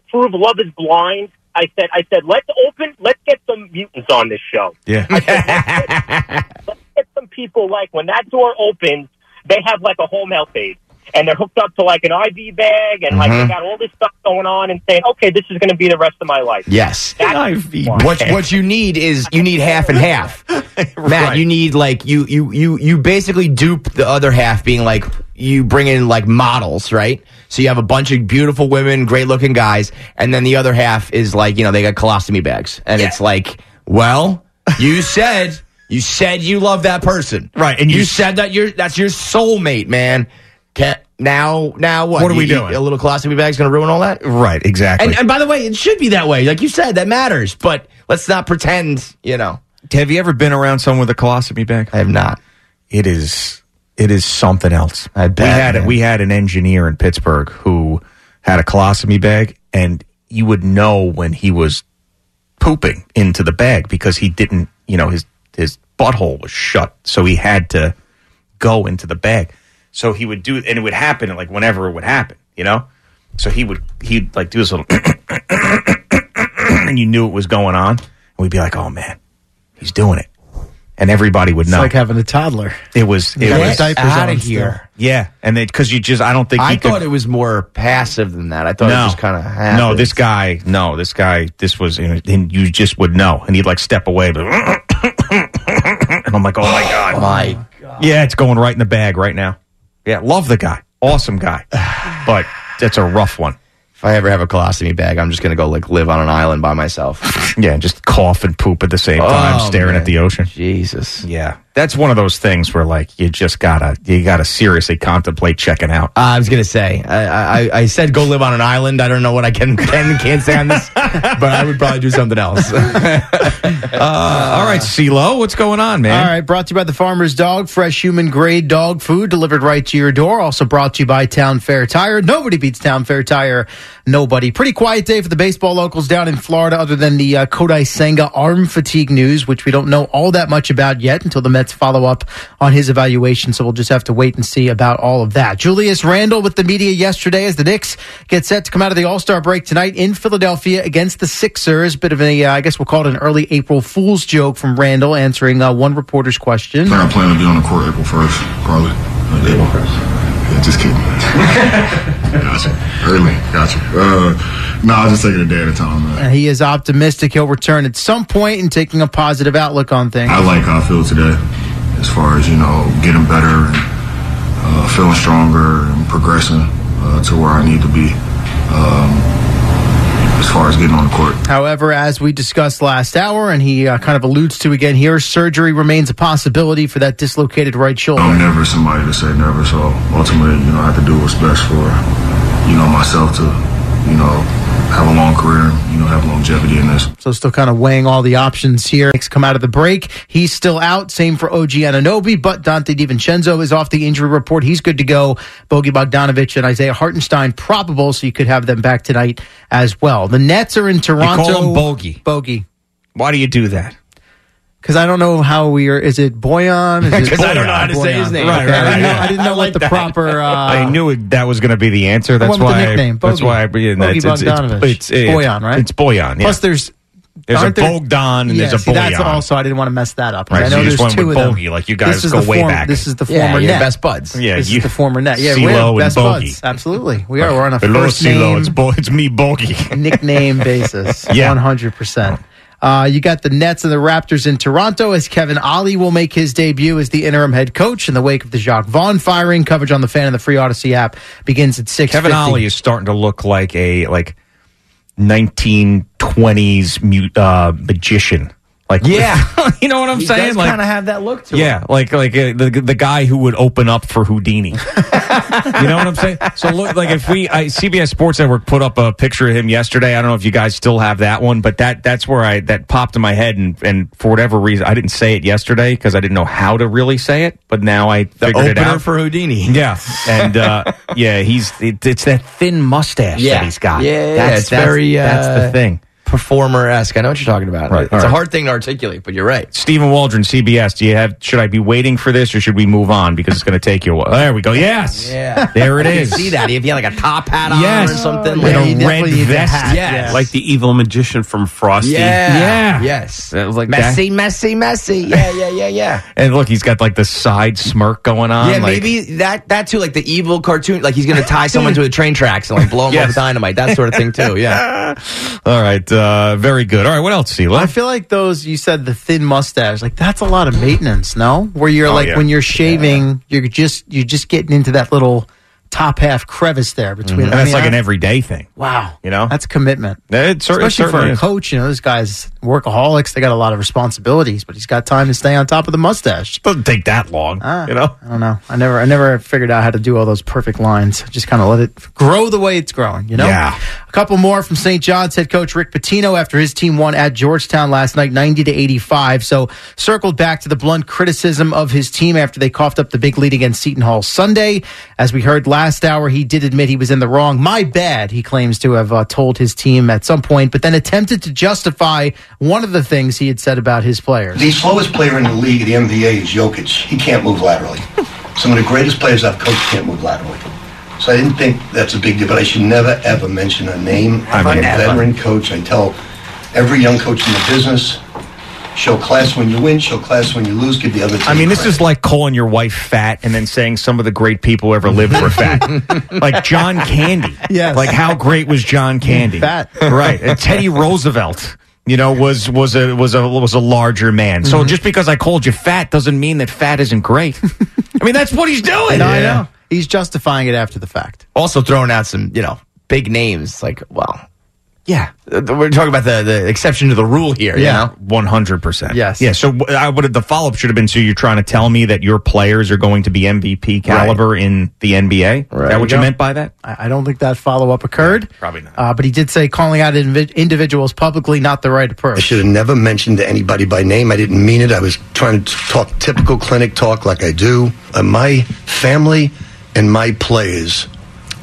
prove love is blind? I said, I said, let's open, let's get some mutants on this show. Yeah. Get some people like when that door opens, they have like a home health aide, and they're hooked up to like an IV bag, and like they Mhm. got all this stuff going on, and saying, okay, this is going to be the rest of my life. Yes. What what you need is you need half and half. Matt, you need like you you you you basically dupe the other half being like you bring in like models, right? So you have a bunch of beautiful women, great looking guys, and then the other half is like, you know, they got colostomy bags. And it's like, well, you said you said you love that person. Right. And you, said that you're that's your soulmate, man. Can't, now now what? What are we You- you- doing? A little colostomy bag's gonna ruin all that? Right, exactly. And, um, and by the way, it should be that way. Like you said, that matters. But let's not pretend, you know. Have you ever been around someone with a colostomy bag? I have not. It is it is something else. I we bet, had man. we had an engineer in Pittsburgh who had a colostomy bag, and you would know when he was pooping into the bag because he didn't. You know his his butthole was shut, so he had to go into the bag. So he would do, and it would happen like whenever it would happen. You know, so he would he'd like do this little, and you knew it was going on, and we'd be like, oh man, he's doing it. And everybody would It's know. like having a toddler. It was. It Get was diapers Outta on here. still. Yeah, and because you just, I don't think I you could- thought it was more passive than that. I thought it No. just kind of happened. No, this guy. No, this guy. This was, you know, and you just would know, and he'd like step away, but, and I'm like, oh my god, my god. Yeah, it's going right in the bag right now. Yeah, love the guy, awesome guy, but that's a rough one. If I ever have a colostomy bag, I'm just gonna go like live on an island by myself. Oh, um, yeah, just cough and poop at the same time, staring at the ocean. Jesus. Yeah, That's one of those things where like you just gotta you gotta seriously contemplate checking out. Uh, I was gonna say I, I, I said go live on an island. I don't know what I can can and can't say on this, but I would probably do something else. all right, CeeLo, what's going on, man? All right, brought to you by the Farmer's Dog, fresh human grade dog food delivered right to your door. Also brought to you by Town Fair Tire. Nobody beats Town Fair Tire. Nobody. Pretty quiet day for the baseball locals down in Florida, other than the uh, Kodai Senga arm fatigue news, which we don't know all that much about yet until the Mets follow up on his evaluation. So we'll just have to wait and see about all of that. Julius Randle with the media yesterday as the Knicks get set to come out of the All Star break tonight in Philadelphia against the Sixers. Bit of a, uh, I guess we'll call it an early April Fool's joke from Randall answering uh, one reporter's question. I think I plan to be on the court April 1st, probably. Like April 1st. Yeah, just kidding. gotcha. Early. Gotcha. Uh, no, I'll just take it a day at a time, man. Uh, he is optimistic he'll return at some point and taking a positive outlook on things. I like how I feel today as far as, you know, getting better and uh, feeling stronger and progressing uh, to where I need to be um, as far as getting on the court. However, as we discussed last hour, and he uh, kind of alludes to again here, surgery remains a possibility for that dislocated right shoulder. I'm never somebody to say never, so ultimately, you know, I have to do what's best for, you know, myself to, you know, have a long career, you know, have longevity in this. So still kind of weighing all the options here. Knicks come out of the break. He's still out. Same for OG Ananobi, but Dante DiVincenzo is off the injury report. He's good to go. Bogey Bogdanovich and Isaiah Hartenstein probable, so you could have them back tonight as well. The Nets are in Toronto. him Bogey. Bogey. Why do you do that? Because I don't know how we are. Is it Boyan? Is it 'Cause I don't know how to say his name. Right, right, I didn't right, know, yeah. I didn't know what the proper. Uh, I knew it, that was going to be the answer. That's one with the why. nickname, I, that's Bogey. why. I, yeah, Bogey it's, it's, Bogdanovich. it's, it's, it's Boyan, right? It's Boyan. Yeah. Plus, there's There's a aren't there- Bogdan and Yeah, there's a see, That's Bojan. also I didn't want to mess that up. Right, I so know you just there's went two with of them. Bogey, like, you guys This is go the way form- back. This is the Yeah, former you're net. best buds. Yeah, this you- is the former net. Yeah, CeeLo we're and best Bogey. buds. Absolutely, we are. We're on a Hello, first CeeLo, name It's, Bo- it's me, Bogey. nickname basis. Yeah. 100%. Uh, you got the Nets and the Raptors in Toronto as Kevin Ollie will make his debut as the interim head coach in the wake of the Jacques Vaughn firing. Coverage on the fan and the Free Odyssey app begins at 6 Kevin Ollie is starting to look like a like 1920s mu- uh, magician. Like Yeah. you know what I'm He saying? does like kinda have that look to yeah, like like uh, the the guy who would open up for Houdini. you know what I'm saying? So look, like if we I, CBS Sports Network put up a picture of him yesterday. I don't know if you guys still have that one, but that that's where I that popped in my head, and and for whatever reason I didn't say it yesterday because I didn't know how to really say it, but now I The figured it opener out. for Houdini. Yeah, and uh, yeah, he's it, it's that thin mustache Yeah. that he's got. Yeah, yeah, that's, it's that's- very, uh, that's the thing. Performer esque. I know what you're talking about. Right, It's all a right. hard thing to articulate, but you're right. Stephen Waldron, CBS. Do you have? Should I be waiting for this, or should we move on because it's going to take you a while? There we go. Yes. Yeah. There it You can is. See that? If you had like a top hat on Yes. or something, With like a red vest. Yes. Like the evil magician from Frosty. Yeah. Yes. That was like messy, messy, messy. Yeah, yeah, yeah, yeah. And look, he's got like the side smirk going on. yeah, like, maybe that that too, like the evil cartoon, like he's gonna tie someone to the train tracks and like blow him up Yes. with dynamite, that sort of thing too. Yeah. All right. Uh, very good. All right. What else, CeeLo? I feel like those you said the thin mustache, like that's a lot of maintenance, no? Where you're Oh, like yeah. when you're shaving, you're just you're just getting into that little top half crevice there between. Mm-hmm. And I that's mean, like I- an everyday thing. wow, You know, that's commitment. It cer- Especially it for certainly a is. coach, you know, those guys workaholics. They got a lot of responsibilities, but he's got time to stay on top of the mustache. Ah, Doesn't take that long, you know. I don't know. I never, I never figured out how to do all those perfect lines. Just kind of let it grow the way it's growing, you know. Yeah. A couple more from St. John's head coach Rick Pitino after his team won at Georgetown last night, 90 to 85. So circled back to the blunt criticism of his team after they coughed up the big lead against Seton Hall Sunday. As we heard last hour, he did admit he was in the wrong. My bad, he claims to have uh, told his team at some point, but then attempted to justify one of the things he had said about his players. The slowest player in the league, the NBA, is Jokic. He can't move laterally. Some of the greatest players I've coached can't move laterally. So I didn't think that's a big deal, but I should never ever mention a name. I I'm a mean- veteran coach. I tell every young coach in the business, show class when you win, show class when you lose, give the other team I mean, this credit. is like calling your wife fat and then saying some of the great people who ever lived were fat. like John Candy. Yes. Like how great was John Candy? Fat. Right. And Teddy Roosevelt. You know, was was a was a was a larger man. So just because I called you fat doesn't mean that fat isn't great. I mean, that's what he's doing. No, I know. He's justifying it after the fact. Also throwing out some, you know, big names like, well, Yeah. We're talking about the, the exception to the rule here. Yeah, one hundred percent. Yes. Yeah. So wh- I would have the follow up should have been. So you're trying to tell me that your players are going to be MVP caliber in the NBA? Is that what you meant by that? I, I don't think that follow up occurred. Probably not. Uh, but he did say calling out invi- individuals publicly not the right I approach. should have never mentioned to anybody by name. I didn't mean it. I was trying to talk typical clinic talk like I do. Uh, my family and my players,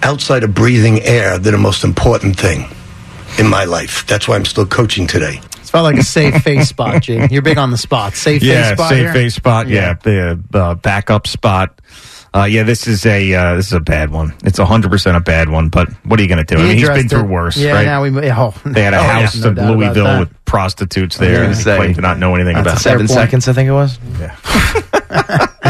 outside of breathing air, they're the most important thing in my life. That's why I'm still coaching today. It's felt like a safe face spot, Jim. You're big on the spot. Safe face yeah, spot. safe here? face spot. Yeah, the uh, backup spot. Uh, yeah, this is a uh, this is a bad one. It's hundred percent a bad one. But what are you going to do? I He mean, he's been addressed through it. worse, Yeah, right? now we oh, they had a oh, yeah, house no in doubt about Louisville that. with prostitutes I was there, gonna and he say, claimed to not know anything That's about it. seven seconds, I think it was.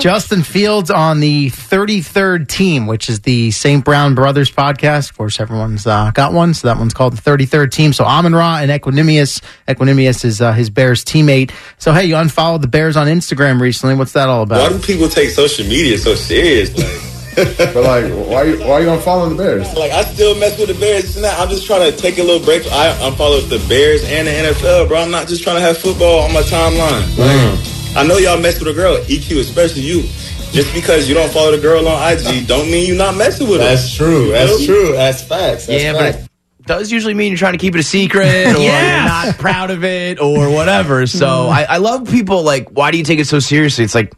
Justin Fields on the 33rd team, which is the St. Brown Brothers podcast. Of course, everyone's uh, got one, so that one's called the 33rd team. So Amon Ra and Equinemius. Equinemius is uh, his Bears teammate. So, hey, you unfollowed the Bears on Instagram recently. What's that all Why about? do people take social media so serious? Like, but like, why why you unfollowing the Bears? Like, I still mess with the Bears. It's not- I'm just trying to take a little break. I unfollow the Bears and the NFL, bro. I'm not just trying to have football on my timeline. Like, I know y'all mess with a girl, EQ, especially you. Just because you don't follow the girl on IG, don't mean you not messing with her. That's true. You That's feel me? true. That's facts. That's yeah, but facts. it does usually mean you're trying to keep it a secret or you're not proud of it or whatever. So Mm-hmm. I, I love people like, why do you take it so seriously? It's like,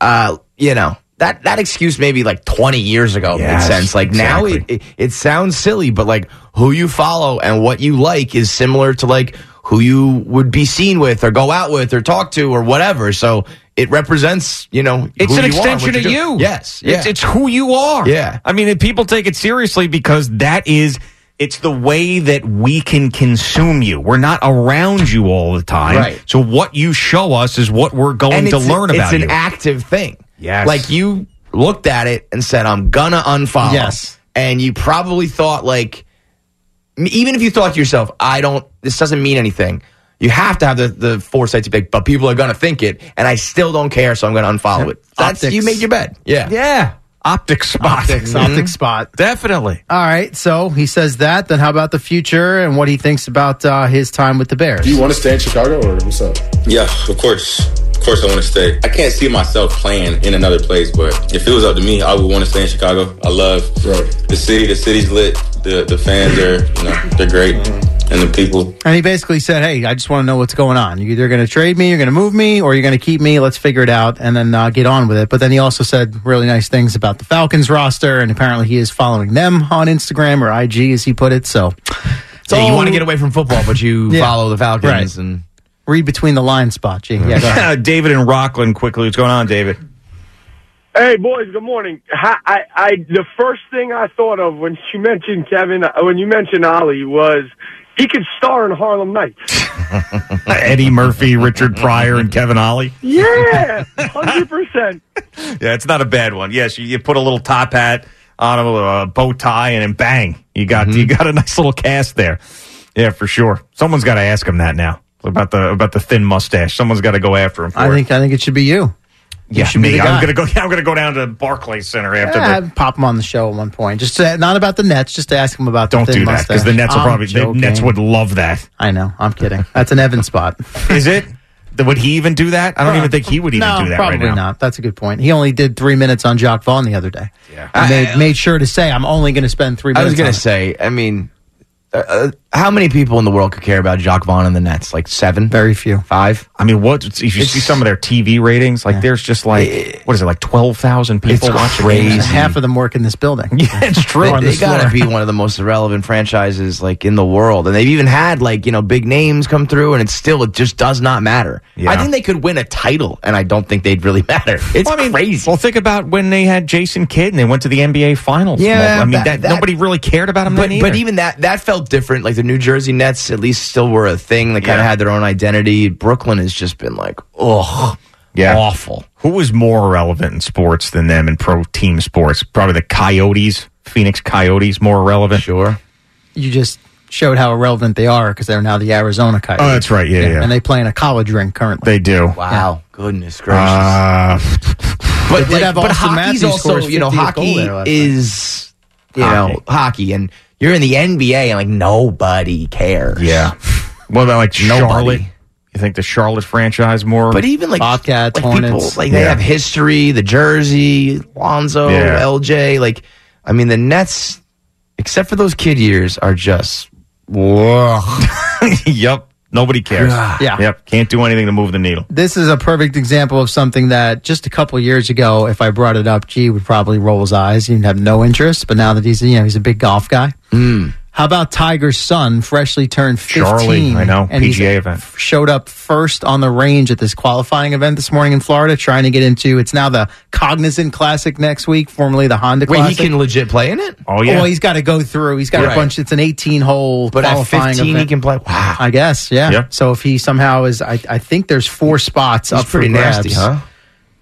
uh, you know, that, that excuse maybe like 20 years ago Yes, made sense. Like now it, it, it sounds silly, but like who you follow and what you like is similar to like who you would be seen with or go out with or talk to or whatever. So it represents, you know, It's who an you are, what extension of do. you. It's, Yes. yeah. it's who you are. Yeah. I mean, if people take it seriously because that is it's the way that we can consume you. We're not around you all the time. Right. So what you show us is what we're going And to it's- learn about It's an you. active thing. Yes. Like you looked at it and said, "I'm gonna unfollow." Yes. And you probably thought like, m- even if you thought to yourself, "I don't. This doesn't mean anything." You have to have the, the foresight to be, like, but people are gonna think it, and I still don't care, so I'm gonna unfollow it. That's you made your bed. Yeah. Yeah. Optic spot. Optics, Mhm. optic spot. Definitely. All right, so he says that. Then how about the future and what he thinks about uh, his time with the Bears? Do you want to stay in Chicago or what's up? Yeah, of course. Of course, I want to stay. I can't see myself playing in another place, but if it was up to me, I would want to stay in Chicago. I love the city. The city's lit. The the fans are, you know, they're great, and the people. And he basically said, "Hey, I just want to know what's going on. You're either going to trade me, you're going to move me, or you're going to keep me. Let's figure it out and then uh, get on with it." But then he also said really nice things about the Falcons roster, and apparently he is following them on Instagram or IG, as he put it. So, So you want to get away from football, but you Yeah. follow the Falcons and. read between the lines, spot, G. Yeah, go ahead. David and Rockland quickly. What's going on, David? Hey boys, good morning. I, I, I, the first thing I thought of when you mentioned Kevin, uh, when you mentioned Ollie, was he could star in Harlem Nights. Eddie Murphy, Richard Pryor, and Kevin Ollie. Yeah, hundred percent. Yeah, it's not a bad one. Yes, you, you put a little top hat on a, uh bow tie, and then bang, you got you got a nice little cast there. Yeah, for sure. Someone's got to ask him that now about the about the thin mustache. Someone's got to go after him. For I it. think I think it should be you. You yeah, should be me. the I'm guy. gonna go. I'm gonna go down to Barclays Center after Yeah, the. I'd pop him on the show at one point. Just to, not about the Nets, just to ask him about. Don't the thin do that because mustache. the Nets will I'm probably the joking. Nets would love that. I know. I'm kidding. That's an Evan spot. Is it? Th- Would he even do that? I don't even think he would even no, do that probably right now. not. That's a good point. He only did three minutes on Jock Vaughn the other day. Yeah, and made, made sure to say, "I'm only going to spend three uh, I minutes." was going on to say, I mean, uh, uh, how many people in the world could care about Jacques Vaughn and the Nets? Like seven? Very few. Five? I mean, what if you see some of their TV ratings? Like, there's just like what is it like twelve thousand people watching? it. Half of them work in this building. Yeah, it's They, they gotta be one of the most relevant franchises like in the world, and they've even had like you know big names come through, and it still it just does not matter. I think they could win a title, and I don't think they'd really matter. It's I mean, crazy. Well, think about when they had Jason Kidd and they went to the NBA Finals. Yeah, I mean that- that, that- nobody really cared about him. but then but either. even that that felt different. Like the New Jersey Nets at least still were a thing. They kind of had their own identity. Brooklyn has just been like, ugh, yeah, awful. Who was more relevant in sports than them in pro team sports? Probably the Coyotes, Phoenix Coyotes, more relevant. Sure. You just showed how irrelevant they are because they're now the Arizona Coyotes. Oh, that's right. Yeah, yeah. And they play in a college rink currently. They do. Wow, goodness gracious. Uh, but did like, have but Austin hockey's Matthews also scores you know 50th goal hockey there last night. is you know hockey and You're in the NBA, and like nobody cares. Yeah. What about like Charlotte? You think the Charlotte franchise more? But even like Bobcats, like people, like they have history. The jersey, Lonzo, Yeah. LJ. Like, I mean, the Nets, except for those kid years, are just whoa. yep. Nobody cares. Yeah. Yep. Can't do anything to move the needle. This is a perfect example of something that just a couple years ago, if I brought it up, G would probably roll his eyes. He'd have no interest. But now that he's you know he's a big golf guy. Hmm. How about Tiger's son, freshly turned 15? Charlie, I know. and he's- PGA event. Showed up first on the range at this qualifying event this morning in Florida, trying to get into it's now the Cognizant Classic next week, formerly the Honda Wait, he Classic. can legit play in it? Oh, Well, he's got to go through. He's got Right. a bunch. It's an 18 hole But at qualifying 15, he event. can play. Wow. I guess, yeah. Yeah. So if he somehow is, I, I think there's four spots He's up for pretty nasty, grabs. huh?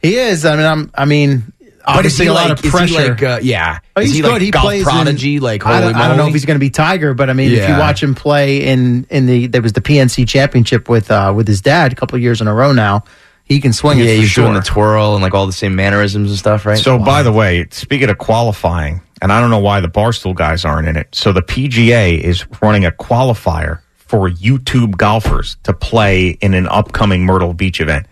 He is. I mean, I'm, I mean, But is obviously he a lot of like- is he pressure. like, uh, yeah. Oh, Is he's he good. like he golf plays in- prodigy, like, I don't, holy I don't know moly? if he's going to be Tiger, but I mean, if you Yeah. watch him play in in the there was the PNC Championship with uh with his dad a couple of years in a row now, he can swing it. yeah, for he's sure. doing the twirl and like all the same mannerisms and stuff, right? So, by the way, speaking of qualifying, and I don't know why the Barstool guys aren't in it. So, the PGA is running a qualifier for YouTube golfers to play in an upcoming Myrtle Beach event.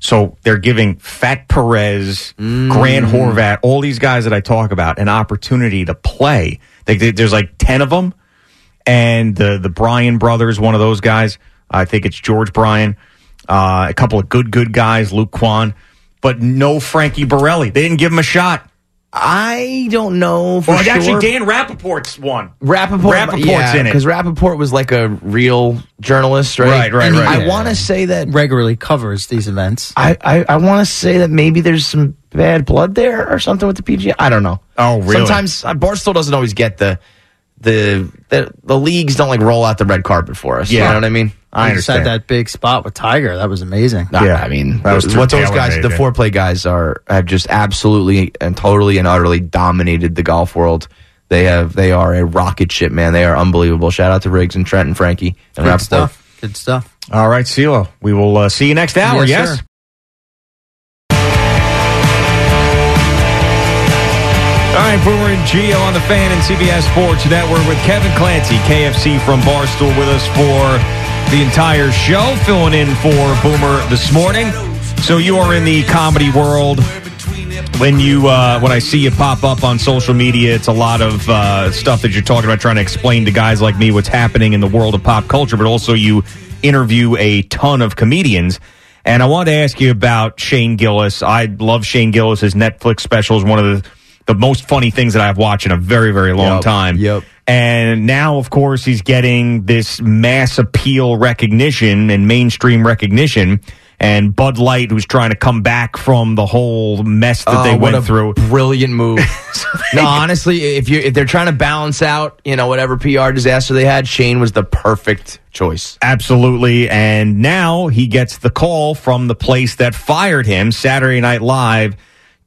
So, they're giving Fat Perez, Mm. Grant Horvat, all these guys that I talk about, an opportunity to play. They, they- there's like 10 of them, and the, the Bryan brothers, one of those guys. I think it's George Bryan, uh, a couple of good, good guys, Luke Kwan, but no Frankie Borelli. They didn't give him a shot. I don't know for Well, sure. actually, Dan Rappaport's one. Rappaport, Rappaport's yeah, in it. because Rappaport was like a real journalist, right? Right, right, And he- right. I want to say that regularly covers these events. I I, I want to say that maybe there's some bad blood there or something with the PGA. I don't know. Oh, really? Sometimes uh, Barstool doesn't always get the the the, the leagues don't like roll out the red carpet for us. you know what I mean. I just had that big spot with Tiger. That was amazing. Yeah, I mean, what those guys, the foreplay guys, are have just absolutely and totally and utterly dominated the golf world. They have, they are a rocket ship, man. They are unbelievable. Shout out to Riggs and Trent and Frankie and Good Rappaport. stuff. Good stuff. All right, CeeLo. We will uh, see you next hour. Yes, Yes. sir. All right, Boomer and Geo on the fan and CBS Sports Network with Kevin Clancy, KFC from Barstool, with us for the entire show, filling in for Boomer this morning. So you are in the comedy world. When you uh, when I see you pop up on social media, it's a lot of uh, stuff that you're talking about, trying to explain to guys like me what's happening in the world of pop culture. But also, you interview a ton of comedians. And I wanted to ask you about Shane Gillis. I love Shane Gillis. His Netflix special is one of the, the most funny things that I've watched in a very, very long Yep, time. Yep. And now, of course, he's getting this mass appeal recognition and mainstream recognition. And Bud Light, who's trying to come back from the whole mess that Oh, they what went a through. Brilliant move. no, honestly, if you if they're trying to balance out, you know, whatever PR disaster they had, Shane was the perfect choice. Absolutely. And now he gets the call from the place that fired him, Saturday Night Live,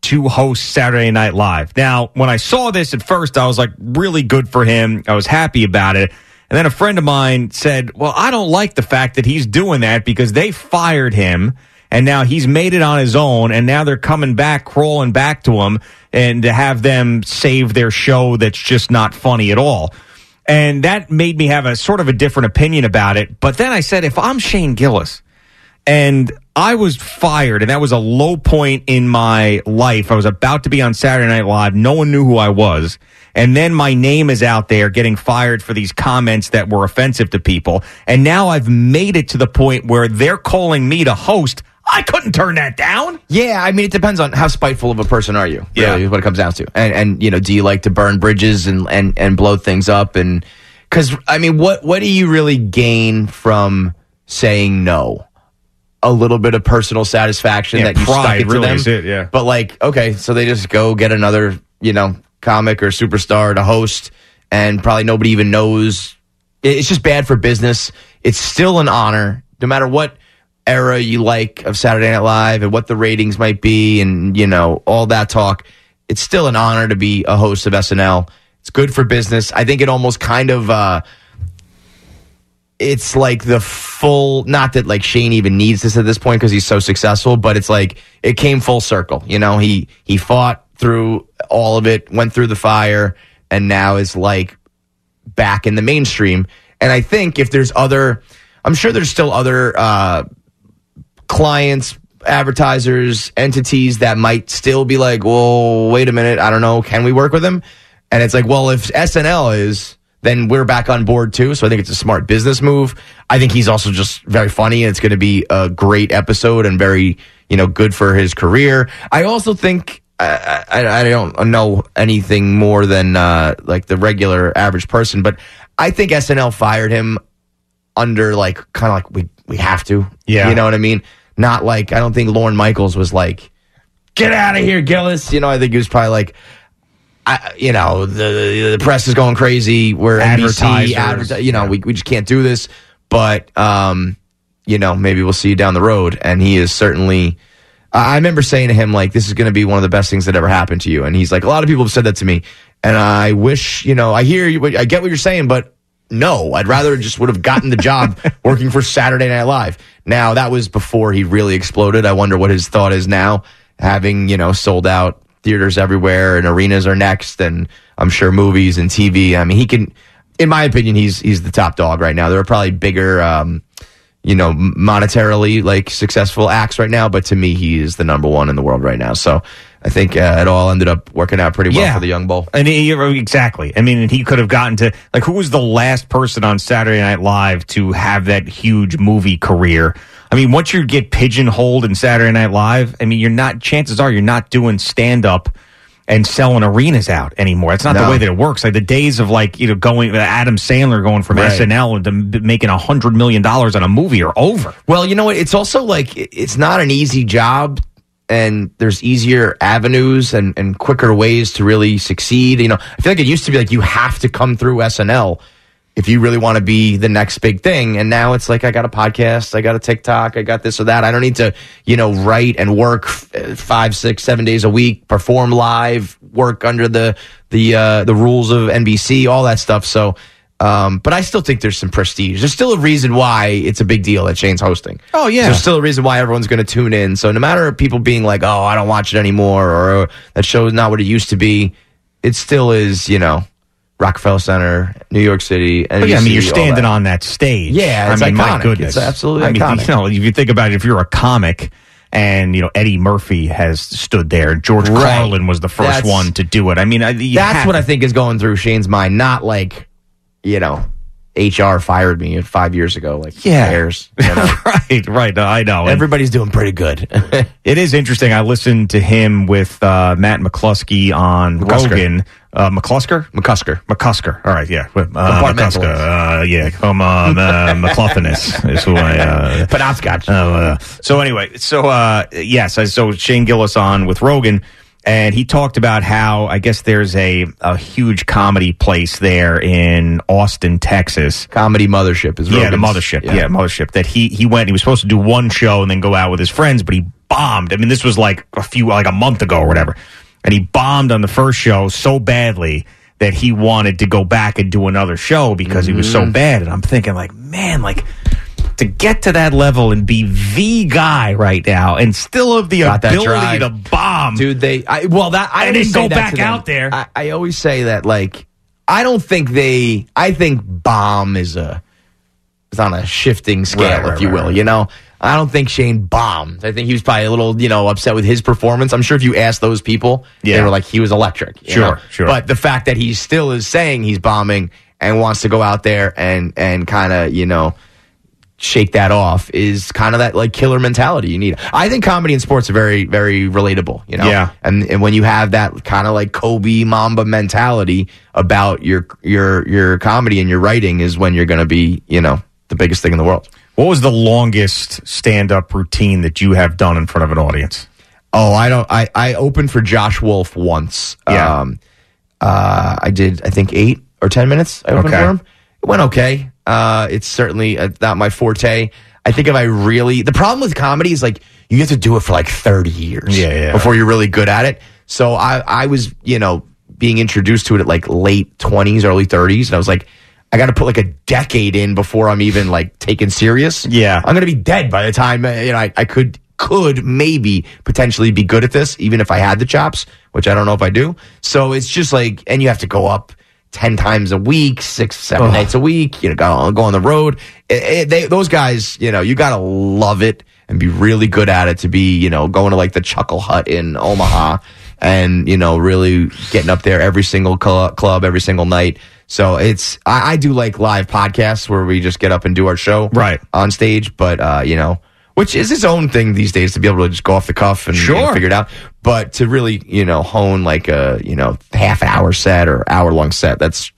to host Saturday Night Live. Now, when I saw this at first, I was like, really good for him. I was happy about it. And then a friend of mine said, well, I don't like the fact that he's doing that because they fired him. And now he's made it on his own, and now they're coming back, crawling back to him, and to have them save their show that's just not funny at all. And that made me have a sort of a different opinion about it. But then I said, if I'm Shane Gillis and I was fired, and that was a low point in my life, I was about to be on Saturday Night Live, no one knew who I was. And then my name is out there getting fired for these comments that were offensive to people. And now I've made it to the point where they're calling me to host. I couldn't turn that down. Yeah, I mean, it depends on how spiteful of a person are you. Really, is what it comes down to. And and you know, do you like to burn bridges and and and blow things up? And because I mean, what what do you really gain from saying no? A little bit of personal satisfaction Yeah, that you stuck pride it to really them. is it, yeah. But like, okay, so they just go get another, you know, comic or superstar to host, and probably nobody even knows. It- It's just bad for business. It's still an honor, no matter what era you like of Saturday Night Live and what the ratings might be, and you know all that talk. It's still an honor to be a host of SNL. It's good for business. I think it almost kind of. Uh, it's like the full not that like Shane even needs this at this point because he's so successful, but it's like it came full circle. You know, he he fought through all of it, went through the fire, and now is like back in the mainstream. And I think if there's other, I'm sure there's still other uh, clients, advertisers, entities that might still be like, well, wait a minute, I don't know, can we work with them? And it's like, well, if SNL is, then we're back on board too. So I think it's a smart business move. I think he's also just very funny and it's going to be a great episode and very, you know, good for his career. I also think I, I, I don't know anything more than uh, like the regular average person, but I think SNL fired him under like kind of like we we have to, Yeah. you know what I mean. Not like I don't think Lauren Michaels was like, get out of here, Gillis. You know, I think he was probably like, I, you know, the the press is going crazy. We're NBC, Advertisers. adverti- you know, we we just can't do this. But um, you know, maybe we'll see you down the road. And he is certainly. I I remember saying to him like, "This is going to be one of the best things that ever happened to you." And he's like, "A lot of people have said that to me, and I wish, you know, I hear you, I get what you're saying, but no, I'd rather just would have gotten the job working for Saturday Night Live. Now that was before he really exploded. I wonder what his thought is now, having you know sold out theaters everywhere and arenas are next, and I'm sure movies and TV. I mean, he can, in my opinion, he's he's the top dog right now. There are probably bigger. Um, you know, m- monetarily like successful acts right now, but to me, he is the number one in the world right now. So I think uh, it all ended up working out pretty well Yeah. for the Young Bull. And he, exactly. I mean, he could have gotten to like who was the last person on Saturday Night Live to have that huge movie career? I mean, once you get pigeonholed in Saturday Night Live, I mean, you're not. Chances are you're not doing stand up and selling arenas out anymore. It's not No. the way that it works. Like the days of like you know going Adam Sandler going from Right. SNL to making a hundred million dollars on a movie are over. Well, you know what? It's also like it- it's not an easy job, and there's easier avenues and, and quicker ways to really succeed. You know, I feel like it used to be like you have to come through SNL if you really want to be the next big thing. And now it's like I got a podcast, I got a TikTok, I got this or that. I don't need to, you know, write and work f- five, six, seven days a week, perform live, work under the the uh, the rules of NBC, all that stuff. So. Um, but I still think there's some prestige. There's still a reason why it's a big deal that Shane's hosting. Oh, yeah. There's still a reason why everyone's going to tune in. So no matter if people being like, "Oh, I don't watch it anymore," or "Oh, "That show is not what it used to be," it still is. You know, Rockefeller Center, New York City. But Oh, yeah, I mean, you're NBC, all standing that. on that stage. Yeah, it's I mean, iconic. my goodness, It's absolutely I mean, iconic. You know, if you think about it, if you're a comic, and you know Eddie Murphy has stood there, George Right. Carlin was the first That's- one to do it. I mean, I, you That's have- what I think is going through Shane's mind. Not like, you know, HR fired me five years ago. Like, Yeah. Oh, who cares? You know? right, right. No, I know. Everybody's doing pretty good. it is interesting. I listened to him with uh, Matt McCluskey on McCusker. Rogan. Uh, McClusker? McCusker. McCusker. All right, yeah. Uh, McCusker. Uh, yeah, come on. Uh, McCluffinus is who I. Uh, Penobscotch. Uh, uh, so, anyway, so uh, yes, I- so Shane Gillis on with Rogan. And he talked about how I guess there's a, a huge comedy place there in Austin, Texas. Comedy Mothership is yeah, the Rogan's. mothership. Yeah. Yeah. mothership. That he he went. He was supposed to do one show and then go out with his friends, but he bombed. I mean, this was like a few like a month ago or whatever, and he bombed on the first show so badly that he wanted to go back and do another show because he was so Mm. bad. And I'm thinking like, man, like. To get to that level and be the guy right now, and still have the Got that drive. ability to bomb, dude. They, I, well, that I and then always say go that back to them. out there. I, I always say that like I don't think they I think bomb is a is on a shifting scale, Right, right, if you right, will. You know? I don't think Shane bombed. I think he was probably a little, you know, upset with his performance. I'm sure if you asked those people, they Yeah. were like, he was electric. you Sure, know? sure. But the fact that he still is saying he's bombing and wants to go out there and and kind of, you know, shake that off is kind of that like killer mentality you need. I think comedy and sports are very, very relatable, you know? Yeah. And and when you have that kind of like Kobe Mamba mentality about your your your comedy and your writing is when you're gonna be, you know, the biggest thing in the world. What was the longest stand-up routine that you have done in front of an audience? Oh, I don't. I I opened for Josh Wolf once. Yeah. Um, uh, I did. I think eight or ten minutes. I opened Okay. for him. It went okay. Uh, it's certainly uh, not my forte. I think if I really, the problem with comedy is like you have to do it for like thirty years. Yeah, yeah. Before you're really good at it. So I I was you know being introduced to it at like late twenties, early thirties, and I was like. I got to put like a decade in before I'm even like taken serious. Yeah. I'm gonna be dead by the time uh, you know I, I could could maybe potentially be good at this, even if I had the chops, which I don't know if I do. So it's just like, and you have to go up 10 times a week, six, seven nights a week, you know, go, go on the road. It- it- they, those guys, you know, you got to love it and be really good at it to be, you know, going to like the Chuckle Hut in Omaha and, you know, really getting up there every single cl- club, every single night. So it's, I, I do like live podcasts where we just get up and do our show right on stage, but, uh, you know, which is its own thing these days to be able to just go off the cuff and you know, Sure. figure it out. But to really, you know, hone like a you know half hour set or hour long set, that's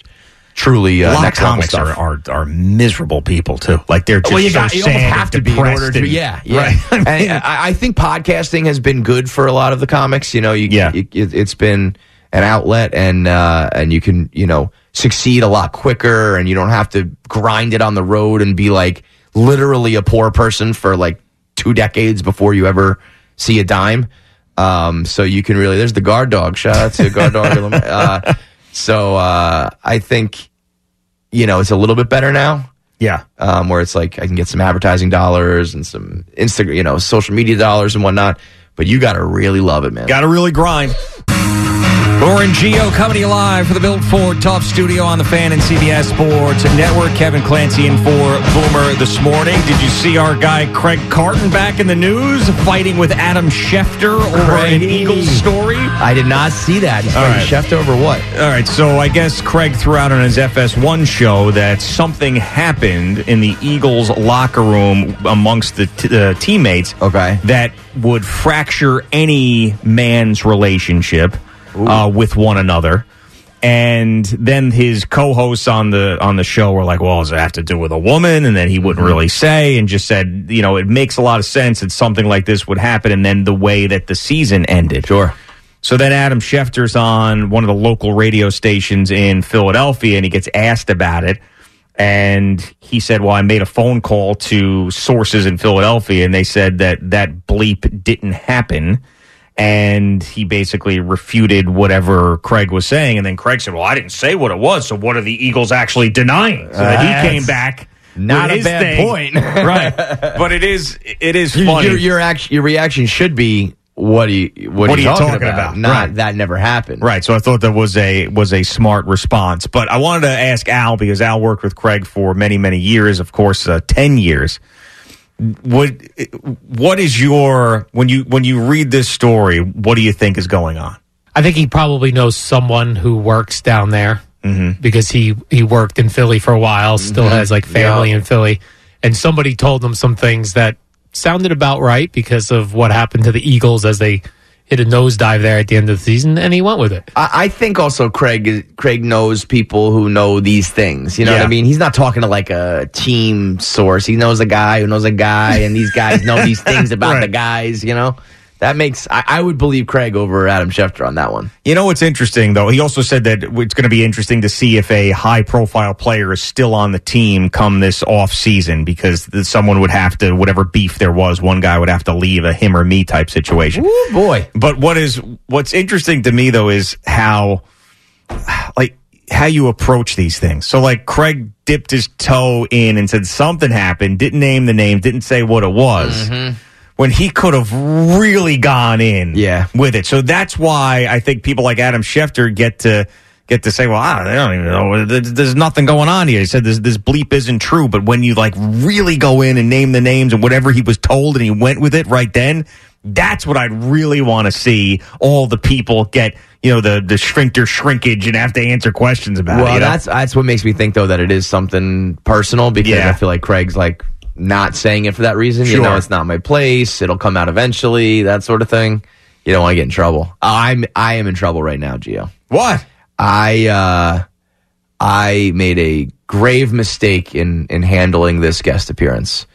truly uh, a lot of next level comics stuff. are, are are miserable people too. Like they're just well, you, so got, you sad almost and have to be in order depressed to, and- yeah, yeah. Right. And I, I think podcasting has been good for a lot of the comics. You know, you, yeah. it, it's been an outlet, and uh, and you can you know succeed a lot quicker, and you don't have to grind it on the road and be like literally a poor person for like two decades before you ever see a dime. Um, so you can really there's the guard dog. Shout out to guard dog. Uh, so uh, I think you know, it's a little bit better now. Yeah. Um, where it's like I can get some advertising dollars and some Instagram, you know, social media dollars and whatnot. But you got to really love it, man. Got to really grind. Lauren Geo coming to you live for the Built Ford Tough Studio on the Fan and CBS Sports Network. Kevin Clancy in for Boomer this morning. Did you see our guy Craig Carton back in the news fighting with Adam Schefter over an Eagles story? I did not see that. He's All fighting right. Schefter over what? All right, so I guess Craig threw out on his FS1 show that something happened in the Eagles locker room amongst the t- uh, teammates. Okay, that would fracture any man's relationship uh, with one another. And then his co-hosts on the on the show were like, "Well, does it have to do with a woman?" And then he wouldn't really say, and just said, "You know, it makes a lot of sense that something like this would happen." And then the way that the season ended, sure. So then Adam Schefter's on one of the local radio stations in Philadelphia and he gets asked about it. And he said, Well, I made a phone call to sources in Philadelphia and they said that that bleep didn't happen. And he basically refuted whatever Craig was saying. And then Craig said, Well, I didn't say what it was. So what are the Eagles actually denying? So then he That's came back. not with a his bad thing. point. right. But it is, it is You- funny. Your your, act, your reaction should be what are you what, are you talking, about? Not that never happened. Right. So I thought that was a was a smart response. But I wanted to ask Al because Al worked with Craig for many many years, of course, uh, ten years. What what is your when you when you read this story? What do you think is going on? I think he probably knows someone who works down there because he he worked in Philly for a while, still Mhm. has like family Yeah. in Philly, and somebody told him some things that sounded about right because of what happened to the Eagles as they hit a nosedive there at the end of the season, and he went with it. I, I think also Craig is- Craig knows people who know these things. You know what Yeah. I mean? He's not talking to like a team source. He knows a guy who knows a guy, and these guys know these things about the guys. You know that makes I, I would believe Craig over Adam Schefter on that one. You know what's interesting though? He also said that it's going to be interesting to see if a high profile player is still on the team come this off season because th- someone would have to whatever beef there was, one guy would have to leave a him or me type situation. Ooh, boy. But what is what's interesting to me though is how like how you approach these things. So like Craig dipped his toe in and said something happened, didn't name the name, didn't say what it Mm-hmm. was when he could have really gone in yeah. with it. So that's why I think people like Adam Schefter get to get to say, well, I don't, they don't even know. There's, there's nothing going on here. He said this, this bleep isn't true. But when you like really go in and name the names and whatever he was told and he went with it right then, that's what I'd really want to see all the people get, you know, the, the shrink their shrinkage and have to answer questions about it. Well, you know? that's that's what makes me think though that it is something personal because I feel like Craig's like not saying it for that reason. You know, Sure. it's not my place. It'll come out eventually. That sort of thing. You don't want to get in trouble. I'm I am in trouble right now, Gio. What? I uh I made a grave mistake in in handling this guest appearance.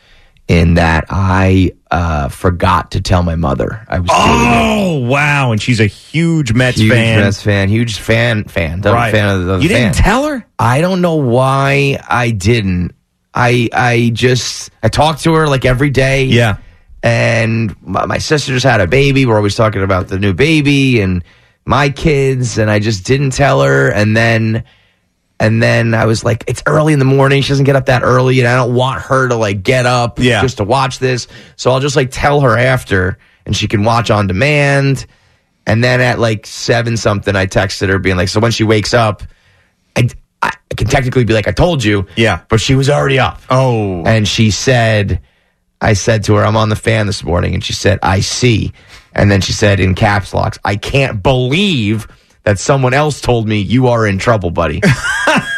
In that I uh, forgot to tell my mother I was Oh wow! And she's a huge Mets huge fan. Mets fan, huge fan fan. Double Right. fan of the You didn't fan. tell her? I don't know why I didn't. I I just I talked to her like every day. Yeah. And my, my sister just had a baby. We're always talking about the new baby and my kids, and I just didn't tell her. And then and then I was like, it's early in the morning. She doesn't get up that early, and I don't want her to like get up Yeah. just to watch this. So I'll just like tell her after, and she can watch on demand. And then at like seven something, I texted her being like, so when she wakes up, I, I can technically be like, I told you. Yeah. But she was already up. Oh. And she said, I said to her, I'm on the fan this morning. And she said, I see. And then she said in caps locks, I can't believe that someone else told me you are in trouble, buddy.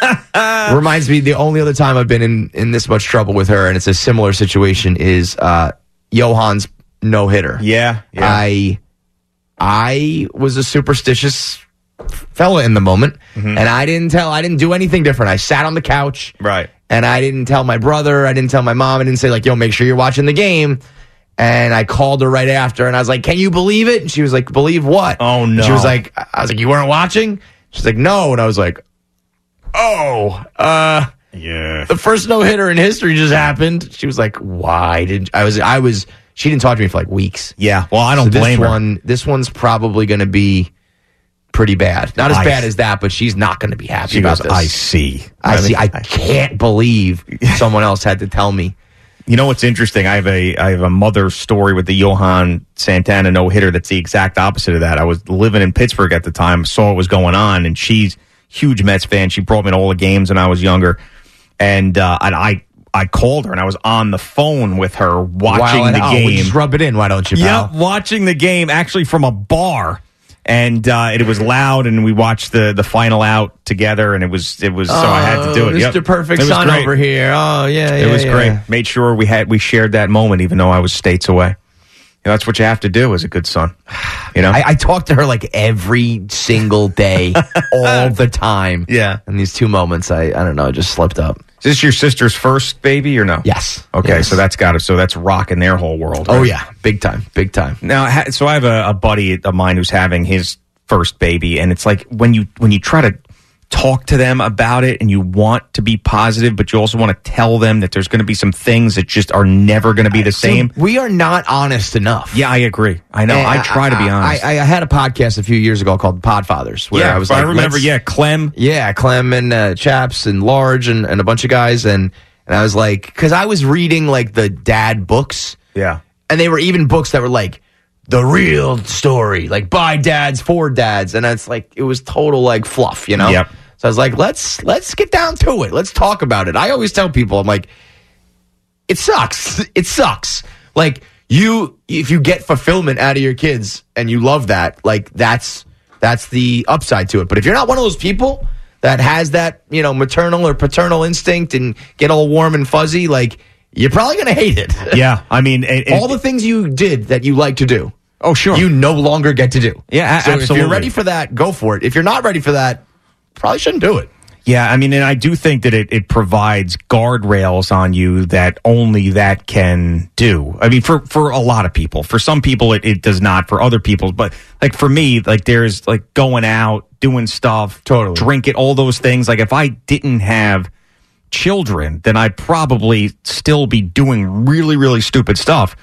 Reminds me the only other time I've been in, in this much trouble with her, and it's a similar situation, is uh, Johan's no hitter. Yeah, I I was a superstitious fella in the moment, and I didn't tell. I didn't do anything different. I sat on the couch, right, and I didn't tell my brother. I didn't tell my mom. I didn't say like, "Yo, make sure you're watching the game." And I called her right after, and I was like, "Can you believe it?" And she was like, "Believe what?" Oh no! She was like, "I was like, you weren't watching." She's like, "No," and I was like, oh, uh, yeah, the first no hitter in history just happened. She was like, why did I was I was she didn't talk to me for like weeks. Yeah, well, I don't blame this her. One, this one's probably going to be pretty bad. Not as I- bad as that, but she's not going to be happy She about goes, this. "I see." I, I see. mean, I I- can't believe someone else had to tell me. You know what's interesting? I have a I have a mother story with the Johan Santana no hitter that's the exact opposite of that. I was living in Pittsburgh at the time, saw what was going on, and she's huge Mets fan. She brought me to all the games when I was younger, and uh, and I I called her and I was on the phone with her watching Wow, the oh, well, game. just rub it in, why don't you? Pal? Yep, watching the game actually from a bar. And uh, it was loud, and we watched the the final out together, and it was it was so I had to do it. Oh, Yep. Mr. Perfect It was Son great. over here. Oh yeah, It yeah, was yeah. great. Made sure we had we shared that moment, even though I was states away. You know, that's what you have to do as a good son. You know, I, I talk to her like every single day, all the time. Yeah. And these two moments, I, I don't know, it just slipped up. Is this your sister's first baby or no? Yes. Okay, Yes. so that's got it. So that's rocking their whole world. Oh, right? yeah. Big time. Big time. Now, ha- so I have a, a buddy of mine who's having his first baby, and it's like when you when you try to talk to them about it, and you want to be positive, but you also want to tell them that there's going to be some things that just are never going to be the same. we are not honest enough. Yeah, I agree. I know. And I try to be honest. Eh, I, I, I had a podcast a few years ago called Podfathers where Yeah, I was I like, remember, let's- yeah, Clem. Yeah, Clem and uh, Chaps and Large and, and a bunch of guys. And, and I was like, because I was reading like the dad books. Yeah. And they were even books that were like, the real story, like by dads for dads. And it's like, it was total like fluff, you know? Yep. So I was like, let's let's get down to it. Let's talk about it. I always tell people, I'm like, it sucks. It sucks. Like you, if you get fulfillment out of your kids and you love that, like that's that's the upside to it. But if you're not one of those people that has that, you know, maternal or paternal instinct and get all warm and fuzzy, like you're probably gonna hate it. Yeah, I mean, all the things you did that you like to do. Oh, sure. You no longer get to do. Yeah, a- so if absolutely. you're ready for that, go for it. If you're not ready for that, probably shouldn't do it. Yeah, I mean, and I do think that it, it provides guardrails on you that only that can do. I mean, for, for a lot of people, for some people, it, it does not. For other people, but like for me, like there's like going out, doing stuff, totally drinking, all those things. Like if I didn't have children, then I'd probably still be doing really, really stupid stuff.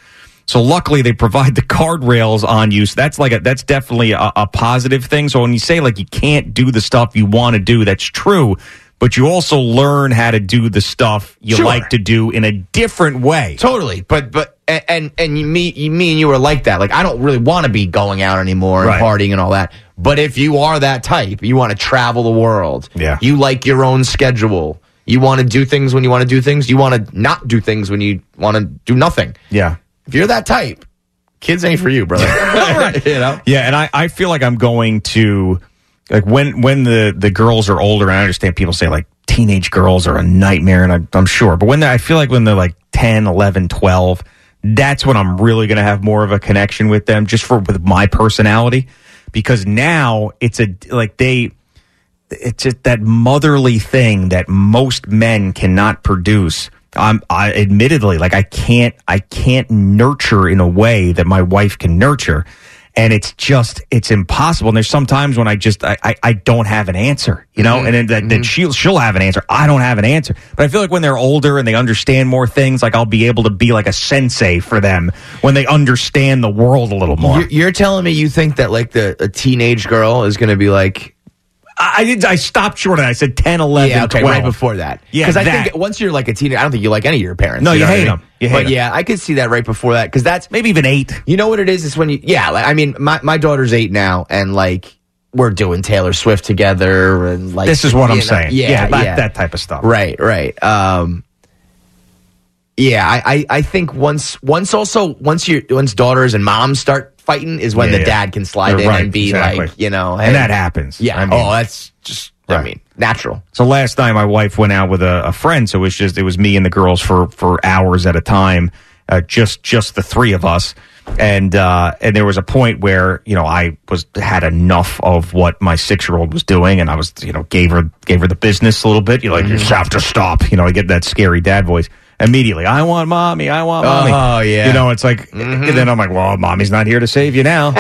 So luckily they provide the guardrails on you. So that's like a, that's definitely a, a positive thing. So when you say like you can't do the stuff you want to do, that's true. But you also learn how to do the stuff you Sure. like to do in a different way. Totally, but but and and, and you, me you, me and you are like that. Like I don't really want to be going out anymore and Right. partying and all that. But if you are that type, you want to travel the world. Yeah, you like your own schedule. You want to do things when you want to do things. You want to not do things when you want to do nothing. Yeah. If you're that type, kids ain't for you, brother. you know? Yeah, and I, I feel like I'm going to like when when the the girls are older. And I understand people say like teenage girls are a nightmare, and I'm, I'm sure. But when they're- I feel like when they're like 10, 11, 12, that's when I'm really going to have more of a connection with them, just for with my personality, because now it's a like they. It's just that motherly thing that most men cannot produce. I'm I admittedly like I can't I can't nurture in a way that my wife can nurture and it's just it's impossible. And there's sometimes when I just I I, I don't have an answer, you Mm-hmm. know, and then that, that she'll she'll have an answer. I don't have an answer, but I feel like when they're older and they understand more things, like I'll be able to be like a sensei for them when they understand the world a little more. You're, you're telling me you think that like the a teenage girl is going to be like I I, did, I stopped short of that. I said 10, 11, yeah, okay, 12. right before that. Yeah, because I that. think once you're like a teenager, I don't think you like any of your parents. No, you know what hate I mean? 'em. You hate but 'em. yeah, I could see that right before that because that's maybe even eight. You know what it is? It's when you yeah. Like, I mean, my my daughter's eight now, and like we're doing Taylor Swift together and like this is what I'm you know, saying. Yeah, that, yeah. that type of stuff. Right, right. Um, yeah, I, I, I think once once also once your once daughters and moms start fighting is when the Yeah, yeah. dad can slide You're in right, and be exactly. like, you know, And hey. that happens. Yeah. I mean- oh, that's just I mean natural. So last night, my wife went out with a, a friend. So it was just it was me and the girls for for hours at a time, uh, just just the three of us. And uh, and there was a point where you know I was had enough of what my six year old was doing, and I was you know gave her gave her the business a little bit. You like you Mm-hmm. just have to stop. You know, I get that scary dad voice immediately. I want mommy. I want mommy. Oh, yeah. Mm-hmm. You know, it's like and then I'm like, well, mommy's not here to save you now.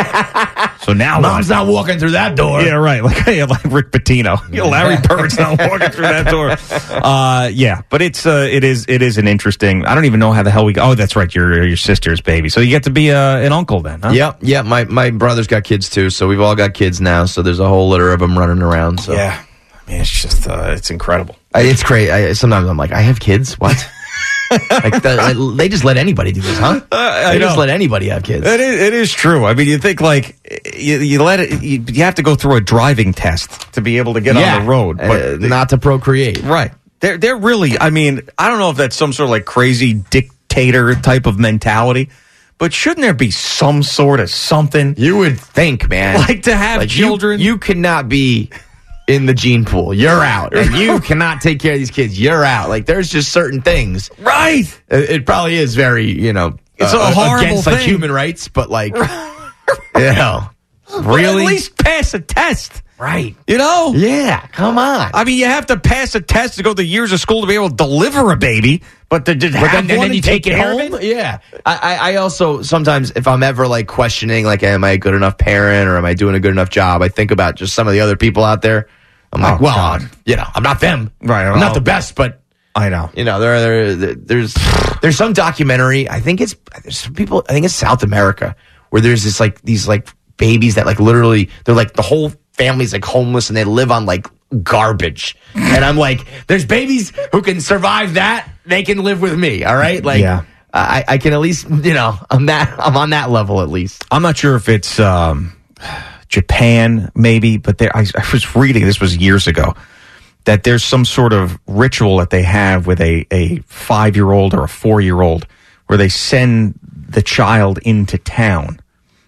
so now Mom's what? not walking through that door. Yeah, right. Like yeah, like Rick Pitino. You know, Larry Bird's not walking through that door. Uh, yeah, but it's uh, it is it is an interesting. I don't even know how the hell we. Oh, that's right. Your your sister's baby. So you get to be uh, an uncle then. Huh? Yep, yep. My my brother's got kids too, so we've all got kids now. So there's a whole litter of them running around. So Yeah. I mean, it's just uh, it's incredible. I, it's crazy. I, sometimes I'm like, I have kids. What? like the, I- they just let anybody do this, huh? Uh, I they just know. let anybody have kids. It is, it is true. I mean, you think like you, you let it. You, you have to go through a driving test to be able to get Yeah. on the road, but Uh, not to procreate. Right. They're they're really. I mean, I don't know if that's some sort of like crazy dictator type of mentality, but shouldn't there be some sort of something? You would think, man. Like to have Like, you- children. You, cannot be in the gene pool. You're out. And you cannot take care of these kids. You're out. Like there's just certain things. Uh, Right. It, it probably is very, you know, uh, It's a horrible against like thing. human rights, but like you know, At really least pass a test. right. You know? Yeah, come on. I mean, you have to pass a test to go to years of school to be able to deliver a baby, but to just have one and care of Yeah. I, I, I also sometimes, if I'm ever like questioning, like, am I a good enough parent or am I doing a good enough job? I think about just some of the other people out there. I'm like, well, you know, I'm not them. Right. I'm not the best, but I know. You know, there, there, there- there's there's some documentary. I think it's there's some people. I think it's South America where there's this like these like babies that like literally they're like the whole family's like homeless and they live on like garbage. and I'm like, there's babies who can survive that. They can live with me. All right, like. Yeah. I, I can at least, you know, I'm that I'm on that level at least. I'm not sure if it's um, Japan, maybe, but there. I, I was reading this was years ago that there's some sort of ritual that they have with a a five year old or a four year old where they send the child into town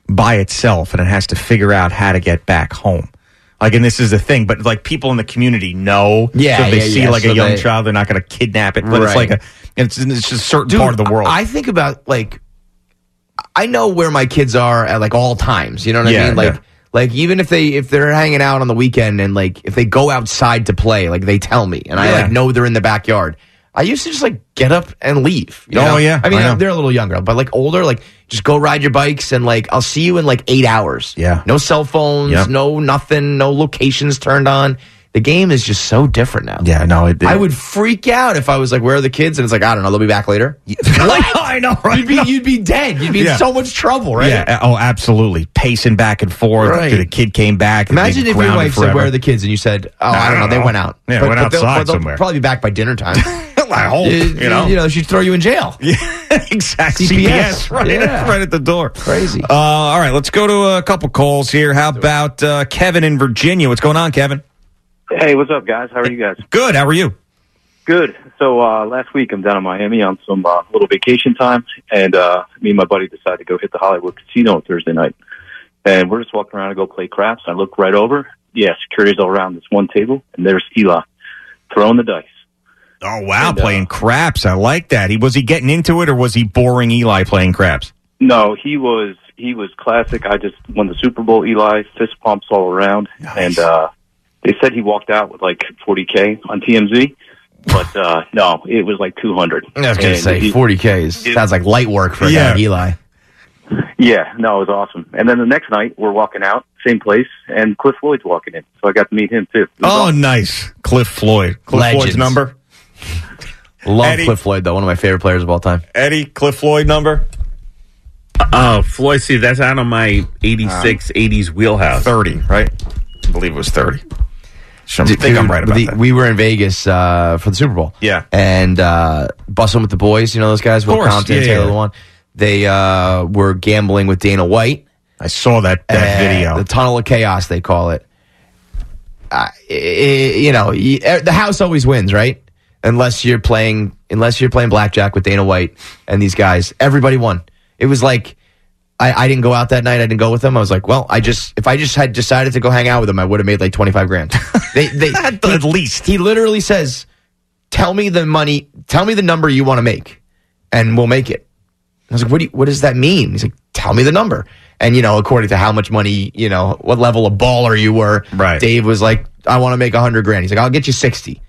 by itself and it has to figure out how to get back home. Like, and this is the thing, but like people in the community know. Yeah, so if they yeah, see yeah, like so a young they- child, they're not going to kidnap it. But it's Right. like a, it's, it's just a certain Dude, part of the world. I think about like I know where my kids are at like all times. You know what I Yeah, mean? Like yeah. like even if they if they're hanging out on the weekend and like if they go outside to play, like they tell me and I Yeah. like know they're in the backyard. I used to just like get up and leave. you Oh, know? yeah, I mean I know. they're a little younger, but like older, like just go ride your bikes and like I'll see you in like eight hours. Yeah. No cell phones, Yep. no nothing, no locations turned on. The game is just so different now. yeah, no, it, I would freak out if I was like, "Where are the kids?" And it's like, "I don't know. They'll be back later." I know, right? You'd be, you'd be dead. You'd be Yeah. in so much trouble, right? Yeah. Oh, absolutely. Pacing back and forth. Right. The kid came back. Imagine if your wife said, "Where are the kids?" and you said, "Oh, I, don't know. They went out. Yeah, went they'll- outside they'll somewhere. Probably be back by dinner time. I hope. you, You know. you know, she'd throw you in jail. exactly. CPS. CPS. Right. Yeah. Right at the door. Crazy. Uh, all right. Let's go to a couple calls here. How about uh, Kevin in Virginia? What's going on, Kevin? Hey, what's up, guys? How are you guys? Good. How are you? Good. So uh, last week, I'm down in Miami on some uh, little vacation time, and uh, me and my buddy decided to go hit the Hollywood Casino on Thursday night. And we're just walking around to go play craps. I look right over. Yeah, security's all around this one table, and there's Eli throwing the dice. Oh, wow. playing craps. I like that. He Was he getting into it or was he boring Eli playing craps? No, he was he was classic. I just won the Super Bowl. Eli fist pumps all around, and uh, they said he walked out with like 40k on TMZ, but uh, no, it was like 200. I was gonna And say he- 40k is, sounds like light work for a guy Yeah. like Eli. Yeah, no, it was awesome. And then the next night, we're walking out, same place, and Cliff Floyd's walking in, so I got to meet him too. Oh, nice. Cliff Floyd. Cliff Floyd's Legends. number. Love Eddie- Cliff Floyd though, one of my favorite players of all time. Eddie, Cliff Floyd number? Oh, Floyd, see, that's out of my 86, 80s wheelhouse. 30, Uh, right? I believe it was 30. I think Dude, I'm right about the- that. We were in Vegas uh, for the Super Bowl. Yeah. And uh, busting with the boys, you know those guys, Will course, Compton, yeah, Taylor yeah. Lewan. They uh, were gambling with Dana White. I saw that, that And video. The Tunnel of Chaos, they call it. I- I- you know, you- eh, the house always wins, right? Unless you're playing, unless you're playing blackjack with Dana White and these guys, everybody won. It was like I, I didn't go out that night. I didn't go with them. I was like, well, I just if I just had decided to go hang out with them, I would have made like twenty five grand. They, they at least. He literally says, "Tell me the money. Tell me the number you want to make, and we'll make it." I was like, what, do you, what does that mean? He's like, tell me the number. And, you know, according to how much money, you know, what level of baller you were, right. Dave was like, I want to make 100 grand. He's like, I'll get you 60.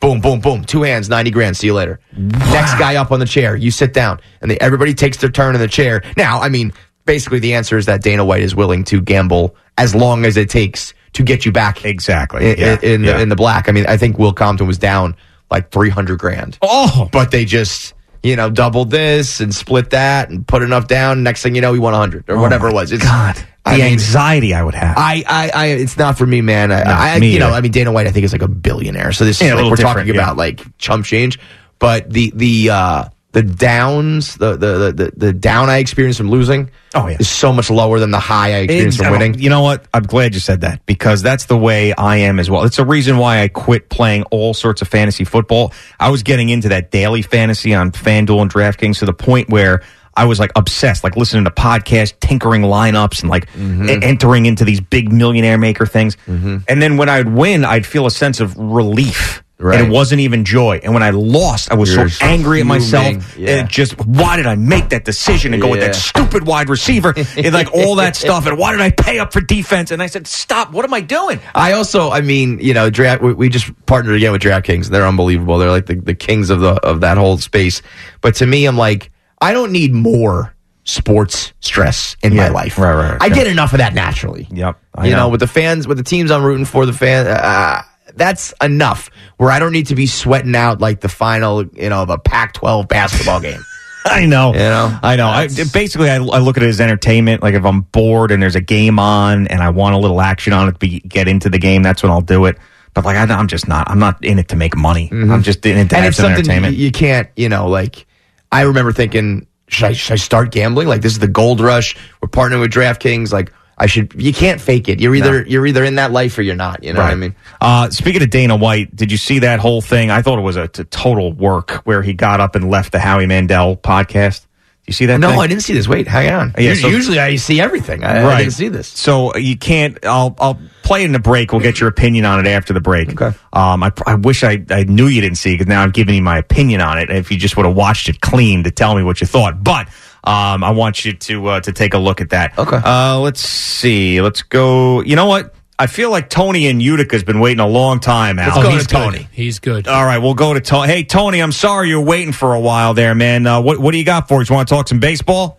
Boom, boom, boom. Two hands, 90 grand. See you later. Next guy up on the chair. You sit down. And they, everybody takes their turn in the chair. Now, I mean, basically the answer is that Dana White is willing to gamble as long as it takes to get you back. Exactly. In, Yeah. in, Yeah. The, in the black. I mean, I think Will Compton was down like 300 grand. Oh. But they just, you know, doubled this and split that and put enough down. Next thing you know, he won 100 or Oh whatever my it was. It's, God. I the mean, anxiety I would have. I, I, I, it's not for me, man. I, I me you know, either. I mean, Dana White, I think is like a billionaire. So this Yeah, a is like, little we're different, talking yeah. about like chump change, but the, the, uh, the downs, the, the, the, the down I experienced from losing oh, yeah. is so much lower than the high I experienced It's- from winning. You know what? I'm glad you said that because that's the way I am as well. It's a reason why I quit playing all sorts of fantasy football. I was getting into that daily fantasy on FanDuel and DraftKings to the point where I was like obsessed, like listening to podcasts, tinkering lineups, and like Mm-hmm. e- entering into these big millionaire maker things. And then when I'd win, I'd feel a sense of relief. And Right. it wasn't even joy. And when I lost, I was You're so angry at fuming. myself. Yeah. It just, why did I make that decision and go with that Yeah. stupid wide receiver and like all that stuff? And why did I pay up for defense? And I said, stop. What am I doing? I also, I mean, you know, draft. We, we just partnered again with DraftKings. They're unbelievable. They're like the, the kings of the of that whole space. But to me, I'm like, I don't need more sports stress in my life. Right, right. I get enough of that naturally. Yep. I you know. with the fans, with the teams I'm rooting for, the fan. Uh, that's enough. Where I don't need to be sweating out like the final, you know, of a Pac-12 basketball game. I know. I know. I, basically, I, I look at it as entertainment. Like if I'm bored and there's a game on and I want a little action on it to be, get into the game, that's when I'll do it. But like, I, I'm just not. I'm not in it to make money. I'm just in Mm-hmm. it to and have it's some something entertainment. You, you can't, you know, like I remember thinking, should I, should I start gambling? Like this is the gold rush. We're partnering with DraftKings. Like I should. You can't fake it. You're either you're either in that life or you're not. You know what I Right. mean? Uh, speaking of Dana White, did you see that whole thing? I thought it was a t- total work where he got up and left the Howie Mandel podcast. You see that? No, thing? I didn't see this. Wait, hang on. Yeah, Us- so- usually I see everything. I, I didn't see this. So uh, you can't. I'll I'll play in the break. We'll get your opinion on it after the break. Okay. Um, I, pr- I wish I, I knew you didn't see because now I'm giving you my opinion on it. If you just would have watched it clean to tell me what you thought, but um, I want you to uh, to take a look at that. Okay. Uh, let's see. Let's go. You know what? I feel like Tony in Utica has been waiting a long time. Al. Oh, He's he's Tony. Good. He's good. All right, we'll go to Tony. Hey, Tony, I'm sorry you're waiting for a while there, man. Uh, what what do you got for us? Want to talk some baseball?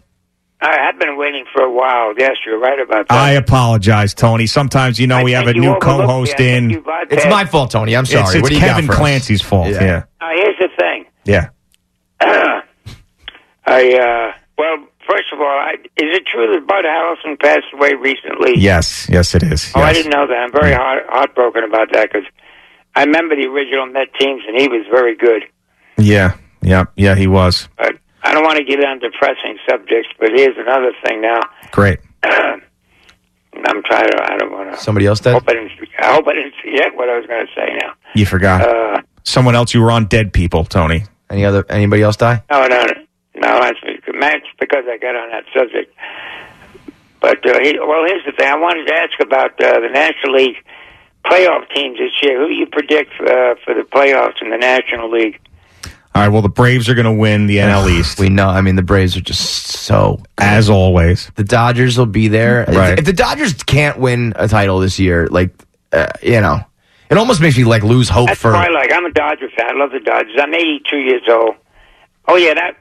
I, I've been waiting for a while. Yes, you're right about that. I apologize, Tony. Sometimes you know we have a think you new overlooked me. co-host I think in. you bypassed- It's my fault, Tony. I'm It's- sorry. It's, What do you got Kevin for us? Clancy's fault. Yeah. yeah, Now, here's the thing. I uh, well, first of all, I, is it true that Bud Harrelson passed away recently? Yes, yes, it is. Oh, I Yes. didn't know that. I'm very heart, heartbroken about that because I remember the original Met teams and he was very good. Yeah, yeah, yeah. He was Uh, I don't want to get on depressing subjects, but here's another thing now. great. I'm trying to. I don't want to. Somebody else dead. I didn't. I hope I didn't forget what I was going to say now. You forgot Uh, someone else. You were on Dead People, Tony. Any other anybody else die? No, no, no. No, That's because- that's because I got on that subject. But uh, he, well, here's the thing. I wanted to ask about uh, the National League playoff teams this year. Who do you predict uh, for the playoffs in the National League? All right. Well, the Braves are going to win the NL East. Ah, we know. I mean, the Braves are just so as always. The Dodgers will be there. If- Right. If, the Dodgers can't win a title this year, like uh, you know, it almost makes me like lose hope That's for. why, like, I'm a Dodger fan. I love the Dodgers. I'm 82 years old. Oh yeah, that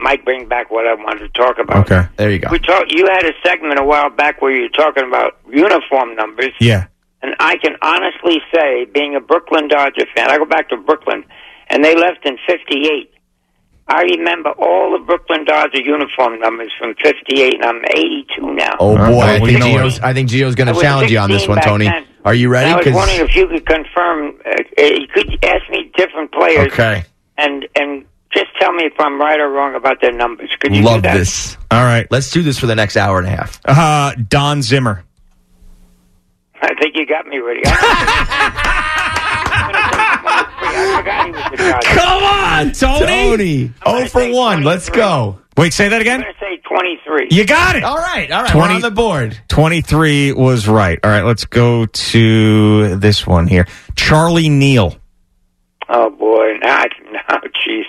might bring back what I wanted to talk about. Okay, there you go. We talk. You had a segment a while back where you were talking about uniform numbers. Yeah. And I can honestly say, being a Brooklyn Dodger fan, I go back to Brooklyn, and they left in 58. I remember all the Brooklyn Dodger uniform numbers from 58, and I'm 82 now. Oh boy, I think Gio's, I think Gio's going I to was challenge you on this 16 one, back Tony. then. Are you ready? And I was 'Cause- wondering if you could confirm, uh, uh, you could ask me different players. Okay. And, and just tell me if I'm right or wrong about their numbers. Could you Love do that? this. All right. Let's do this for the next hour and a half. Uh, Don Zimmer. I think you got me, Rudy. I forgot he was the Dodgers. Tony. Oh for 1. Let's go. Wait, say that again? Say 23. You got it. All right, all right, we're on the board. 23 was right. All right, let's go to this one here. Charlie Neal. Oh boy, now, I- now, jeez.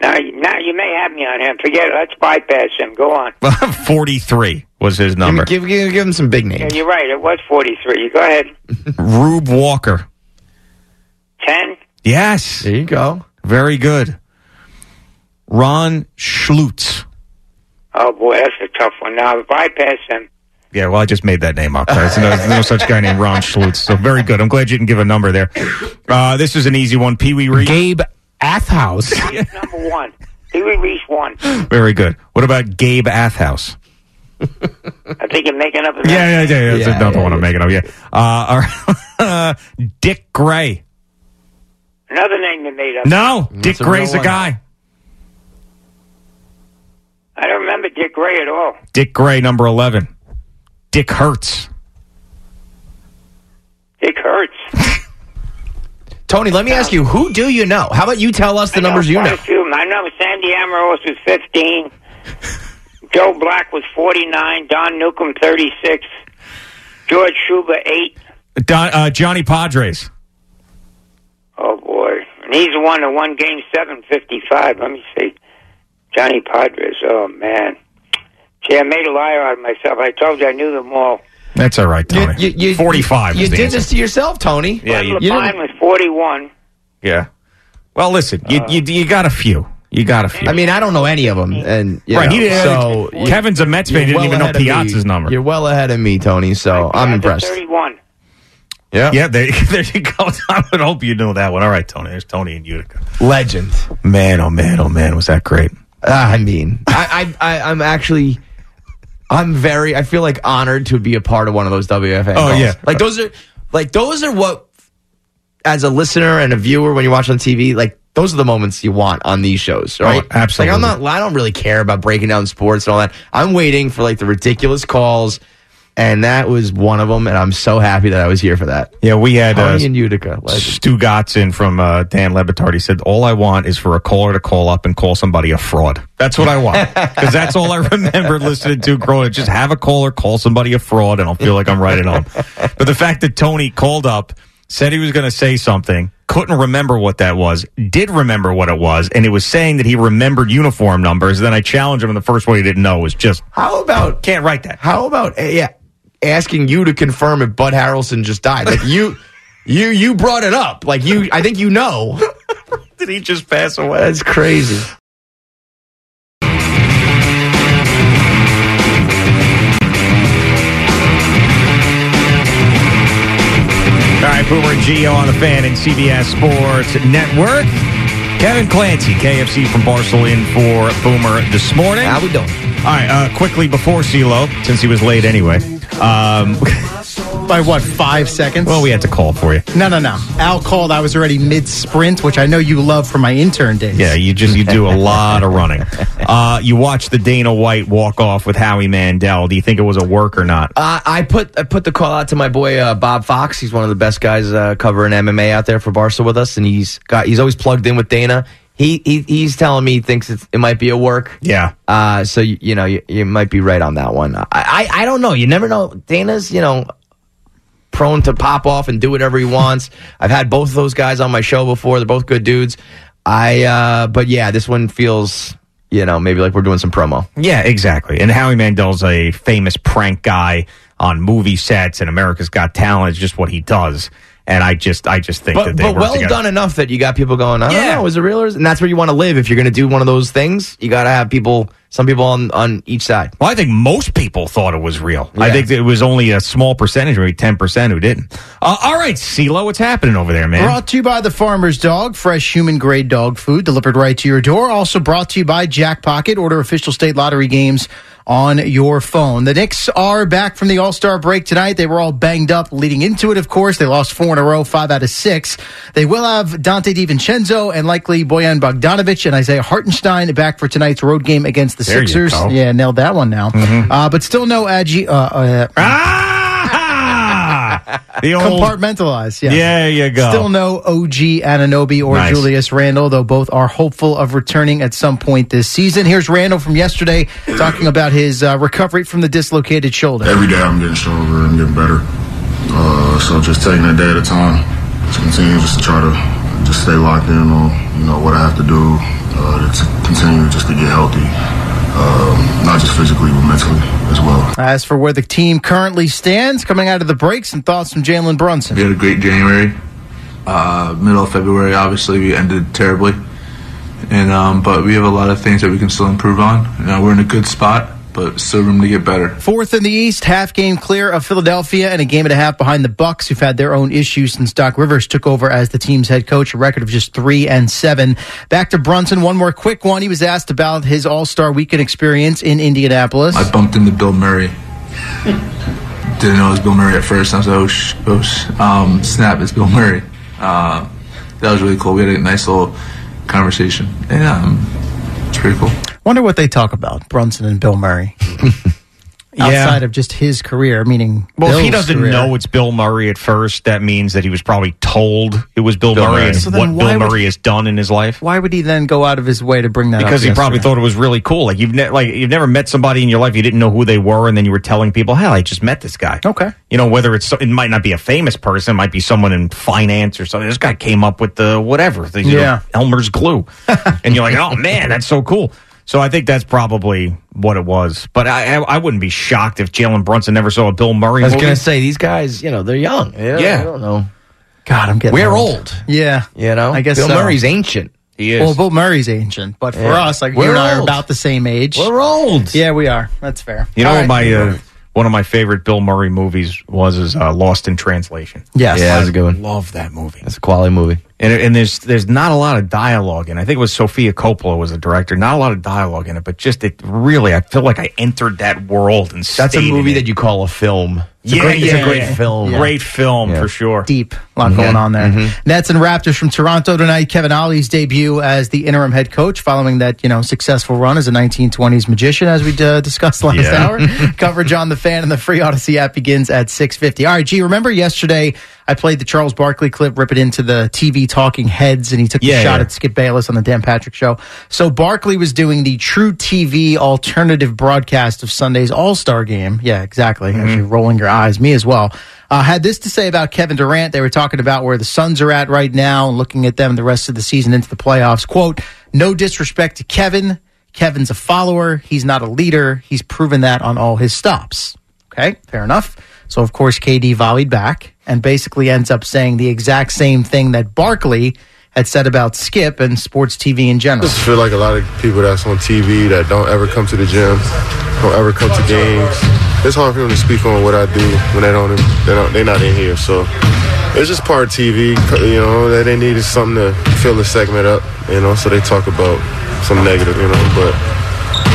Now, you- now you may have me on him. Forget it. Let's bypass him. Go on. 43 was his number. Give, give, give him some big Yeah, names. you're right. It was 43. You go ahead. Rube Walker. 10. Yes. There you go. Very good. Ron Schlutz. Oh boy, that's a tough one. Now bypass him. Yeah, well, I just made that name up. There's no, there's no such guy named Ron Schlutz. So very good. I'm glad you didn't give a number there. Uh, this is an easy one. Pee Wee Reed. Gabe Athhouse. Number one. He released one. very good. What about Gabe Athhouse? I think you're making up. a- Yeah, yeah, yeah. yeah. That's another one I'm making up. Yeah. Uh, all right. Dick Gray. Another name you made up. No, Dick Gray's a guy. I don't remember Dick Gray at all. Dick Gray, number 11. Dick Hertz. Dick Hertz. Tony, let me ask you, who do you know? How about you tell us the numbers you Quite know? a few. I know Sandy Amorose was 15. Joe Black was 49. Don Newcomb, 36. George Shuba, 8. Don, uh, Johnny Padres. Oh, boy. And he's the one that won game 755. Let me see. Johnny Padres. Oh, man. See, I made a liar out of myself. I told you I knew them all. That's all right, Tony. 45 You was the did answer. this to yourself, Tony. Yeah, you- you Mine was 41. Yeah. Well, listen, you, you, you got a few. You got a few. I mean, I don't know any of them, and you Right, know, he didn't- so Kevin's a Mets fan, he didn't even know Piazza's number. You're well ahead of me, Tony. So I'm impressed. 31. Yeah. Yeah, there, there you go. I would hope you know that one. All right, Tony. There's Tony in Utica. Legend. Man, oh, man, oh, man. Was that great? Ah, I mean, I, I, I I'm actually. I'm very. I feel like honored to be a part of one of those WFA. Oh, calls. yeah. like those are like those are what, as a listener and a viewer, when you watch on TV, like those are the moments you want on these shows, right? Oh, absolutely. Like I'm not. I don't really care about breaking down sports and all that. I'm waiting for like the ridiculous calls, and that was one of them. And I'm so happy that I was here for that. Yeah, we had uh, Tony in Utica. Legend. Stu Gotson from uh, Dan Lebitard. He said, All I want is for a caller to call up and call somebody a fraud. That's what I want. Because that's all I remember listening to growing up. Just have a caller call somebody a fraud, and I'll feel like I'm right at home. But the fact that Tony called up, said he was going to say something, couldn't remember what that was, did remember what it was, and it was saying that he remembered uniform numbers. Then I challenged him, and the first one he didn't know was just. How about can't write that? How about uh, yeah, asking you to confirm if Bud Harrelson just died? Like you, you, you brought it up. Like you, I think you know. Did he just pass away? That's crazy. All right, Boomer and Geo on the fan and CBS Sports Network. Kevin Clancy, KFC from Barcel in for Boomer this morning. How we doing? All right, uh, quickly before CeeLo, since he was late anyway. Um, By what, five seconds? Well, we had to call for you. No, no, no. Al called. I was already mid sprint, which I know you love from my intern days. yeah, you just you do a lot of running. Uh, you watched the Dana White walk off with Howie Mandel. Do you think it was a work or not? Uh, I put I put the call out to my boy uh, Bob Fox. He's one of the best guys uh, covering MMA out there for Barca with us, and he's got he's always plugged in with Dana. He, he he's telling me he thinks it's, it might be a work. Yeah. Uh, so you, you know you, you might be right on that one. I, I I don't know. You never know. Dana's you know prone to pop off and do whatever he wants. I've had both of those guys on my show before. They're both good dudes. I uh, but yeah, this one feels you know maybe like we're doing some promo. Yeah, exactly. And Howie Mandel's a famous prank guy on movie sets, and America's Got Talent is just what he does. And I just, I just think but, that they but work well together. done enough that you got people going. I Yeah. don't know, is it real or is-" and that's where you want to live if you're going to do one of those things. You got to have people, some people on on each side. Well, I think most people thought it was real. I think that it was only a small percentage, maybe ten percent, who didn't. Uh, all right, CeeLo, what's happening over there, man? Brought to you by the Farmer's Dog, fresh human grade dog food delivered right to your door. Also brought to you by Jack Pocket. Order official state lottery games on your phone. The Knicks are back from the All Star break tonight. They were all banged up leading into it, of course. They lost four in a row, five out of six. They will have Dante DiVincenzo and likely Boyan Bogdanovich and Isaiah Hartenstein back for tonight's road game against the There you Sixers. go. Yeah, Mm-hmm. nailed that one now. Uh, but still no Agi. Uh, uh, Ah! The old- compartmentalize. Yeah, There you go. Still no OG Ananobi or Nice. Julius Randle, though both are hopeful of returning at some point this season. Here's Randle from yesterday talking about his uh, recovery from the dislocated shoulder. Every day I'm getting stronger and getting better. Uh, so just taking a day at a time. Just continue just to try to just stay locked in on you know what I have to do uh, to continue just to get healthy, um, not just physically but mentally as well. As for where the team currently stands, coming out of the break, some thoughts from Jalen Brunson. We had a great January. Uh, middle of February, obviously, we ended terribly. And um, but we have a lot of things that we can still improve on. You know, we're in a good spot, but still room to get better. Fourth in the East, half game clear of Philadelphia and a game and a half behind the Bucks, who've had their own issues since Doc Rivers took over as the team's head coach, a record of just three and seven. Back to Brunson, one more quick one. He was asked about his All Star Weekend experience in Indianapolis. I bumped into Bill Murray. Didn't know it was Bill Murray at first. I was like, oh, sh- oh sh- um, snap, it's Bill Murray. Uh, that was really cool. We had a nice little conversation. And um, it's pretty cool. Wonder what they talk about, Brunson and Bill Murray. Outside of just his career, meaning Well, if he Bill's doesn't career. know it's Bill Murray at first, that means that he was probably told it was Bill, Bill Murray, Murray. and So then what Bill why would- Murray has done in his life. Why would he then go out of his way to bring that up? Because he probably thought it was really cool. Like you've ne- like you've never met somebody in your life, you didn't know who they were, and then you were telling people, "Hell, I just met this guy." Okay, you know whether it's so- it might not be a famous person, it might be someone in finance or something. This guy came up with the whatever, the, you know, Yeah. Elmer's glue, and you're like, "Oh man, that's so cool." So I think that's probably what it was. But I I, I wouldn't be shocked if Jalen Brunson never saw a Bill Murray. I was movie. going to say these guys, you know, they're young. Yeah, Yeah. I don't know. God, I'm getting We're old. old. Yeah, You know, I guess Bill so. Murray's ancient. He Well, Bill Murray's ancient, but for Yeah. us, like you We're and I are old. about the same age. We're old. Yeah, we are. That's fair. You know All what right. my uh, one of my favorite Bill Murray movies was is uh, Lost in Translation. Yes. I Yeah, that's a good one. Love that movie. That's a quality movie. And, and there's there's not a lot of dialogue in. it. I think it was Sophia Coppola was the director. Not a lot of dialogue in it, but just it really. I feel like I entered that world and That's a stayed in movie it. that you call a film. It's yeah, a great, it's a yeah, great yeah. film. Great film Yeah. for sure. Deep, a lot Mhm. going on there. Mhm. Nets and Raptors from Toronto tonight. Kevin Ollie's debut as the interim head coach following that you know successful run as a 1920s magician, as we uh, discussed last Yeah. hour. Coverage on the fan and the free Odyssey app begins at 6:50. All right, G. Remember yesterday I played the Charles Barkley clip, rip it into the TV talking heads, and he took Yeah, the shot yeah. at Skip Bayless on the Dan Patrick Show. So Barkley was doing the True TV alternative broadcast of Sunday's All Star Game. Yeah, exactly. Actually, rolling your eyes, me as well. Uh, had this to say about Kevin Durant. They were talking about where the Suns are at right now and looking at them the rest of the season into the playoffs. Quote: No disrespect to Kevin. Kevin's a follower. He's not a leader. He's proven that on all his stops. Okay, fair enough. So, of course, KD volleyed back and basically ends up saying the exact same thing that Barkley had said about Skip and sports TV in I general. just feel like a lot of people that's on TV that don't ever come to the gym, don't ever come to games. It's hard for them to speak on what I do when they don't. They don't. They're not in here, so it's just part of TV. You know, they, they needed something to fill the segment up. You know, so they talk about some negative. You know, but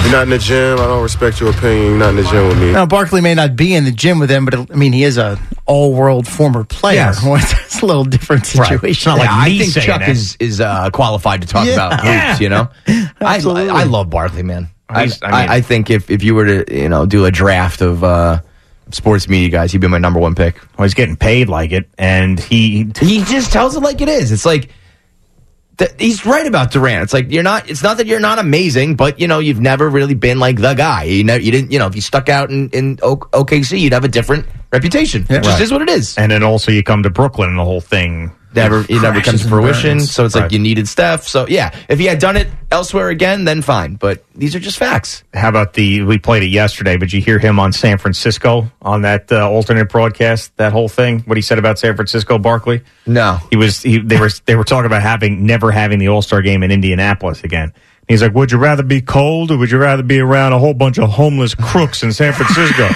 you're not in the gym. I don't respect your opinion. You're not in the gym with me. Now, Barkley may not be in the gym with him, but I mean, he is a all-world former player. it's a little different situation. Yeah, I think Chuck is is uh, qualified to talk Yeah. about hoops. You know, I, Absolutely. I love Barkley, man. I, He's- I I, mean- I think if, if you were to you know do a draft of uh, sports media guys, he'd be my number one pick. Well, he's getting paid like it, and he he just tells it like it is. It's like th- he's right about Durant. It's like you're not. It's not that you're not amazing, but you know you've never really been like the guy. You know you didn't. You know if you stuck out in in O- OKC, you'd have a different reputation. It just is what it is. And then also you come to Brooklyn, and the whole thing never it never crashes comes to and fruition. burns. So it's Right. like you needed Steph. So yeah, if he had done it elsewhere again, then fine. But these are just facts. How about the? We played it yesterday, but you hear him on San Francisco on that uh, alternate broadcast. That whole thing, what he said about San Francisco, Barkley. No, he was. He, they were. They were talking about having never having the All Star game in Indianapolis again. And He's like, would you rather be cold or would you rather be around a whole bunch of homeless crooks in San Francisco?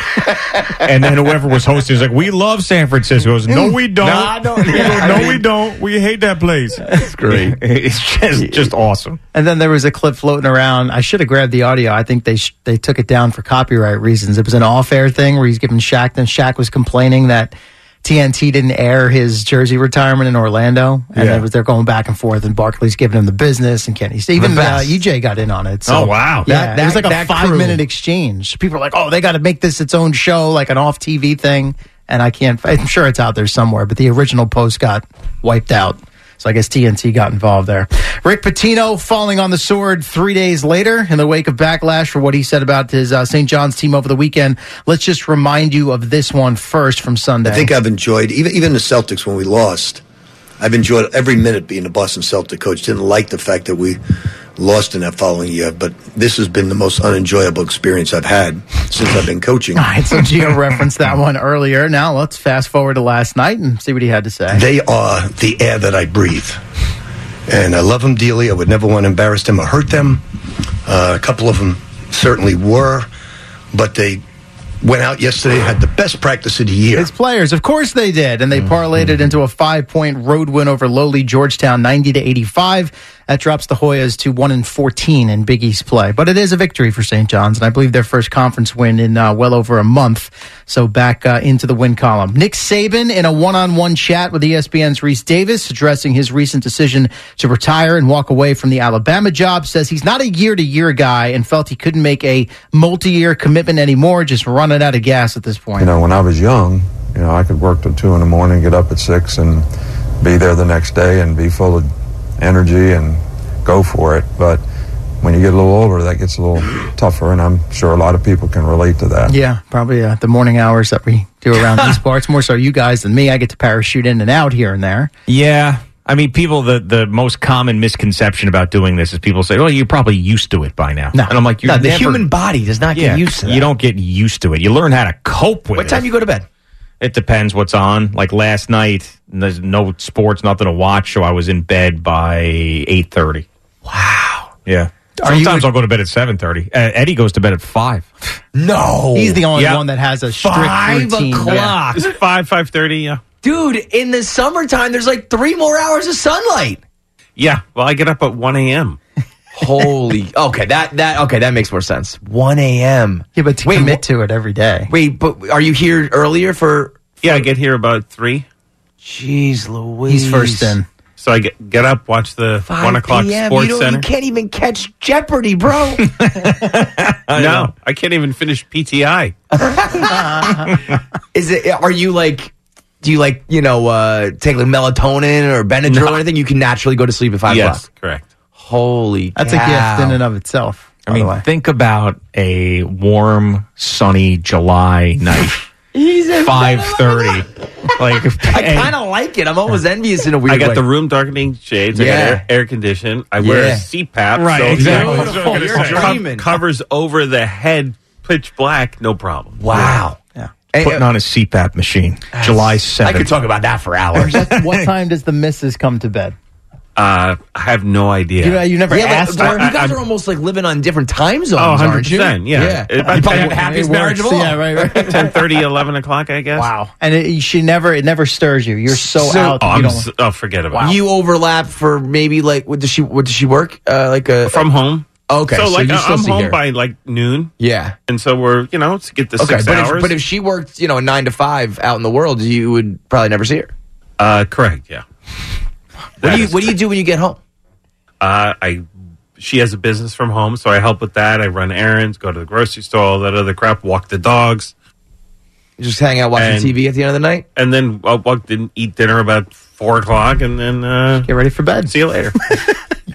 and then whoever was hosting is like, we love San Francisco. He goes, no, we don't. Nah, I don't- He goes, yeah, I no, mean- we don't. We hate that place. It's great. it's just just awesome. And then there was a clip floating around. I should have grabbed the audio. I think they sh- they took it down for copyright reasons. It was an off-air thing where he's giving Shaq. Then Shaq was complaining that TNT didn't air his jersey retirement in Orlando, and Yeah. it was they're going back and forth, and Barkley's giving him the business, and Kenny even The uh, best. EJ got in on it. So, Oh, wow. Yeah, That- it was that- like a that crew. five-minute exchange. People are like, "Oh, they got to make this its own show, like an off TV thing." and I can't. I'm sure it's out there somewhere, but the original post got wiped out. So I guess TNT got involved there. Rick Pitino falling on the sword three days later in the wake of backlash for what he said about his uh, St. John's team over the weekend. Let's just remind you of this one first from Sunday. I think I've enjoyed even even the Celtics when we lost. I've enjoyed every minute being the Boston Celtic coach. Didn't like the fact that we lost in that following year, but this has been the most unenjoyable experience I've had since I've been coaching. All right, Ah, so Gio referenced that one earlier. Now let's fast forward to last night and see what he had to say. They are the air that I breathe. And I love them dearly. I would never want to embarrass them or hurt them. Uh, a couple of them certainly were, but they went out yesterday, had the best practice of the year. His players, of course they did, and they Mm-hmm. parlayed it into a five-point road win over lowly Georgetown, ninety to eighty-five. That drops the Hoyas to one and fourteen in Big East play, but it is a victory for St. John's, and I believe their first conference win in uh, well over a month. So back uh, into the win column. Nick Saban in a one-on-one chat with E ESPN's Reese Davis, addressing his recent decision to retire and walk away from the Alabama job, says he's not a year-to-year guy and felt he couldn't make a multi-year commitment anymore, just running out of gas at this point. You know, when I was young, you know, I could work till two in the morning, get up at six, and be there the next day and be full of energy and go for it. But when you get a little older, that gets a little tougher, and I'm sure a lot of people can relate to that. Yeah, probably uh, the morning hours that we do around these parts. More so you guys than me. I get to parachute in and out here and there. Yeah. I mean, people, the, the most common misconception about doing this is people say, well, you're probably used to it by now. No. And I'm like, you're No, the never- human body does not Yeah, You don't get used to it. You learn how to cope with it. What time you go to bed? It depends what's on. Like last night, there's no sports, nothing to watch, so I was in bed by 8.30. Wow. Yeah. Sometimes I'll go to bed at 7.30. Uh, Eddie goes to bed at 5. No. He's the only one that has a strict Oh, Five routine. o'clock. Yeah. Five, five thirty. Yeah. Dude, in the summertime, there's like three more hours of sunlight. Yeah. Well, I get up at one a.m. Holy. Okay. That that okay. That makes more sense. One a.m. Yeah, but to commit to it every day. Wait, but are you here earlier for? Yeah, I get here about three. Jeez, Louise. He's first in. So I get get up, watch the 5 one o'clock PM. sports you, don't- center. you can't even catch Jeopardy, bro. no, I can't even finish PTI. Is it? Are you like? Do you like you know uh, take like melatonin or Benadryl or anything? You can naturally go to sleep at five Yes, o'clock. Correct. Holy, That's a gift in and of itself. I mean, think about a warm, sunny July night, He's a five thirty. Like I kind of like it. I'm almost envious in a weird I got way. the room darkening shades. I Yeah. got air, air condition. I wear a Yeah. CPAP. Right, so exactly. you know, Beautiful. it's You're a co- dreamin'. covers over the head, pitch black, no problem. Wow. Yeah. putting uh, on a CPAP machine. July seventh. could talk about that for hours. what time does the missus come to bed? Uh, I have no idea. You know, you never yeah, asked but, her? You guys I- I'm- are almost like living on different time zones, Oh, aren't you? 100%, yeah. yeah. It- you probably have the happiest It works. marriage of all. Yeah, right, right. 10, 30, 11 o'clock, I guess. Wow. And it, she never, it never stirs you. You're so, So- out. Oh, you I'm don't, so- Oh, forget about it. You overlap for maybe like what does she what does she work uh, like a From home. Okay, So, so like, you I- still I'm see home her. by like noon. Yeah. And so we're, you know, let's get the okay, six but hours. if but if she worked you know nine to five out in the world, you would probably never see her. Uh, correct. Yeah. What do you What do you do when you get home? Uh, I she has a business from home, so I help with that. I run errands, go to the grocery store, all that other crap, walk the dogs. Just hang out watching And- TV at the end of the night. and then I walked in, eat dinner about four o'clock, and then uh, get ready for bed. See you later.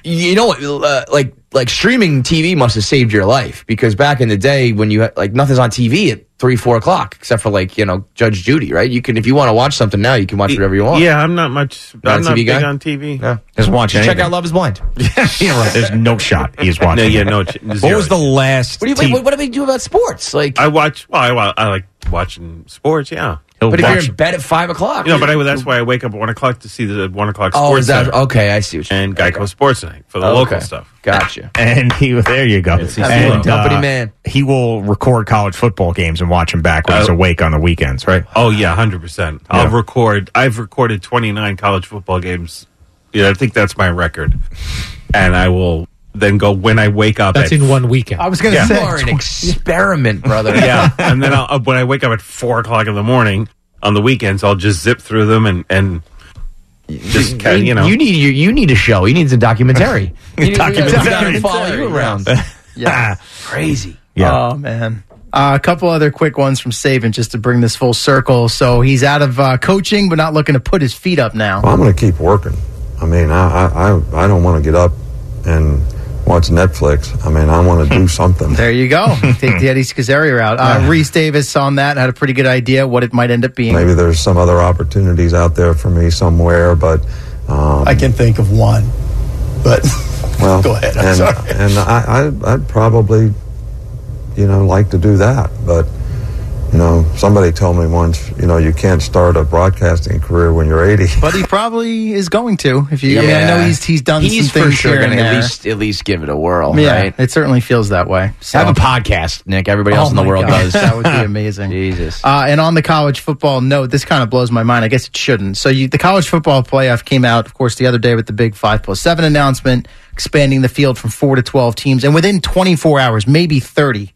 you know what uh, like like streaming tv must have saved your life because back in the day when you had like nothing's on tv at three four o'clock except for like you know judge judy right you can if you want to watch something now you can watch whatever you want yeah, I'm not much. Not a I'm not TV big guy? on TV. Yeah. Just watch Just check anything. out love is blind yeah, right. There's no shot he is No, watching. yeah, no, What was the last? what do you team- wait, what, what do we do about sports like I watch. Well, I, wa- I like watching sports. Yeah, but if you're in bed at five o'clock you know, but I, that's why I wake up at one o'clock to see the one o'clock Oh, sports. is that- center okay, I see. What you and Geico Sports Night for the Okay. local stuff. Gotcha. And he, there you go. he's a And, uh, company man. He will record college football games and watch them back when he's Oh. awake on the weekends, right? Oh yeah, hundred percent. I'll Yeah. record. I've recorded twenty nine college football games. Yeah, I think that's my record, and I will then go when I wake up. That's at in one weekend. I was gonna Yeah. say- you are an experiment brother yeah, and then I'll, uh, when I wake up at four o'clock in the morning on the weekends, I'll just zip through them and and just ca- you know you need your, you need a show you need a documentary you need, we gotta- we gotta follow you around Yeah. crazy Yeah. Oh, man. Uh, a couple other quick ones from Saban just to bring this full circle. So he's out of uh, coaching, but not looking to put his feet up now. Well, I'm going to keep working. I mean, I I, I, I don't want to get up and watch Netflix. I mean, I want to do something. There you go. Take the Eddie Scazzeri route. Uh, Reese Davis on that had a pretty good idea what it might end up being. Maybe there's some other opportunities out there for me somewhere, but um, I can think of one, but well, go ahead. I'm and sorry. and I, I I'd probably you know like to do that, but you know somebody told me once you know you can't start a broadcasting career when you're 80. But he probably is going to. If you, I mean, I know Yeah. he's he's done He's some for things sure here and gonna there. at least at least give it a whirl, yeah, right? it certainly feels that way. So- Have a podcast, Nick. Everybody else Oh in the my world God, does. that would be amazing. Jesus. Uh, and on the college football note, this kind of blows my mind. I guess it shouldn't. So you, the college football playoff came out, of course, the other day with the Big Five plus seven announcement, expanding the field from four to twelve teams, and within twenty four hours, maybe thirty.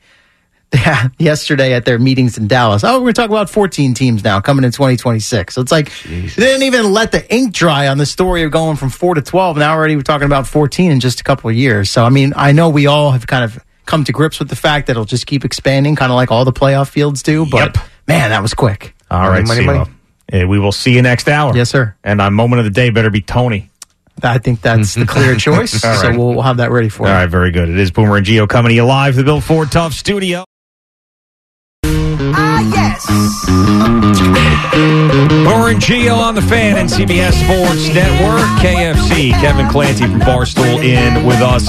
Yesterday at their meetings in Dallas, oh, we're going to talk about 14 teams now coming in 2026. So it's like they didn't even let the ink dry on the story of going from four to 12. Now already we're talking about 14 in just a couple of years. So, I mean, I know we all have kind of come to grips with the fact that it'll just keep expanding, kind of like all the playoff fields do. But man, that was quick. All right, Money, CeeLo. money. Eh, we will see you next hour. Yes, sir. And our moment of the day better be Tony. I think that's the clear choice. All So right. we'll, we'll have that ready for All you. right, very good. It is Boomer and Geo coming to you live, from the Bill Ford Tough Studio. Ah, yes. Boomer and Gio on the fan and CBS Sports Network. KFC, Kevin Clancy from Barstool in with us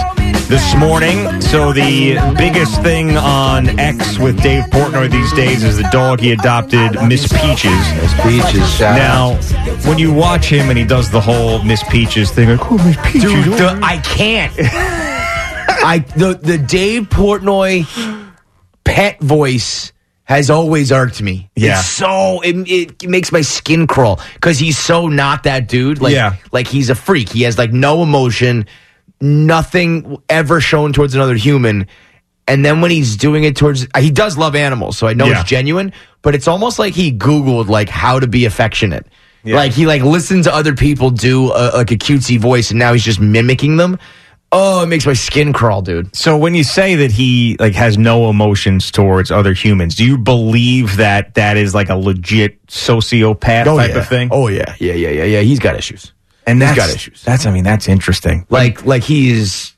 this morning. So the biggest thing on X with Dave Portnoy these days is the dog he adopted, Miss Peaches. Miss Peaches, shout Now, when you watch him and he does the whole Miss Peaches thing, like, oh, Miss Peaches. Dude, oh, the, I can't. I the the Dave Portnoy pet voice has always irked me. Yeah. It's so it, it makes my skin crawl because he's so not that dude. Like Yeah. like he's a freak. He has like no emotion, nothing ever shown towards another human. And then when he's doing it towards, he does love animals, so I know Yeah. it's genuine. But it's almost like he Googled like how to be affectionate. Like he like listened to other people do a, like a cutesy voice, and now he's just mimicking them. Oh, it makes my skin crawl, dude. So when you say that he like has no emotions towards other humans, do you believe that that is like a legit sociopath Oh, type yeah. of thing? Oh yeah, yeah, yeah, yeah, yeah. He's got issues, and He's that's got issues. That's I mean that's interesting. Like like he's.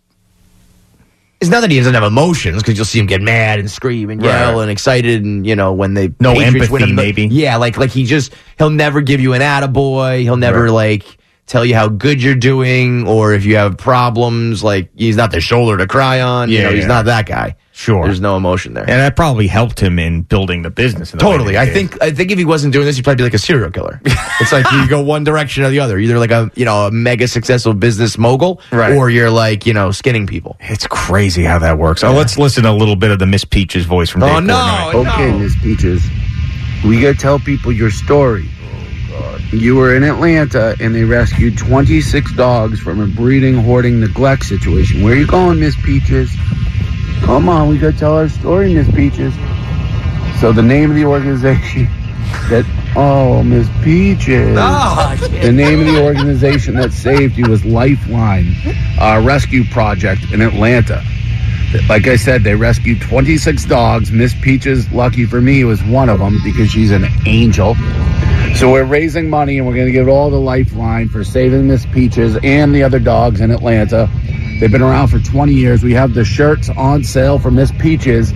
It's not that he doesn't have emotions because you'll see him get mad and scream and Right. yell and excited and you know when they No win empathy, a mi- maybe. yeah like like he just he'll never give you an attaboy he'll never like tell you how good you're doing or if you have problems like he's not the shoulder to cry on you Yeah, know he's yeah. not that guy Sure. there's no emotion there And that probably helped him in building the business. in the way Totally. that I he did. think I think if he wasn't doing this, he'd probably be like a serial killer. It's like you go one direction or the other. Either like a you know a mega successful business mogul, Right. or you're like you know skinning people. It's crazy how that works. So let's listen to a little bit of the Miss Peaches voice from Oh, Dave Portnoy. Okay, Miss Peaches, we gotta tell people your story. You were in Atlanta and they rescued 26 dogs from a breeding, hoarding, neglect situation. Where you going, Miss Peaches? Come on, we gotta tell our story, Miss Peaches. So the name of the organization that oh, Miss Peaches. Oh, the name of the organization that saved you was Lifeline uh, Rescue Project in Atlanta. Like I said, they rescued 26 dogs. Miss Peaches, lucky for me, was one of them because she's an angel. So we're raising money and we're going to give all the lifeline for saving Miss Peaches and the other dogs in Atlanta. They've been around for 20 years. We have the shirts on sale for Miss Peaches.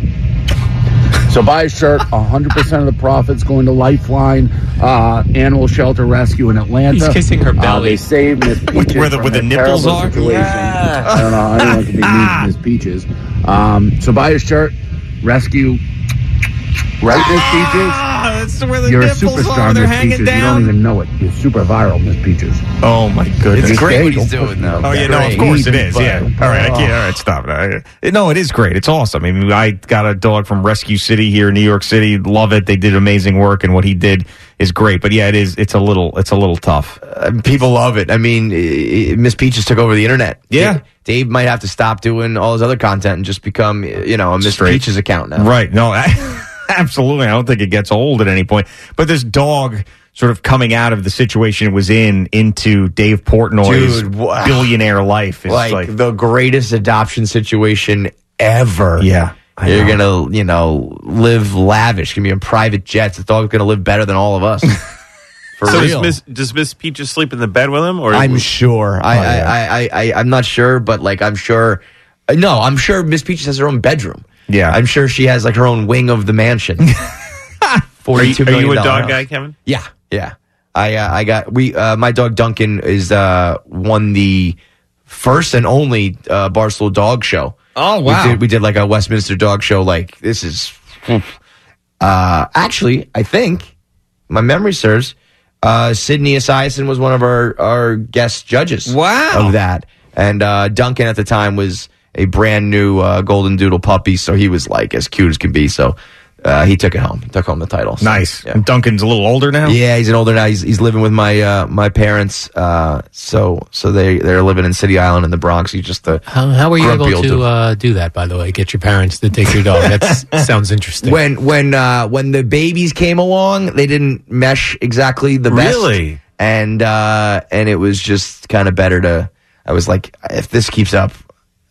So buy a shirt. 100% of the profits going to Lifeline uh, Animal Shelter Rescue in Atlanta. He's kissing her Uh, belly. they saved Miss Peaches where the- from where the a nipples terrible are? situation. I don't know how anyone can be mean to Miss Peaches. Um, so buy a shirt. Rescue. Right, Miss Peaches. Ah, that's where You're a superstar, Miss Peaches. You don't even know it. You're super viral, Miss Peaches. Oh my goodness! It's great what he's doing, though. Oh yeah, no, of course it is. Yeah. All right, I can't. All right, stop it. I- no, it is great. It's awesome. I mean, I got a dog from Rescue City here in New York City. Love it. They did amazing work, and what he did is great. But yeah, it is. It's a little. It's a little tough. Uh, people love it. I mean, eh, Miss Peaches took over the internet. Yeah. Dave, Dave might have to stop doing all his other content and just become you know a Miss Peaches account now. Right. No, I, absolutely. I don't think it gets old at any point. But this dog sort of coming out of the situation it was in into Dave Portnoy's Dude, wow. billionaire life is like, like the greatest adoption situation ever. Yeah. You're gonna, you know, live lavish. Gonna be in private jets. The dog's gonna live better than all of us. For so real. Does, Miss, does Miss Peaches sleep in the bed with him? Or I'm sure. Oh, I, I, I, I, I, I'm not sure, but like I'm sure. uh, No, I'm sure Miss Peaches has her own bedroom. Yeah, I'm sure she has like her own wing of the mansion. Forty-two Are you- are million you a dollar dog house. guy, Kevin? Yeah, yeah. I, uh, I got we. Uh, my dog Duncan is uh won the first and only uh, Barstool Dog Show. Oh, We wow. did, we did like a Westminster Dog Show. Like this is. Uh, actually, I think my memory serves. Uh, Sydney Esiason was one of our, our guest judges. Wow. Of that. And uh, Duncan at the time was a brand new uh, Golden Doodle puppy. So he was like as cute as can be. So uh, he took it home. He took home the title. nice. And Duncan's a little older now? Yeah, he's an older now. He's, he's living with my uh, my parents. Uh, so so they, they're living in City Island in the Bronx. He's just a. How, how were you grumpy able old to dude. uh, do that? By the way, get your parents to take your dog. That sounds interesting. When when uh, when the babies came along, they didn't mesh exactly the best. Really? and uh, and it was just kind of better to. I was like, if this keeps up,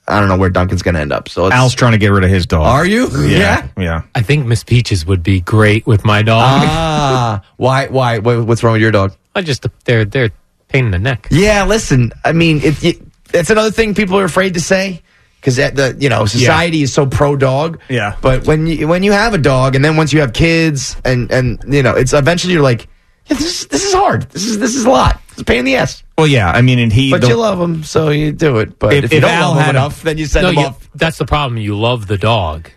I don't know where Duncan's going to end up. So it's, Al's trying to get rid of his dog. Are you? Yeah. Yeah. I think Miss Peaches would be great with my dog. Ah, why? Why? wha- What's wrong with your dog? I just they're they're pain in the neck. Yeah, listen. I mean, it, it, that's another thing people are afraid to say because the you know society is so pro dog. Yeah. But when you when you have a dog, and then once you have kids, and and you know, it's eventually you're like, yeah, this is this is hard. This is this is a lot. It's a pain in the ass. Well, yeah. I mean, and he. But the- you love him, so you do it. But if, you don't love him enough, then you send No, him you- off. That's the problem. You love the dog,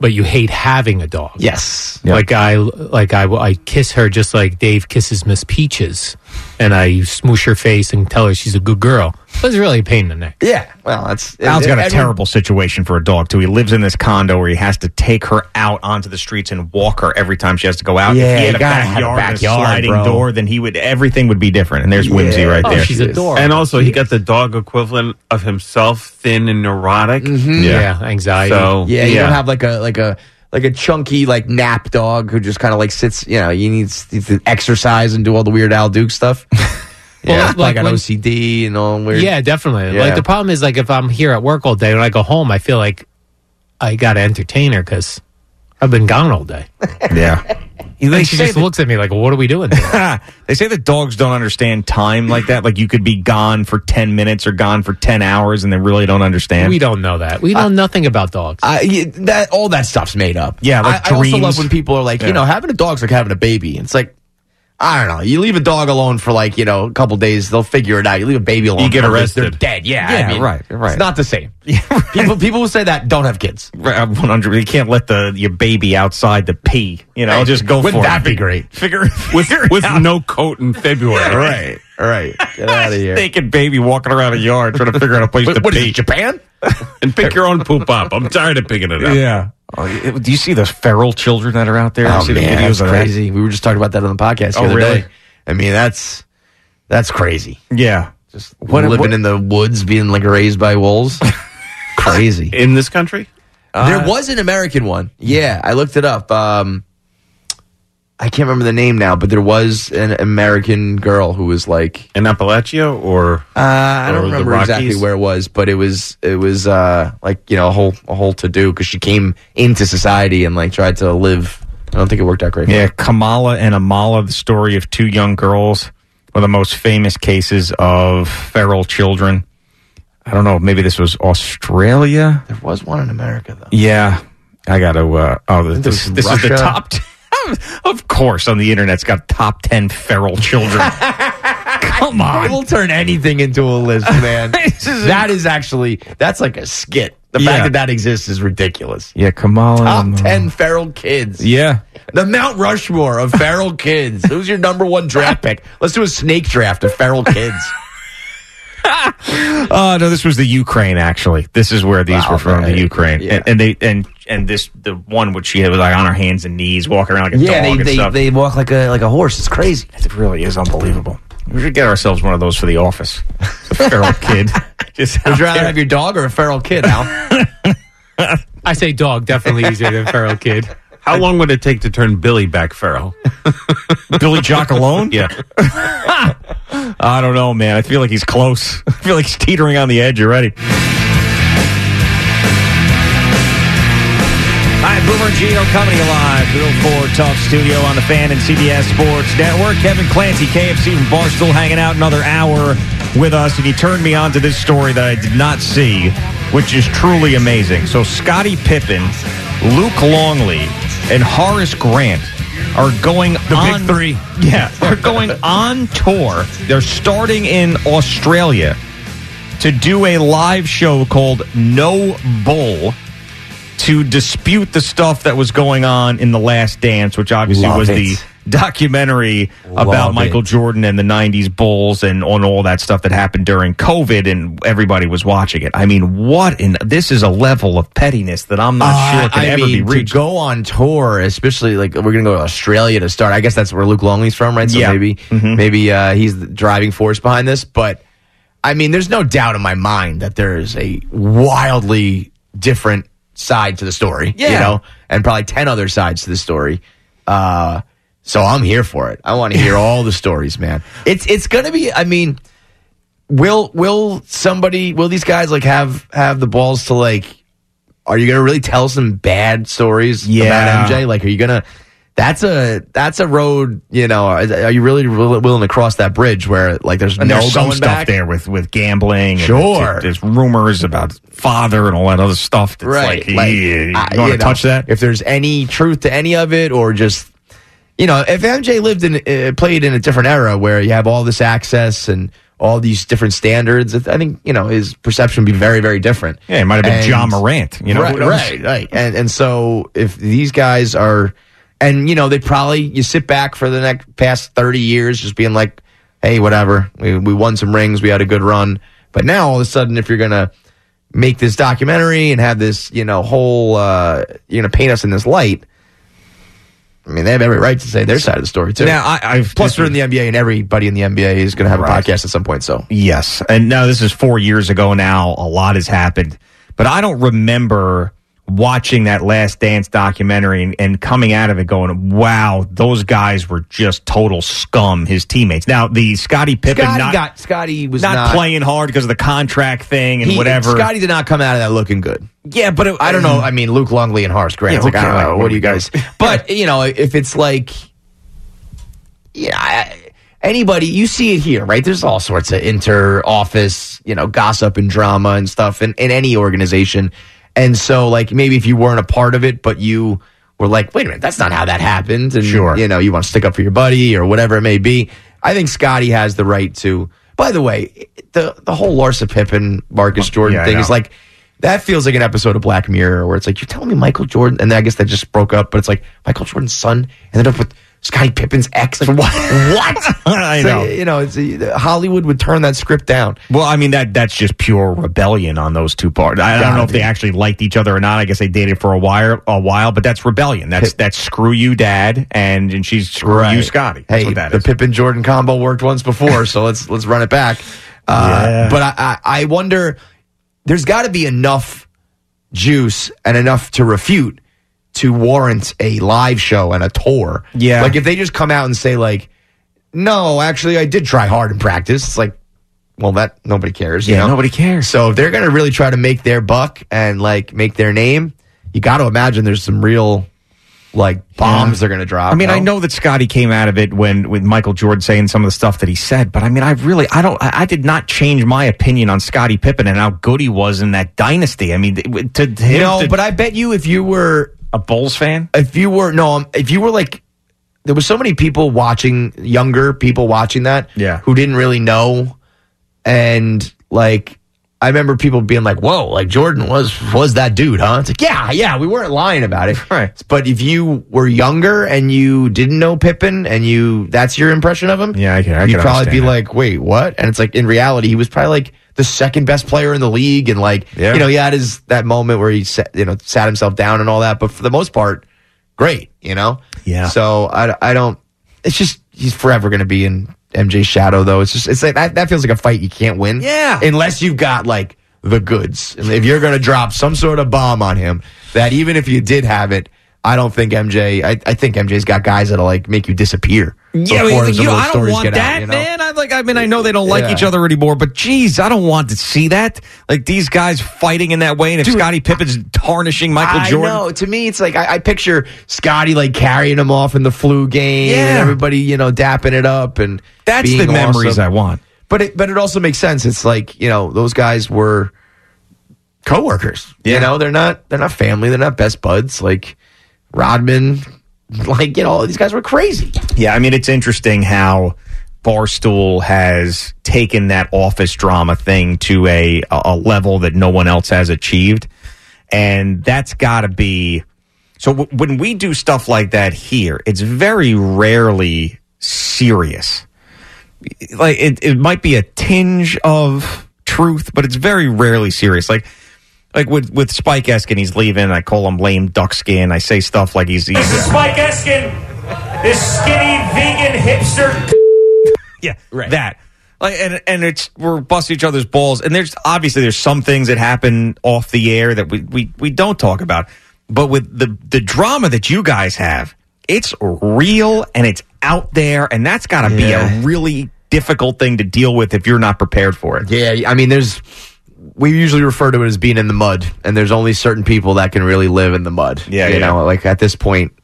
but you hate having a dog. Yes. Like I like I I kiss her just like Dave kisses Miss Peaches, and I smoosh her face and tell her she's a good girl. But it's really a pain in the neck. Yeah. Well, that's Al's got a everyone- terrible situation for a dog too. He lives in this condo where he has to take her out onto the streets and walk her every time she has to go out. Yeah, if he you had a gotta have a backyard, and backyard, sliding bro. door, then he would everything would be different. And there's whimsy right Oh, there. And also, he got the dog equivalent of himself, thin and neurotic. Mm. Yeah. Yeah, anxiety. So, Mm-hmm. yeah, you don't have like a like a like a chunky like nap dog who just kind of like sits. You know, you need to exercise and do all the weird Al Duke stuff. yeah, like like, an when- OCD and all weird. Yeah, definitely. Yeah. Like the problem is like if I'm here at work all day when I go home, I feel like I got to entertain her because I've been gone all day. Yeah. And she just looks at me like, "What are we doing?" they say that dogs don't understand time like that. Like you could be gone for ten minutes or gone for ten hours, and they really don't understand. We don't know that. We know nothing about dogs. I, yeah, Uh, that all that stuff's made up. Yeah, like I, I also dreams. love when people are like, Yeah. you know, having a dog's like having a baby. It's like, I don't know. You leave a dog alone for like you know a couple days, they'll figure it out. You leave a baby alone, You get for a couple days, arrested. They're dead. Yeah, Yeah, I mean, right, right. It's not the same. people people who say that don't have kids. Right, 100. You can't let the your baby outside to pee. You know, Right. just go Wouldn't for that it. be great? Figure with with no coat in February. right, right. Get out of here. Naked baby walking around a yard trying to figure out a place to what is pee. it, Japan? and pick your own poop up. I'm tired of picking it up. Yeah. Oh, it- do you see those feral children that are out there? Oh, You see the man, videos that's of that? crazy. We were just talking about that on the podcast the Oh, other really? day. I mean, that's that's crazy. Yeah. Just living in the woods, being like raised by wolves. crazy. In this country? there was an American one. Yeah, I looked it up. Um, I can't remember the name now, but there was an American girl who was like in Appalachia or uh, I or don't the remember exactly Rockies? where it was, but it was it was uh, like you know a whole a whole to do because she came into society and like tried to live. I don't think it worked out great. for Yeah, her. Kamala and Amala, the story of two young girls, were the most famous cases of feral children. I don't know. Maybe this was Australia. there was one in America though. Yeah, I got to. Uh, oh, think this, there was this is the Russia. top. T- of course, on the internet's got top ten feral children. Come on, we'll turn anything into a list, man. that is actually that's like a skit. The Yeah. fact that that exists is ridiculous. yeah, Kamala. Top Amala. ten feral kids. Yeah, The Mount Rushmore of feral kids. Who's your number one draft pick? Let's do a snake draft of feral kids. Uh, no, this was the Ukraine. Actually, this is where these were from the Ukraine, and, and they and and this the one which she had was like on her hands and knees, walking around like a Yeah, dog they- and they- stuff. they walk like a like a horse. It's crazy. It really is unbelievable. We should get ourselves one of those for the office. A feral kid. Just Would you rather there. have your dog or a feral kid, Al? I say dog definitely easier than feral kid. How long would it take to turn Billy back feral? Billy Jock alone? Yeah. I don't know, man. I feel like he's close. I feel like he's teetering on the edge already. Boomer and Geo coming live. Bill Ford Tough Studio on the Fan and CBS Sports Network. Kevin Clancy, KFC from Barstool, hanging out another hour with us. And you turned me on to this story that I did not see, which is truly amazing. So Scottie Pippen, Luke Longley, and Horace Grant are going the on, big three. Yeah, are going on tour. They're starting in Australia to do a live show called No Bull to dispute the stuff that was going on in The Last Dance, which obviously Love was it. the documentary about Love Michael Jordan and the 90s Bulls and on all that stuff that happened during COVID and everybody was watching it. I mean, what in this is a level of pettiness that I'm not Uh, sure can I ever mean, be reached. To go on tour, especially like we're going to go to Australia to start. I guess that's where Luke Longley's from, right? So Yeah. Mm-hmm. maybe maybe uh, he's the driving force behind this. But I mean, there's no doubt in my mind that there is a wildly different side to the story. You Yeah. know, and probably ten other sides to the story. Uh, so I'm here for it. I want to hear all the stories, man. It's it's going to be. I mean will will somebody will these guys like have have the balls to like are you gonna really tell some bad stories Yeah. about mj like are you gonna that's a that's a road you know are, are you really will- willing to cross that bridge where like there's And no there's some going stuff back? there with with gambling. Sure. and there's, there's rumors about father and all that other stuff. That's right like, like, yeah, you I- want you to know, touch that? if there's any truth to any of it or just you know if mj lived in uh, played in a different era where you have all this access and all these different standards i think you know his perception would be very very different Yeah, it might have been And- John Morant. You know, right, who knows? right, right. And and so if these guys are, and you know, they probably you sit back for the next past thirty years, just being like, hey, whatever, we we won some rings, we had a good run, but now all of a sudden, if you're gonna make this documentary and have this, you know, whole, uh, you're gonna paint us in this light. I mean, they have every right to say their side of the story too. Now, I- I've- plus we're in the NBA, and everybody in the NBA is going to have a podcast at some point. So Yes. And now this is four years ago now. A lot has happened. But I don't remember watching that Last Dance documentary and, and coming out of it going, wow, those guys were just total scum, his teammates. Now, the Scottie Pippen Scotty not, got Scotty was not, not, playing hard because of the contract thing and He- whatever. Scotty did not come out of that looking good. Yeah, but it, I don't know. I mean, Luke Longley and Horace Grant. Yeah, It's like, okay, I don't know. like, Oh, What do you guys? But you know, if it's like, yeah, I- anybody, you see it here, right? There's all sorts of inter-office, you know, gossip and drama and stuff in, in any organization. And so, like, maybe if you weren't a part of it, but you were like, wait a minute, that's not how that happened. And, sure. You know, you want to stick up for your buddy or whatever it may be. I think Scotty has the right to. By the way, the the whole Larsa Pippen, Marcus Jordan Oh, yeah, I thing is know. like that feels like an episode of Black Mirror where it's like, you're telling me Michael Jordan, and I guess that just broke up, but it's like Michael Jordan's son ended up with Scottie Pippen's ex. Like, what? what? I So, know. you know, it's, uh, Hollywood would turn that script down. Well, I mean that that's just pure rebellion on those two parts. I, I don't Gotta know if they actually liked each other or not. I guess they dated for a while, a while, but that's rebellion. That's that's screw you, dad, and and she's screw you, Scotty. That's hey, what that the Pippen Jordan combo worked once before, so let's let's run it back. Uh, But I, I, I wonder, there's got to be enough juice and enough to refute to warrant a live show and a tour. Yeah, like if they just come out and say like, no, actually, I did try hard in practice. It's like, well, that nobody cares. Yeah, nobody cares. So if they're gonna really try to make their buck and like make their name, you got to imagine there's some real like bombs they're gonna drop. I mean, no? I know that Scotty came out of it when with Michael Jordan saying some of the stuff that he said, but I mean, I really, I don't, I, I did not change my opinion on Scotty Pippen and how good he was in that dynasty. I mean, th- to, to him, No, to- but I bet you if you were a Bulls fan, if you were no, um, if you were like there was so many people watching, younger people watching that, yeah, who didn't really know, and like I remember people being like, "Whoa, like Jordan was was that dude, huh?" It's like, yeah, yeah, we weren't lying about it, right? But if you were younger and you didn't know Pippen and you that's your impression of him, yeah, I can, I you'd can probably understand be that. like, "Wait, what?" And it's like in reality, he was probably like the second best player in the league, and like Yeah. you know, he had his that moment where he sat, you know sat himself down and all that. But for the most part, great, you know. Yeah. So I, I don't. It's just he's forever going to be in MJ's shadow, though. It's just it's like that, that feels like a fight you can't win. Yeah. Unless you've got like the goods, and if you're going to drop some sort of bomb on him, that even if you did have it, I don't think MJ. I, I think MJ's got guys that'll like make you disappear. Yeah, before but you some of know, those I don't stories want get out, that, you know? man. I like. I mean, I know they don't like Yeah. each other anymore, but geez, I don't want to see that. Like these guys fighting in that way, and if Scottie Pippen's tarnishing Michael I Jordan, know. To me, it's like I, I picture Scotty like carrying him off in the flu game, and Yeah. everybody you know dapping it up, and That's the being memories awesome. I want. But it, but it also makes sense. It's like you know those guys were coworkers. You know they're not they're not family. They're not best buds. Like Rodman, like you know these guys were crazy. Yeah, I mean, it's interesting how Barstool has taken that office drama thing to a a level that no one else has achieved, and that's got to be. So w- when we do stuff like that here, it's very rarely serious. Like it, it might be a tinge of truth, but it's very rarely serious. Like like with with Spike Eskin, he's leaving. I call him lame duckskin. I say stuff like he's he's. This is Mike Eskin, this skinny vegan hipster. yeah, right. That. Like and and it's we're busting each other's balls. And there's obviously there's some things that happen off the air that we we, we don't talk about. But with the the drama that you guys have, it's real and it's out there, and that's got to be a really difficult thing to deal with if you're not prepared for it. Yeah, I mean there's we usually refer to it as being in the mud, and there's only certain people that can really live in the mud. Yeah, you yeah. know, like at this point,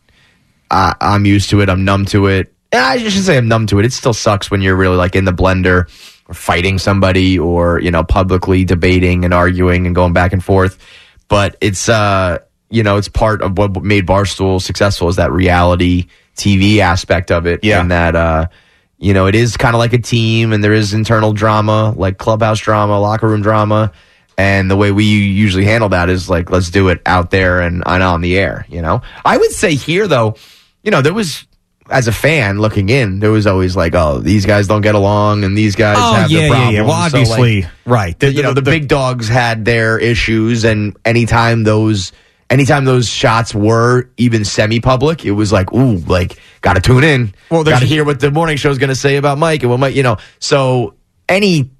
I, I'm used to it. I'm numb to it. Eh, I should say I'm numb to it. It still sucks when you're really like in the blender or fighting somebody or you know publicly debating and arguing and going back and forth. But it's uh you know it's part of what made Barstool successful is that reality TV aspect of it. Yeah, and that uh you know, it is kind of like a team, and there is internal drama, like clubhouse drama, locker room drama. And the way we usually handle that is like, let's do it out there and, and on the air, you know? I would say here, though, you know, there was, as a fan looking in, there was always like, oh, these guys don't get along, and these guys Oh, have yeah, their yeah, problems. yeah. Well, So, like, obviously, right. The- you know, the- the, the- big dogs had their issues, and anytime those. Anytime those shots were even semi-public, it was like, ooh, like gotta tune in, well, gotta hear what the morning show's gonna say about Mike and what Mike, you know. So any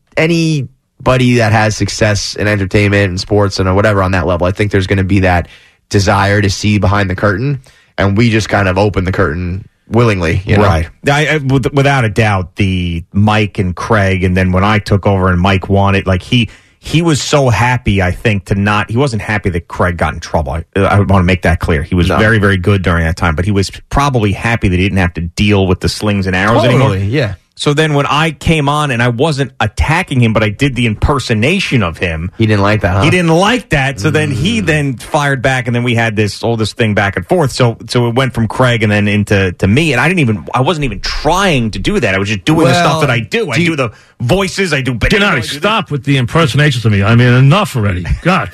anybody that has success in entertainment and sports and whatever on that level, I think there's gonna be that desire to see behind the curtain, and we just kind of open the curtain willingly, you know? Right. I, I, with, without a doubt, the Mike and Craig, and then when I took over and Mike won it, like he he was so happy. I think to not he wasn't happy that Craig got in trouble. I, I want to make that clear. He was very very good during that time, but he was probably happy that he didn't have to deal with the slings and arrows anymore. Totally, yeah. So then when I came on and I wasn't attacking him, but I did the impersonation of him. He didn't like that. huh? He didn't like that. So then he then fired back, and then we had this all this thing back and forth. So so it went from Craig and then into to me, and I didn't even I wasn't even trying to do that. I was just doing the Well, stuff that I do. I do you- do the voices. I do. Get out! Stop with the impersonations of me. I mean, enough already. God.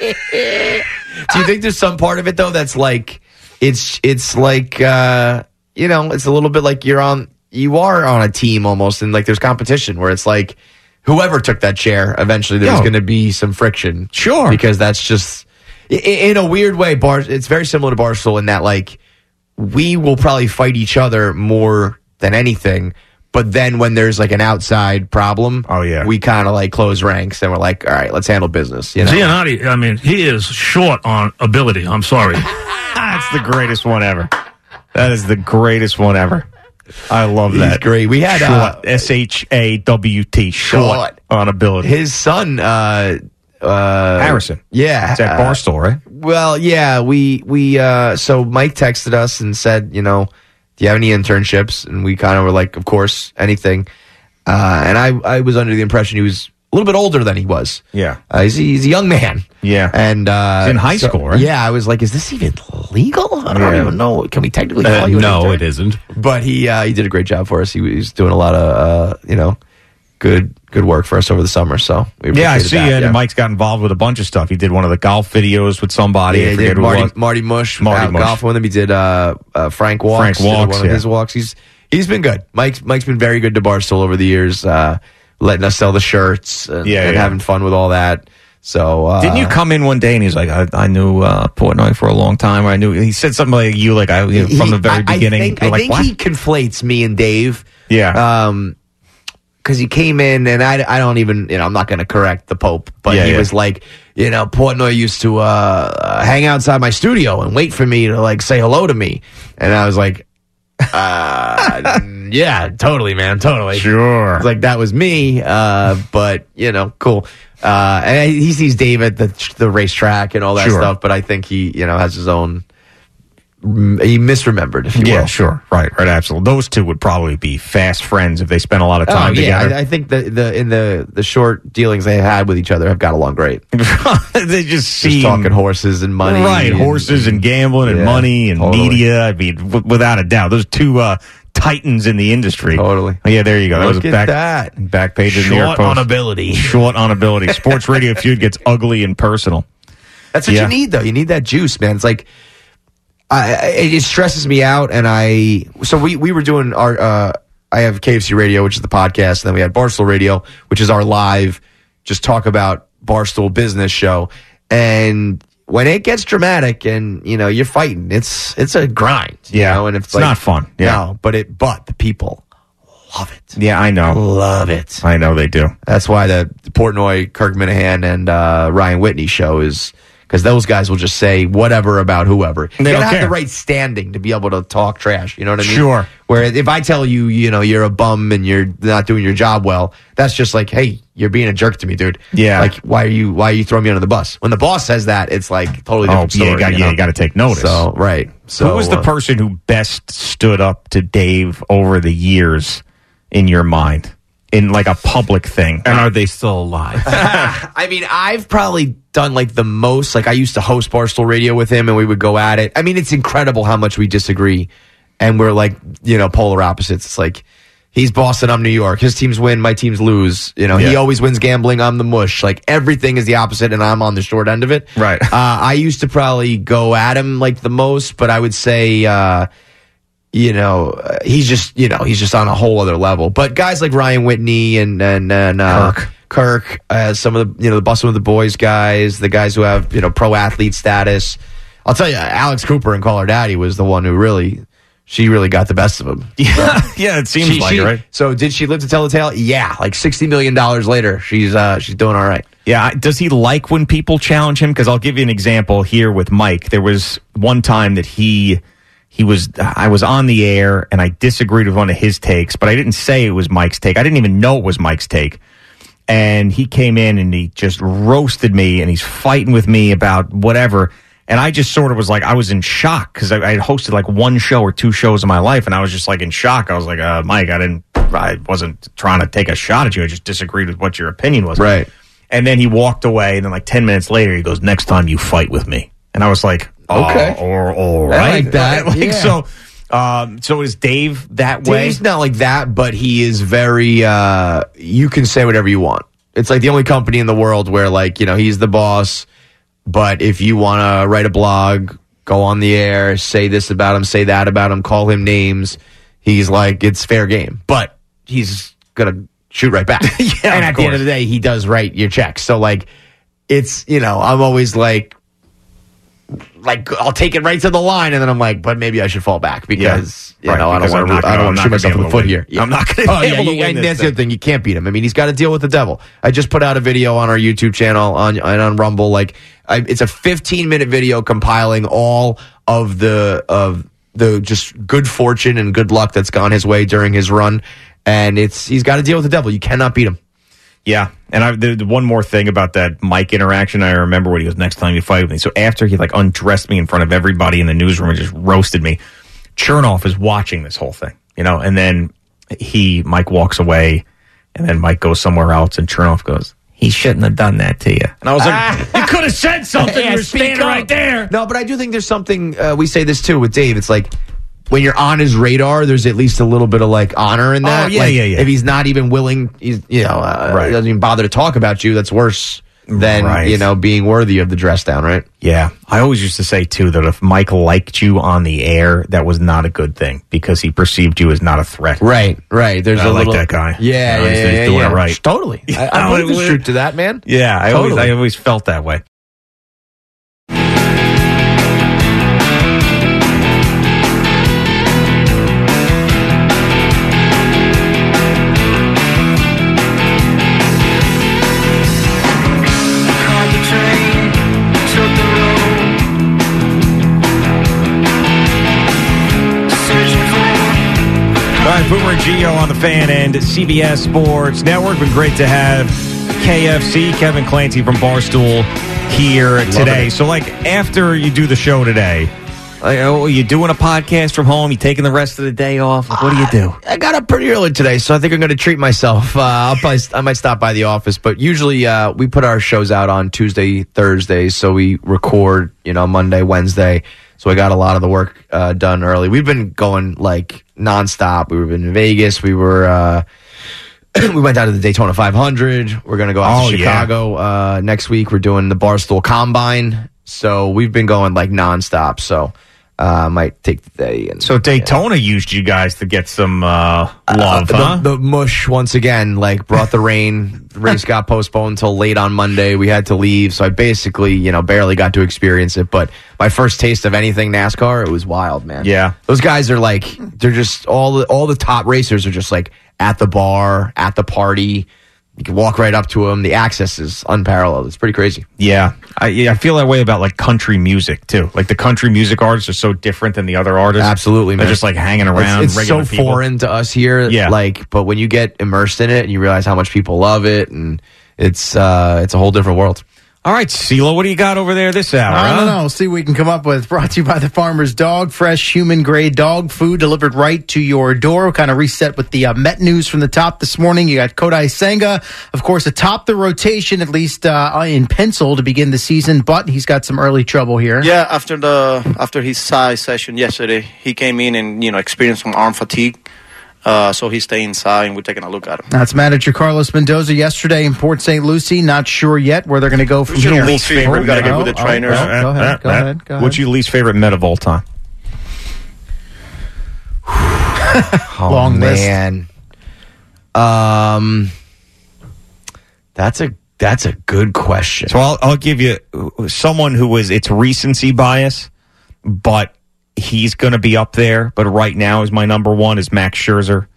Do you think there's some part of it though that's like it's it's like uh you know, it's a little bit like you're on you are on a team almost and like there's competition where it's like whoever took that chair eventually there's Yo. going to be some friction. Sure. Because that's just i- i- in a weird way Bar it's very similar to Barstool in that like we will probably fight each other more than anything. But then when there's like an outside problem, oh yeah, we kind of like close ranks and we're like, all right, let's handle business. You know? Giannotti, I mean, he is short on ability. I'm sorry. That's the greatest one ever. That is the greatest one ever. I love that. great. We had, uh, short S H A W T short, Short. on ability. His son uh, uh, Harrison. Yeah, It's at uh, Barstool, right? Well, yeah, we we uh, so Mike texted us and said, you know, do you have any internships? And we kind of were like, of course, anything. Uh, and I I was under the impression he was a little bit older than he was. Yeah. Uh, he's, he's a young man. Yeah. And uh, He's in high so- school, right? Yeah, I was like, is this even legal? I don't Yeah. even know. Can we technically Uh, call you? an no, intern? it isn't. But he uh, he did a great job for us. He was doing a lot of uh, you know good good work for us over the summer. So we Yeah, I appreciated see. that, and Mike's got involved with a bunch of stuff. He did one of the golf videos with somebody. Yeah, I he forget did who it Marty, was. Marty Mush, Marty out Mush. golf with him. He did uh, uh, Frank Walks. Frank did Walks, one of his yeah. walks. He's he's been good. Mike's Mike's been very good to Barstool over the years, uh, letting us sell the shirts and, Yeah, and yeah. having fun with all that. So uh, Didn't you come in one day and he's like, I, I knew uh, Portnoy for a long time, or I knew he said something like you, like I you know, from he- the very I- beginning. I think, You're I like, think what? he conflates me and Dave. Yeah. Um, because he came in and I, I don't even you know I'm not going to correct the Pope, but Yeah, he yeah. was like you know Portnoy used to uh, hang outside my studio and wait for me to like say hello to me, and I was like Uh, yeah, totally, man, totally. Sure. Like that was me, uh, but you know, cool. Uh, and he sees Dave at the the racetrack and all that Sure. stuff, but I think he, you know, has his own. He misremembered, if you yeah, will. sure, right, right, absolutely. Those two would probably be fast friends if they spent a lot of Oh, time yeah, together. I, I think the, the in the the short dealings they had with each other have got along great. they just seem talking horses and money, right? and- horses and gambling and Yeah, money and totally. media. I mean, w- without a doubt, those two uh, titans in the industry. Totally. Yeah, there you go. That Look was at back that. back page of the New York Short on Post. ability. Short on ability. Sports radio feud gets ugly and personal. That's what Yeah. you need, though. You need that juice, man. It's like I, I- it stresses me out, and I. So we we were doing our. Uh, I have KFC Radio, which is the podcast, and then we had Barstool Radio, which is our live, just talk about Barstool business show. And when it gets dramatic, and you know you're fighting, it's it's a grind. You Yeah. know? and if It's not fun. Yeah. no, but it but the people Yeah, I know. Love it. I know they do. That's why the Portnoy, Kirk Minahan, and uh, Ryan Whitney show is because those guys will just say whatever about whoever. They gotta don't have care. the right standing to be able to talk trash. You know what I mean? Sure. Where if I tell you, you know, you're a bum and you're not doing your job well, that's just like, hey, you're being a jerk to me, dude. Yeah. Like, why are you why are you throwing me under the bus? When the boss says that, it's like totally Oh, different yeah, story. you got- yeah, you gotta take notice. So right. So who was the uh, person who best stood up to Dave over the years in your mind in like a public thing? And are they still alive? I mean, I've probably done like the most. Like I used to host Barstool Radio with him, and we would go at it. I mean, it's incredible how much we disagree, and we're like you know polar opposites. It's like he's Boston, I'm New York. His teams win, my teams lose. You know, he Yeah. always wins gambling, I'm the mush. Like everything is the opposite, and I'm on the short end of it. Right. Uh, I used to probably go at him like the most, but I would say. Uh, you know, uh, he's just you know he's just on a whole other level. But guys like Ryan Whitney and and, and uh, Kirk, uh, some of the you know the busting with the boys guys, the guys who have you know pro athlete status. I'll tell you, Alex Cooper and Call Her Daddy was the one who really, she really got the best of him. yeah, it seems She- like she- it, right? So did she live to tell the tale? Yeah, like sixty million dollars later, she's uh she's doing all right. Yeah. I- Does he like when people challenge him? Because I'll give you an example here with Mike. There was one time that he he was I was on the air and I disagreed with one of his takes, but I didn't say it was Mike's take. I didn't even know it was Mike's take. And he came in and he just roasted me and he's fighting with me about whatever. And I just sort of was like, I was in shock because I, I had hosted like one show or two shows in my life, and I was just like in shock. I was like, uh, Mike, I didn't, I wasn't trying to take a shot at you. I just disagreed with what your opinion was. Right. And then he walked away, and then like ten minutes later, he goes, "Next time you fight with me." And I was like, Okay. "Okay, or all I right, like that. Like, Yeah. So, um, so is Dave that way? Dave's not like that, but he is very. Uh, you can say whatever you want. It's like the only company in the world where, like, you know, he's the boss. But if you want to write a blog, go on the air, say this about him, say that about him, call him names, he's like, it's fair game. But he's gonna shoot right back. yeah, and at the end of the day, he does write your checks. So like, it's you know, I'm always like, like I'll take it right to the line, and then I'm like, but maybe I should fall back because you Right, know because I I'm don't want not to I gonna- don't I'm want not to shoot gonna be myself in able the to foot win. here. I'm not gonna Oh be yeah, able to you- and win this that's the other thing. You can't beat him. I mean, he's got to deal with the devil. I just put out a video on our YouTube channel on and on Rumble. Like, I, it's a 15 minute video compiling all of the of the just good fortune and good luck that's gone his way during his run, and it's he's got to deal with the devil. You cannot beat him. Yeah, and I, the, the one more thing about that Mike interaction, I remember what he goes, "Next time you fight with me." So after he like undressed me in front of everybody in the newsroom and just roasted me, Chernoff is watching this whole thing, you know. And then he Mike walks away, and then Mike goes somewhere else, and Chernoff goes, "He shouldn't have done that to you." And I was like, Ah. you could have said something. Yeah, you were speak standing up. right there. No, but I do think there's something. Uh, we say this too with Dave. It's like when you're on his radar, there's at least a little bit of like honor in Oh, that. yeah, Like, yeah, yeah. If he's not even willing, he's you know, uh, he doesn't even bother to talk about you. That's worse than Right. you know being worthy of the dress down, right? Yeah. I always used to say, too, that if Mike liked you on the air, that was not a good thing because he perceived you as not a threat. Right, right. There's I a like little- that guy. Yeah, You know, yeah, he's, yeah, he's yeah, doing yeah. it right. Totally. I- I believe the truth to that, man. Yeah, I, Totally. always, I always felt that way. Caught the train, took the road, searching for Geo on the fan and CBS Sports Network. Been great to have KFC Kevin Clancy from Barstool here today. it. So, like after you do the show today, like, oh, you doing a podcast from home? You taking the rest of the day off? Like, what do you do? I got up pretty early today, so I think I'm going to treat myself. Uh, I'll probably, I might stop by the office, but usually uh, we put our shows out on Tuesday, Thursdays, so we record, you know, Monday, Wednesday. So I got a lot of the work uh, done early. We've been going like nonstop. We were in Vegas. We were. Uh, we went down to the Daytona 500. We're going to go out Oh, to yeah. Chicago uh, next week. We're doing the Barstool Combine. So we've been going like nonstop. So uh, I might take the day. And, So Daytona used you guys to get some uh, love, the, huh? the mush once again like brought the rain. The race got postponed until late on Monday. We had to leave, so I basically you know barely got to experience it. But my first taste of anything NASCAR, it was wild, man. Yeah. those guys are like they're just all the all the top racers are just like at the bar, at the party. You can walk right up to them. The access is unparalleled. It's pretty crazy. Yeah, I, yeah, I feel that way about like country music too. Like the country music artists are so different than the other artists. Absolutely, man. They're just like hanging around. It's, it's regular so people. foreign to us here. Yeah. like, but when you get immersed in it and you realize how much people love it, and it's uh, it's a whole different world. All right, CeeLo, what do you got over there this hour? I huh? Uh-huh. don't know. We'll see what we can come up with. Brought to you by the Farmer's Dog, fresh human grade dog food delivered right to your door. Kind of reset with the uh, Met news from the top this morning. You got Kodai Senga, of course, atop the rotation, at least uh, in pencil to begin the season, but he's got some early trouble here. Yeah, after the after his size session yesterday, he came in and you know experienced some arm fatigue. Uh, so he stayed inside, and we're taking a look at him. That's manager Carlos Mendoza yesterday in Port St. Lucie. Not sure yet where they're going to go from your here. least favorite? We gotta get with the Oh, trainers. oh, go ahead. Go ahead. Go ahead. Uh, What's your least favorite Met of all time? Oh, Long list. Oh, man. Um, that's a that's a good question. So I'll, I'll give you uh, someone who was it's recency bias, but he's going to be up there. But right now is my number one is Max Scherzer.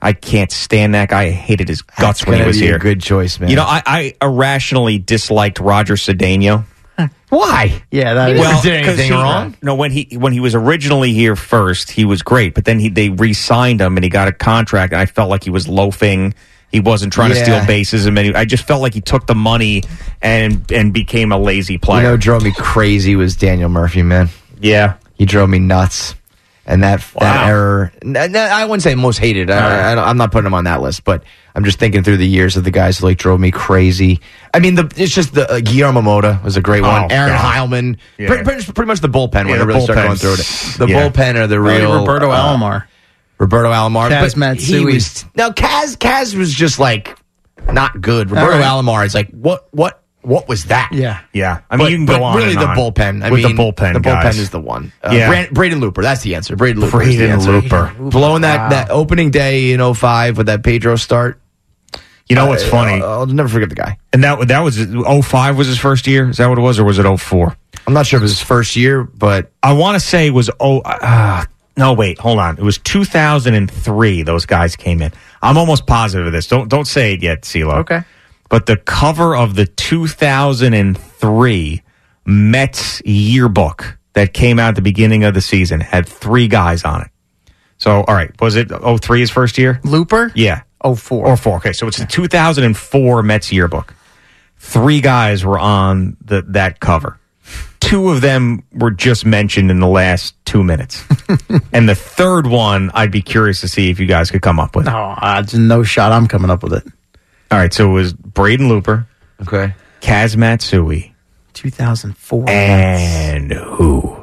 I can't stand that guy. I hated his guts when he gonna was be a here. good choice, man. You know, I, I irrationally disliked Roger Cedeno. Why? Yeah, that Well, is 'cause he- No, when he when he was originally here first, he was great, but then he they re-signed him and he got a contract, and I felt like he was loafing. He wasn't trying to Yeah. steal bases, and many. I just felt like he took the money and and became a lazy You player. know, drove me crazy was Daniel Murphy, man. Yeah, he drove me nuts. And that that error, n- n- I wouldn't say most hated. I, I, am not putting him on that list, but I'm just thinking through the years of the guys who like drove me crazy. I mean, the, it's just the uh, Guillermo Moda was a great Oh, one. Aaron God. Heilman, Yeah. pretty, pretty, pretty much the Yeah, bullpen when I the really started going bullpen's- through it. The yeah. bullpen are the Really, real uh, Roberto Alomar. Roberto Alomar, Kaz but he Matsui. was now Kaz. Kaz was just like not good. All Roberto right. Alomar is like what what what was that? Yeah. Yeah, I mean But- you can go but on Really, and the on bullpen. I with mean, the bullpen. The bullpen guys. is the one. yeah, yeah. Braden Looper. That's the answer. Braden Looper. is the Braden answer. Looper. Blowing that, that opening day in 05 with that Pedro start. You know what's funny? Uh, I'll, I'll never forget the guy. and that that was 05 was his first year. Is that what it was, or was it 04? I'm not sure if it was his first year, but I want to say it was oh uh, no wait hold on it was 2003. Those guys came in. I'm almost positive of this. Don't don't say it yet, CeeLo. Okay. But the cover of the 2003 Mets yearbook that came out at the beginning of the season had three guys on it. So all right, was it 03 his first year? Looper. Yeah. Oh four. Or four. Okay, so it's the 2004 Mets yearbook. Three guys were on the that cover. Two of them were just mentioned in the last two minutes, and the third one I'd be curious to see if you guys could come up with. No, odds no shot. I'm coming up with it. All right, so it was Braden Looper, okay, Kaz Matsui, 2004. and who?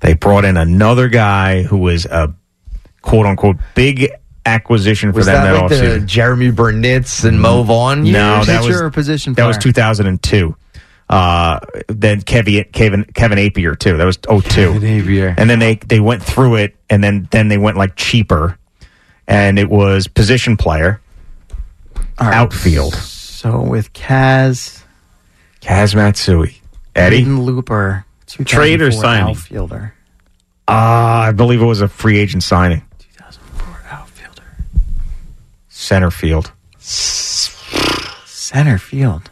They brought in another guy who was a quote unquote big acquisition for was them that that like offseason. Mm. the Jeremy Burnitz and Mo Vaughn? No, years? that was That was 2002. Uh, then Kevin Kevin Kevin Apier too. That was 02. And then they they went through it, and then then they went like cheaper, and it was position player, outfield, So with Kaz, Kaz Matsui, Eddie Braden Looper, 2004 Trade or signing? outfielder. Uh, I believe it was a free agent signing. 2004 outfielder, center field. Center field.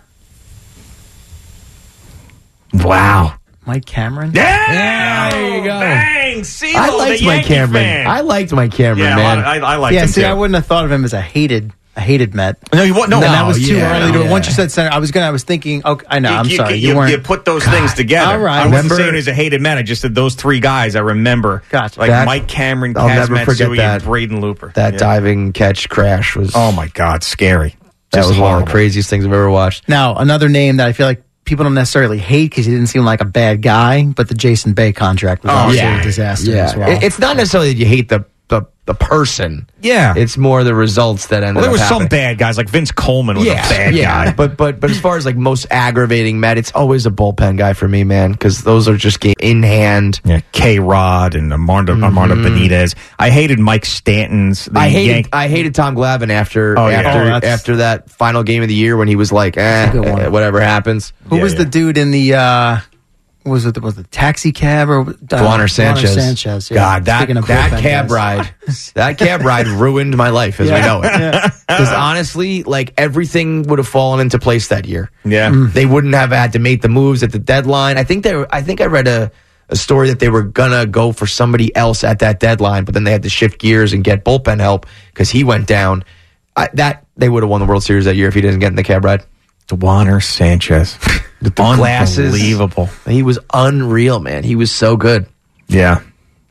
Wow. Mike Cameron? Yeah! there you Oh, go. Bang! See, I liked the Mike Yankee Cameron. Fan. I liked Mike Cameron, Yeah, a lot man. of- I- I liked yeah, him, see, too. I wouldn't have thought of him as a hated, a hated Met. No, you wa- no, and that no, was too yeah, Oh, early. to yeah. Once you said center, I was gonna. I was thinking. Okay, I know. I'm you, sorry. You, You, weren't. you put those things together. All right. I wasn't Remember- saying he's a hated man. I just said those three guys I remember. Gotcha. Like That- Mike Cameron, I'll Kaz never forget Matsui, and that. Braden Looper. That diving catch crash was. Oh my god, scary! That Just was one of horrible. the craziest things I've ever watched. Now, another name that I feel like people don't necessarily hate because he didn't seem like a bad guy, but the Jason Bay contract Oh, was also a disaster Oh, Yeah. as well. It- it's not necessarily that you hate the the, the person. Yeah, it's more the results that end. Well, there up were some happening. bad guys like Vince Coleman was a bad yeah. guy. But but but as far as like most aggravating Matt, it's always a bullpen guy for me, man, because those are just game in hand. Yeah, K Rod and Armando Armando Mm-hmm. Benitez. I hated Mike Stanton's. The I hated Yank- I hated Tom Glavine after Oh, yeah. after Oh, that's- after that final game of the year when he was like, eh, eh, whatever happens. Who was the dude in the? uh was it was the taxi cab or uh, Duaner Sanchez. Sanchez, yeah. God, that, Speaking of that bullpen cab guys. ride, that cab ride ruined my life as we Yeah. know it. Because honestly, like everything would have fallen into place that year. Yeah, Mm. they wouldn't have had to make the moves at the deadline. I think they, were- I think I read a, a story that they were gonna go for somebody else at that deadline, but then they had to shift gears and get bullpen help because he went down. I, that they would have won the World Series that year if he didn't get in the cab ride. Duaner Sanchez. With the glasses. Unbelievable. He was unreal, man. He was so good. Yeah.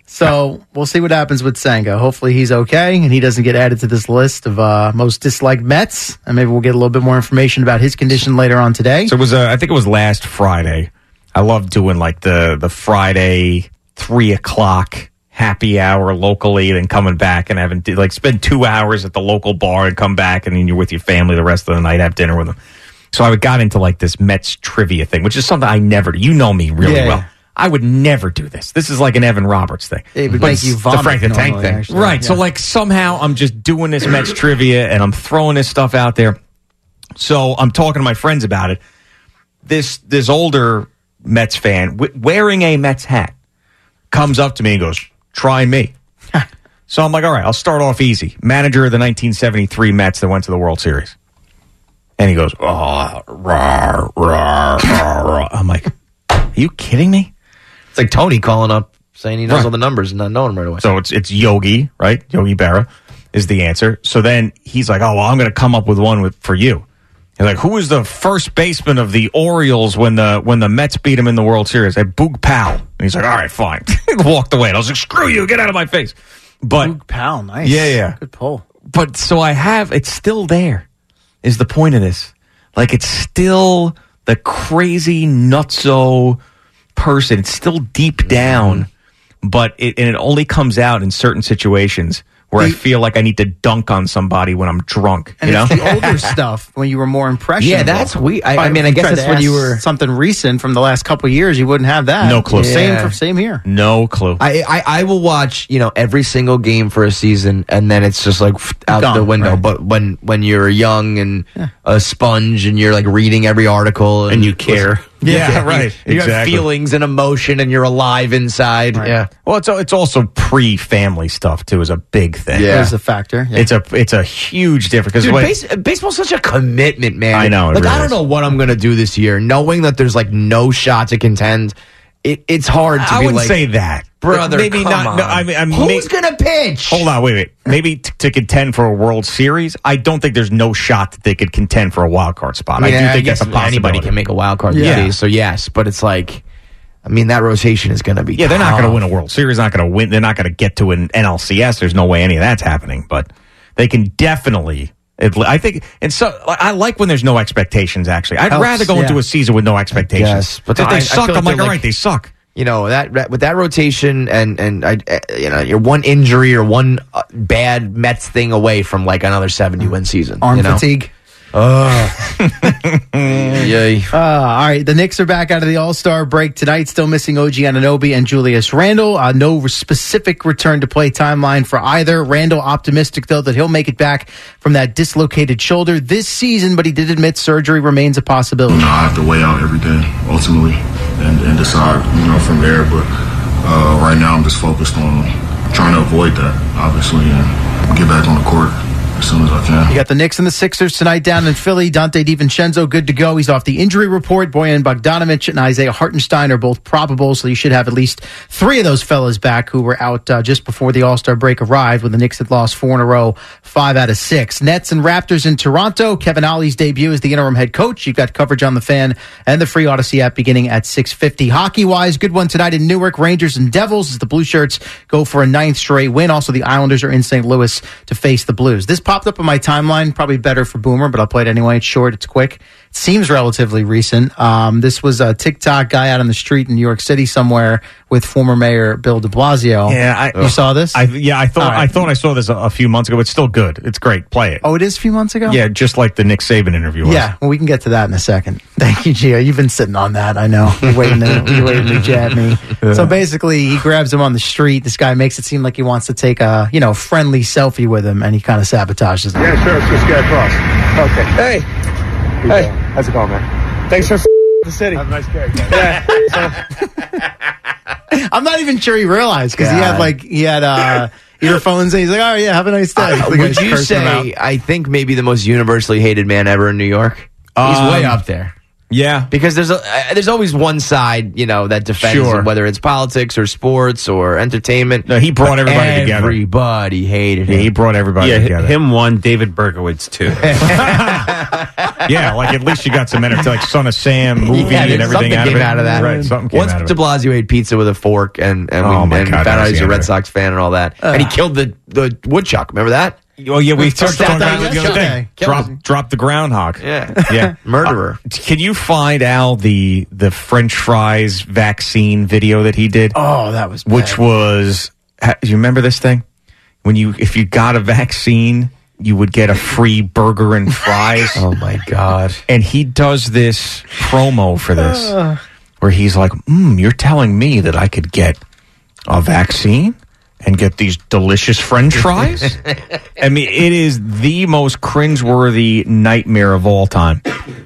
So we'll see what happens with Sanga. Hopefully he's okay and he doesn't get added to this list of uh, most disliked Mets. And maybe we'll get a little bit more information about his condition later on today. So it was. Uh, I think it was last Friday. I love doing like the the Friday three o'clock happy hour locally, then coming back and having like spend two hours at the local bar and come back, and then you're with your family the rest of the night, have dinner with them. So I got into like this Mets trivia thing, which is something I never. do. You know me really Yeah, well. yeah. I would never do this. This is like an Evan Roberts thing. It would But make you it's vomit The Frank the Tank normally, thing, actually. right? So Yeah. like somehow I'm just doing this Mets trivia and I'm throwing this stuff out there. So I'm talking to my friends about it. This this older Mets fan w- wearing a Mets hat comes up to me and goes, "Try me." so I'm like, "All right, I'll start off easy." Manager of the 1973 Mets that went to the World Series, and he goes, "Oh, rah, rah, rah, rah." I'm like, "Are you kidding me?" It's like Tony calling up saying he knows Right. all the numbers and not knowing them right away. So it's it's Yogi, right? Yogi Berra is the answer. So then he's like, "Oh, well, I'm going to come up with one with for you." He's like, "Who was the first baseman of the Orioles when the when the Mets beat him in the World Series?" I Boog Powell. And he's like, "All right, fine." Walked away. And I was like, "Screw you! Get out of my face!" But Pal, nice. Yeah, yeah. Good pull. but so I have it's still there is the point of this. Like it's still the crazy nutso person. It's still deep down, but it and it only comes out in certain situations where I feel like I need to dunk on somebody when I'm drunk. And you know? it's the older stuff when you were more impressionable. Yeah, that's we- I- If I mean, I guess tried to that's when you ask were- something recent from the last couple of years. You wouldn't have that. No clue. Same Yeah. for same here. No clue. I, I I will watch you know every single game for a season, and then it's just like pfft, out Gone, the window. right. But when when you're young and a sponge, and you're like reading every article, and, you care, Yeah, right. You, have Exactly. feelings and emotion, and you're alive inside. Yeah, Well, it's it's also pre-family stuff too is a big thing. Yeah. There's a factor. yeah. It's a it's a huge difference dude. because Base, baseball's such a commitment, man. I know, it Like really I don't is. know what I'm gonna do this year, knowing that there's like no shot to contend. It, it's hard to I be wouldn't like, say that, brother. Maybe come not. On. No, I mean, I'm who's gonna pitch? Hold on, wait, wait. Maybe t- to contend for a World Series, I don't think there's no shot that they could contend for a wild card spot. I do Yeah, think guess that's a possibility. Anybody can make a wild card Yeah. yeah. so yes, but it's like, I mean, that rotation is going to be. Yeah, they're not going to tough. win a World Series. Not going to win. They're not going to get to an NLCS. There's no way any of that's happening. But they can definitely. It, I think, and so like, I like when there's no expectations. Actually, I'd Helps, rather go into yeah. a season with no expectations. Yes, but if I- they I suck, feel I'm like like, they're all like- right, they suck. You know that that- with that rotation and and I uh, you know you're one injury or one uh, bad Mets thing away from like another 70 Mm-hmm. win season. Arm you know? fatigue. Yay. Uh, all right. The Knicks are back out of the All Star break tonight. Still missing OG Ananobi and Julius Randle. Uh, no specific return to play timeline for either. Randle optimistic, though, that he'll make it back from that dislocated shoulder this season, but he did admit surgery remains a possibility. You know, I have to weigh out everything ultimately and, and decide, you know, from there. But uh, right now, I'm just focused on trying to avoid that, obviously, and get back on the court as soon as I can. You got the Knicks and the Sixers tonight down in Philly. Dante DiVincenzo, good to go. He's off the injury report. Boyan Bogdanovich and Isaiah Hartenstein are both probable, so you should have at least three of those fellas back who were out uh, just before the All Star break arrived when the Knicks had lost four in a row, five out of six. Nets and Raptors in Toronto. Kevin Ollie's debut as the interim head coach. You've got coverage on the fan and the free Odyssey app beginning at 6.50. Hockey-wise, good one tonight in Newark. Rangers and Devils as the Blue Shirts go for a ninth straight win. Also, the Islanders are in St. Louis to face the Blues. This popped up on my timeline, probably better for Boomer, but I'll play it anyway. It's short, it's quick. It seems relatively recent. Um, this was a TikTok guy out on the street in New York City somewhere with former Mayor Bill de Blasio. you saw this? I, yeah, I All thought right. I thought I saw this a, a few months ago. It's still good. It's great. Play it. Oh, it is a few months ago? Yeah, just like the Nick Saban interview. Was. Yeah, well, we can get to that in a second. Thank you, Gio. You've been sitting on that. I know. You're waiting to, you're waiting to jab me. So basically, he grabs him on the street. This guy makes it seem like he wants to take a you know friendly selfie with him, and he kind of sabotages him. Yeah, sure. Let's just get across. Okay. Hey. Hey. How's it going, man? Thanks for f- the city. Have a nice day. Yeah. I'm not even sure he realized because he had like he had uh, earphones, and he's like, "Oh yeah, have a nice day." Uh, The would guy's you cursing him out. say I think maybe the most universally hated man ever in New York? He's way Um, up there. Yeah, because there's a uh, there's always one side you know that defends Sure. him, whether it's politics or sports or entertainment. No, he brought But everybody together. Everybody hated him. he brought everybody Yeah, together. Him one, David Berkowitz two. yeah, like at least you got some entertainment, like Son of Sam movie Yeah, and dude, everything something out came of it. out of that. Right, something came Once out of De it. Blasio ate pizza with a fork, and and we, Oh, my and God, that found out was he's a the end Red of it. Sox fan and all that, Uh. and he killed the the woodchuck. Remember that? Oh yeah, we talked Stat about that it the other yesterday. day. Killed Drop, drop the groundhog. Yeah, yeah, murderer. Uh, can you find Al the the French fries vaccine video that he did? Oh, that was bad. which was. ha- Do you remember this thing? When you if you got a vaccine, you would get a free burger and fries. oh my god! And he does this promo for this Uh. where he's like, mm, "You're telling me that I could get a vaccine and get these delicious French fries?" I mean, it is the most cringeworthy nightmare of all time.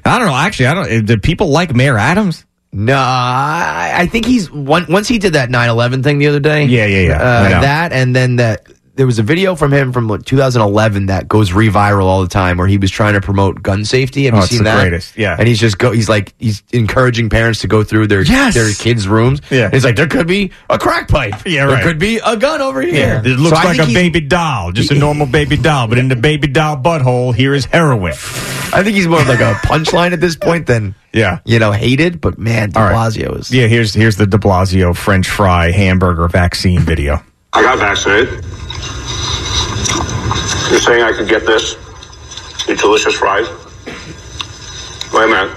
I don't know. Actually, I don't. eh, Do people like Mayor Adams? No, I, I think he's one, once he did that 9/11 thing the other day. Yeah, yeah, yeah. I Uh, know. that and then that there was a video from him from like, 2011 that goes reviral all the time where he was trying to promote gun safety. Have Oh, you it's seen the that? greatest, yeah. and he's just go. He's like he's encouraging parents to go through their Yes. their kids' rooms. Yeah. he's like there could be a crack pipe. Yeah, There right. could be a gun over here. It looks So I like think a he's- baby doll, just a normal baby doll, but in the baby doll butthole, here is heroin. I think he's more of like a punchline at this point than yeah, you know, hated. But man, De All right. Blasio is Yeah, here's here's the De Blasio French fry hamburger vaccine video. I got vaccinated. You're saying I could get this? You delicious fries? Wait a minute.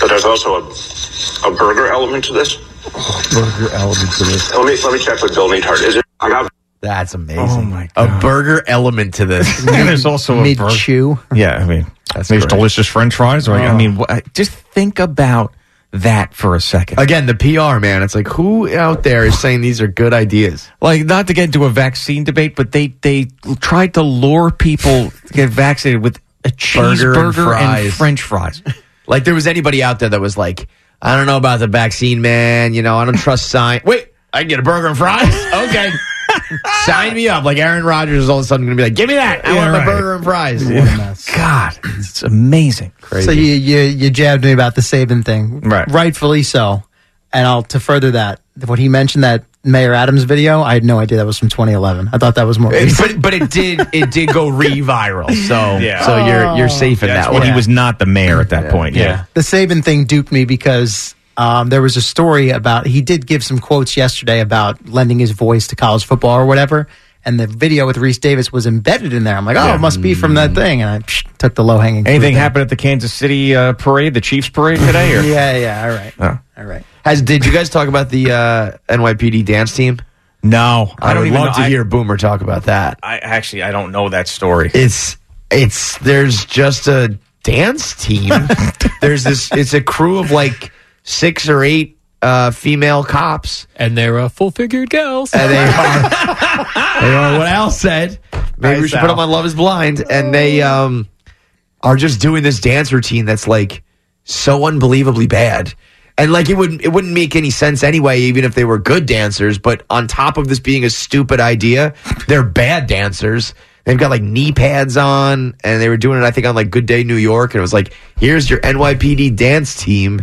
But there's also a, a burger element to this? burger element to this. Let me let me check with Bill Neathart. Is it I got That's amazing. Oh my god. A burger element to this. There's also a mid burger. chew. Yeah, I mean, That's these great. delicious French fries. Right? Oh. I mean, wh- just think about that for a second. Again, the PR man. It's like who out there is saying these are good ideas? Like, not to get into a vaccine debate, but they they tried to lure people to get vaccinated with a cheeseburger and, French fries. like there was anybody out there that was like, I don't know about the vaccine, man. You know, I don't trust science. Wait, I can get a burger and fries. Okay. Sign me up. Like Aaron Rodgers is all of a sudden going to be like, give me that. I Yeah, want right. my burger and fries. God, it's amazing. So you, you you jabbed me about the Saban thing, right? Rightfully so. And I'll to further that when he mentioned that Mayor Adams video, I had no idea that was from 2011. I thought that was more. recent. but but it did it did go re-viral. So Yeah. so you're you're safe in That's that when one. he was not the mayor at that point. Yeah. The Saban thing duped me because um, there was a story about he did give some quotes yesterday about lending his voice to college football or whatever. And the video with Reese Davis was embedded in there. I'm like, oh, Yeah. it must be from that thing. And I psh, took the low hanging. Anything happened at the Kansas City uh, parade, the Chiefs parade today? Or? Yeah, yeah. All right. Oh. All right. Has did you guys talk about the uh, NYPD dance team? No, I, I don't would even love know- to I- hear Boomer talk about that. I actually I don't know that story. It's it's there's just a dance team. there's this. It's a crew of like six or eight uh, female cops, and they're uh, full figured gals. And they are. they are what Al said. Maybe we Nice, should put Al. them on Love Is Blind, and they um are just doing this dance routine that's like so unbelievably bad. And like it wouldn't it wouldn't make any sense anyway, even if they were good dancers. But on top of this being a stupid idea, they're bad dancers. They've got like knee pads on, and they were doing it, I think, on like Good Day New York, and it was like, here's your NYPD dance team,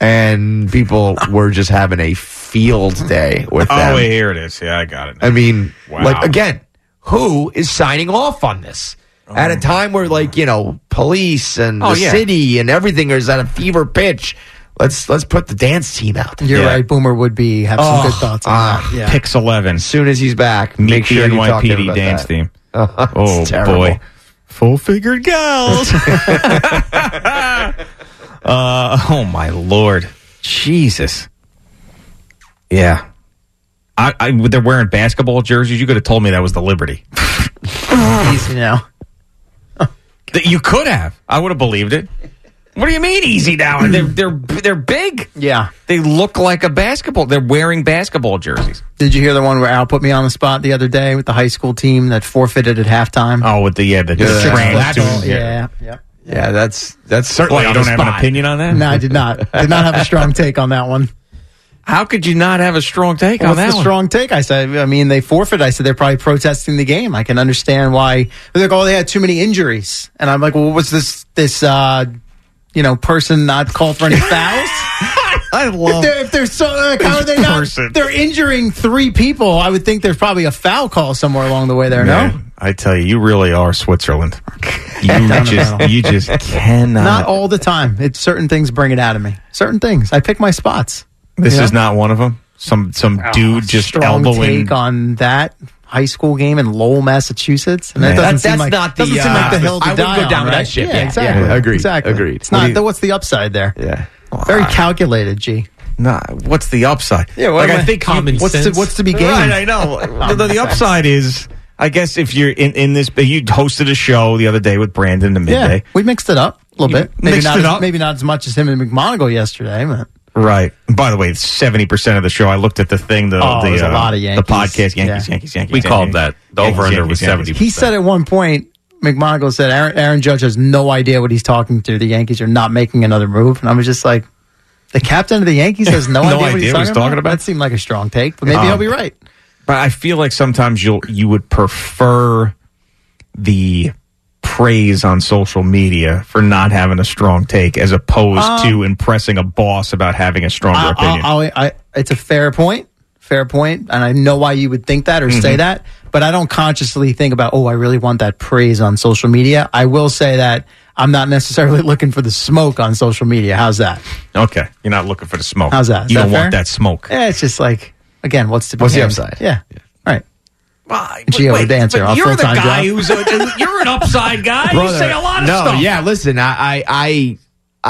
and people were just having a field day with them. Oh, wait, here it is. Yeah, I got it. I mean, Wow. like again, who is signing off on this at Oh. a time where like you know police and Oh, the yeah. city and everything is at a fever pitch? Let's let's put the dance team out. You're right. Boomer would be have some good Oh, thoughts on ah, that. Yeah. Pix 11. As soon as he's back, Meet make the sure you talk to him NYPD about dance that. team. Oh, Oh, it's terrible. boy. Full figured gals. Uh, oh my lord, Jesus! Yeah, I, I they're wearing basketball jerseys. You could have told me that was the Liberty. Easy now. That you could have. I would have believed it. What do you mean easy now? They're they're they're big. Yeah, they look like a basketball. They're wearing basketball jerseys. Did you hear the one where Al put me on the spot the other day with the high school team that forfeited at halftime? Oh, with the yeah, the yeah, trash that's- dude. yeah, yeah. Yeah, that's that's certainly. Well, you on don't the have an spot. opinion on that. No, I did not. Did not have a strong take on that one. How could you not have a strong take What's the strong take? I said. I mean, they forfeit. I said they're probably protesting the game. I can understand why. They're like, oh, they had too many injuries, and I'm like, well, what's this? This, uh, you know, person not called for any fouls. I If they're, if they're so, like, how are they not? Person. They're injuring three people. I would think there's probably a foul call somewhere along the way there. No, Man, I tell you, you really are Switzerland. You Down the just middle. you just cannot. Not all the time. It's certain things bring it out of me. Certain things. I pick my spots. this You is know? not one of them. Some some dude just Oh, strong elbowing. take on that high school game in Lowell, Massachusetts. And that Yeah. doesn't That- seem that's like, not the, doesn't seem like the uh, hill to I wouldn't die go on, down right? with that shit. Yeah, Yeah, exactly. yeah. Agreed, Exactly. agreed. It's What do not. you- the- what's the upside there? Yeah. Very calculated, G. Nah, what's the upside? Yeah, what like am I I- think common you, what's to- sense. what's to be gained? Right, I know. Common the, the sense. upside is, I guess, if you're in in this, you hosted a show the other day with Brandon the midday. Yeah, we mixed it up a little You bit. Maybe mixed not it as, up? Maybe not as much as him and McMonagle yesterday. But Right. By the way, seventy percent of the show. I looked at the thing. The Oh, the, uh, there's a lot of the Yankees. podcast. Yankees, Yeah. Yankees, Yankees. We called that. The over-under was 70. he said at one point, McMonagle said Aaron, Aaron Judge has no idea what he's talking to. The Yankees are not making another move, and I was just like. The captain of the Yankees has no, No idea what he's talking, about? about? That seemed like a strong take, but maybe Um, I'll be right. But I feel like sometimes you'll you would prefer the praise on social media for not having a strong take as opposed Um, uh, to impressing a boss about having a stronger I- opinion. I- I- I- it's a fair point. Fair point, and I know why you would think that or say Mhm. that, but I don't consciously think about, oh, I really want that praise on social media. I will say that I'm not necessarily looking for the smoke on social media. How's that? okay, you're not looking for the smoke. How's that? Is you that don't want fair? that smoke. Yeah, it's just like, again, what's the What's the upside? Yeah. All right. Gio the wait, dancer, but our you're the full-time guy job. who's you're an upside guy. Brother, you say a lot of no, stuff. yeah, listen, I, I, I,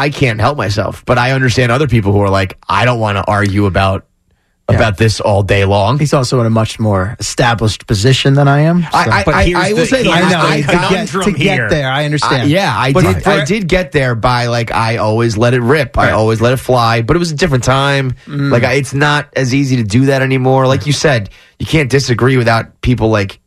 I can't help myself, but I understand other people who are like, I don't want to argue about about this all day long. He's also in a much more established position than I am. so- I, I, I, I will say, though, I know, I, to get, to get there, I understand. yeah, I But did. for- I did get there by like I always let it rip. I always let it fly. But it was a different time. Mm. Like I, it's not as easy to do that anymore. Like you said, you can't disagree without people like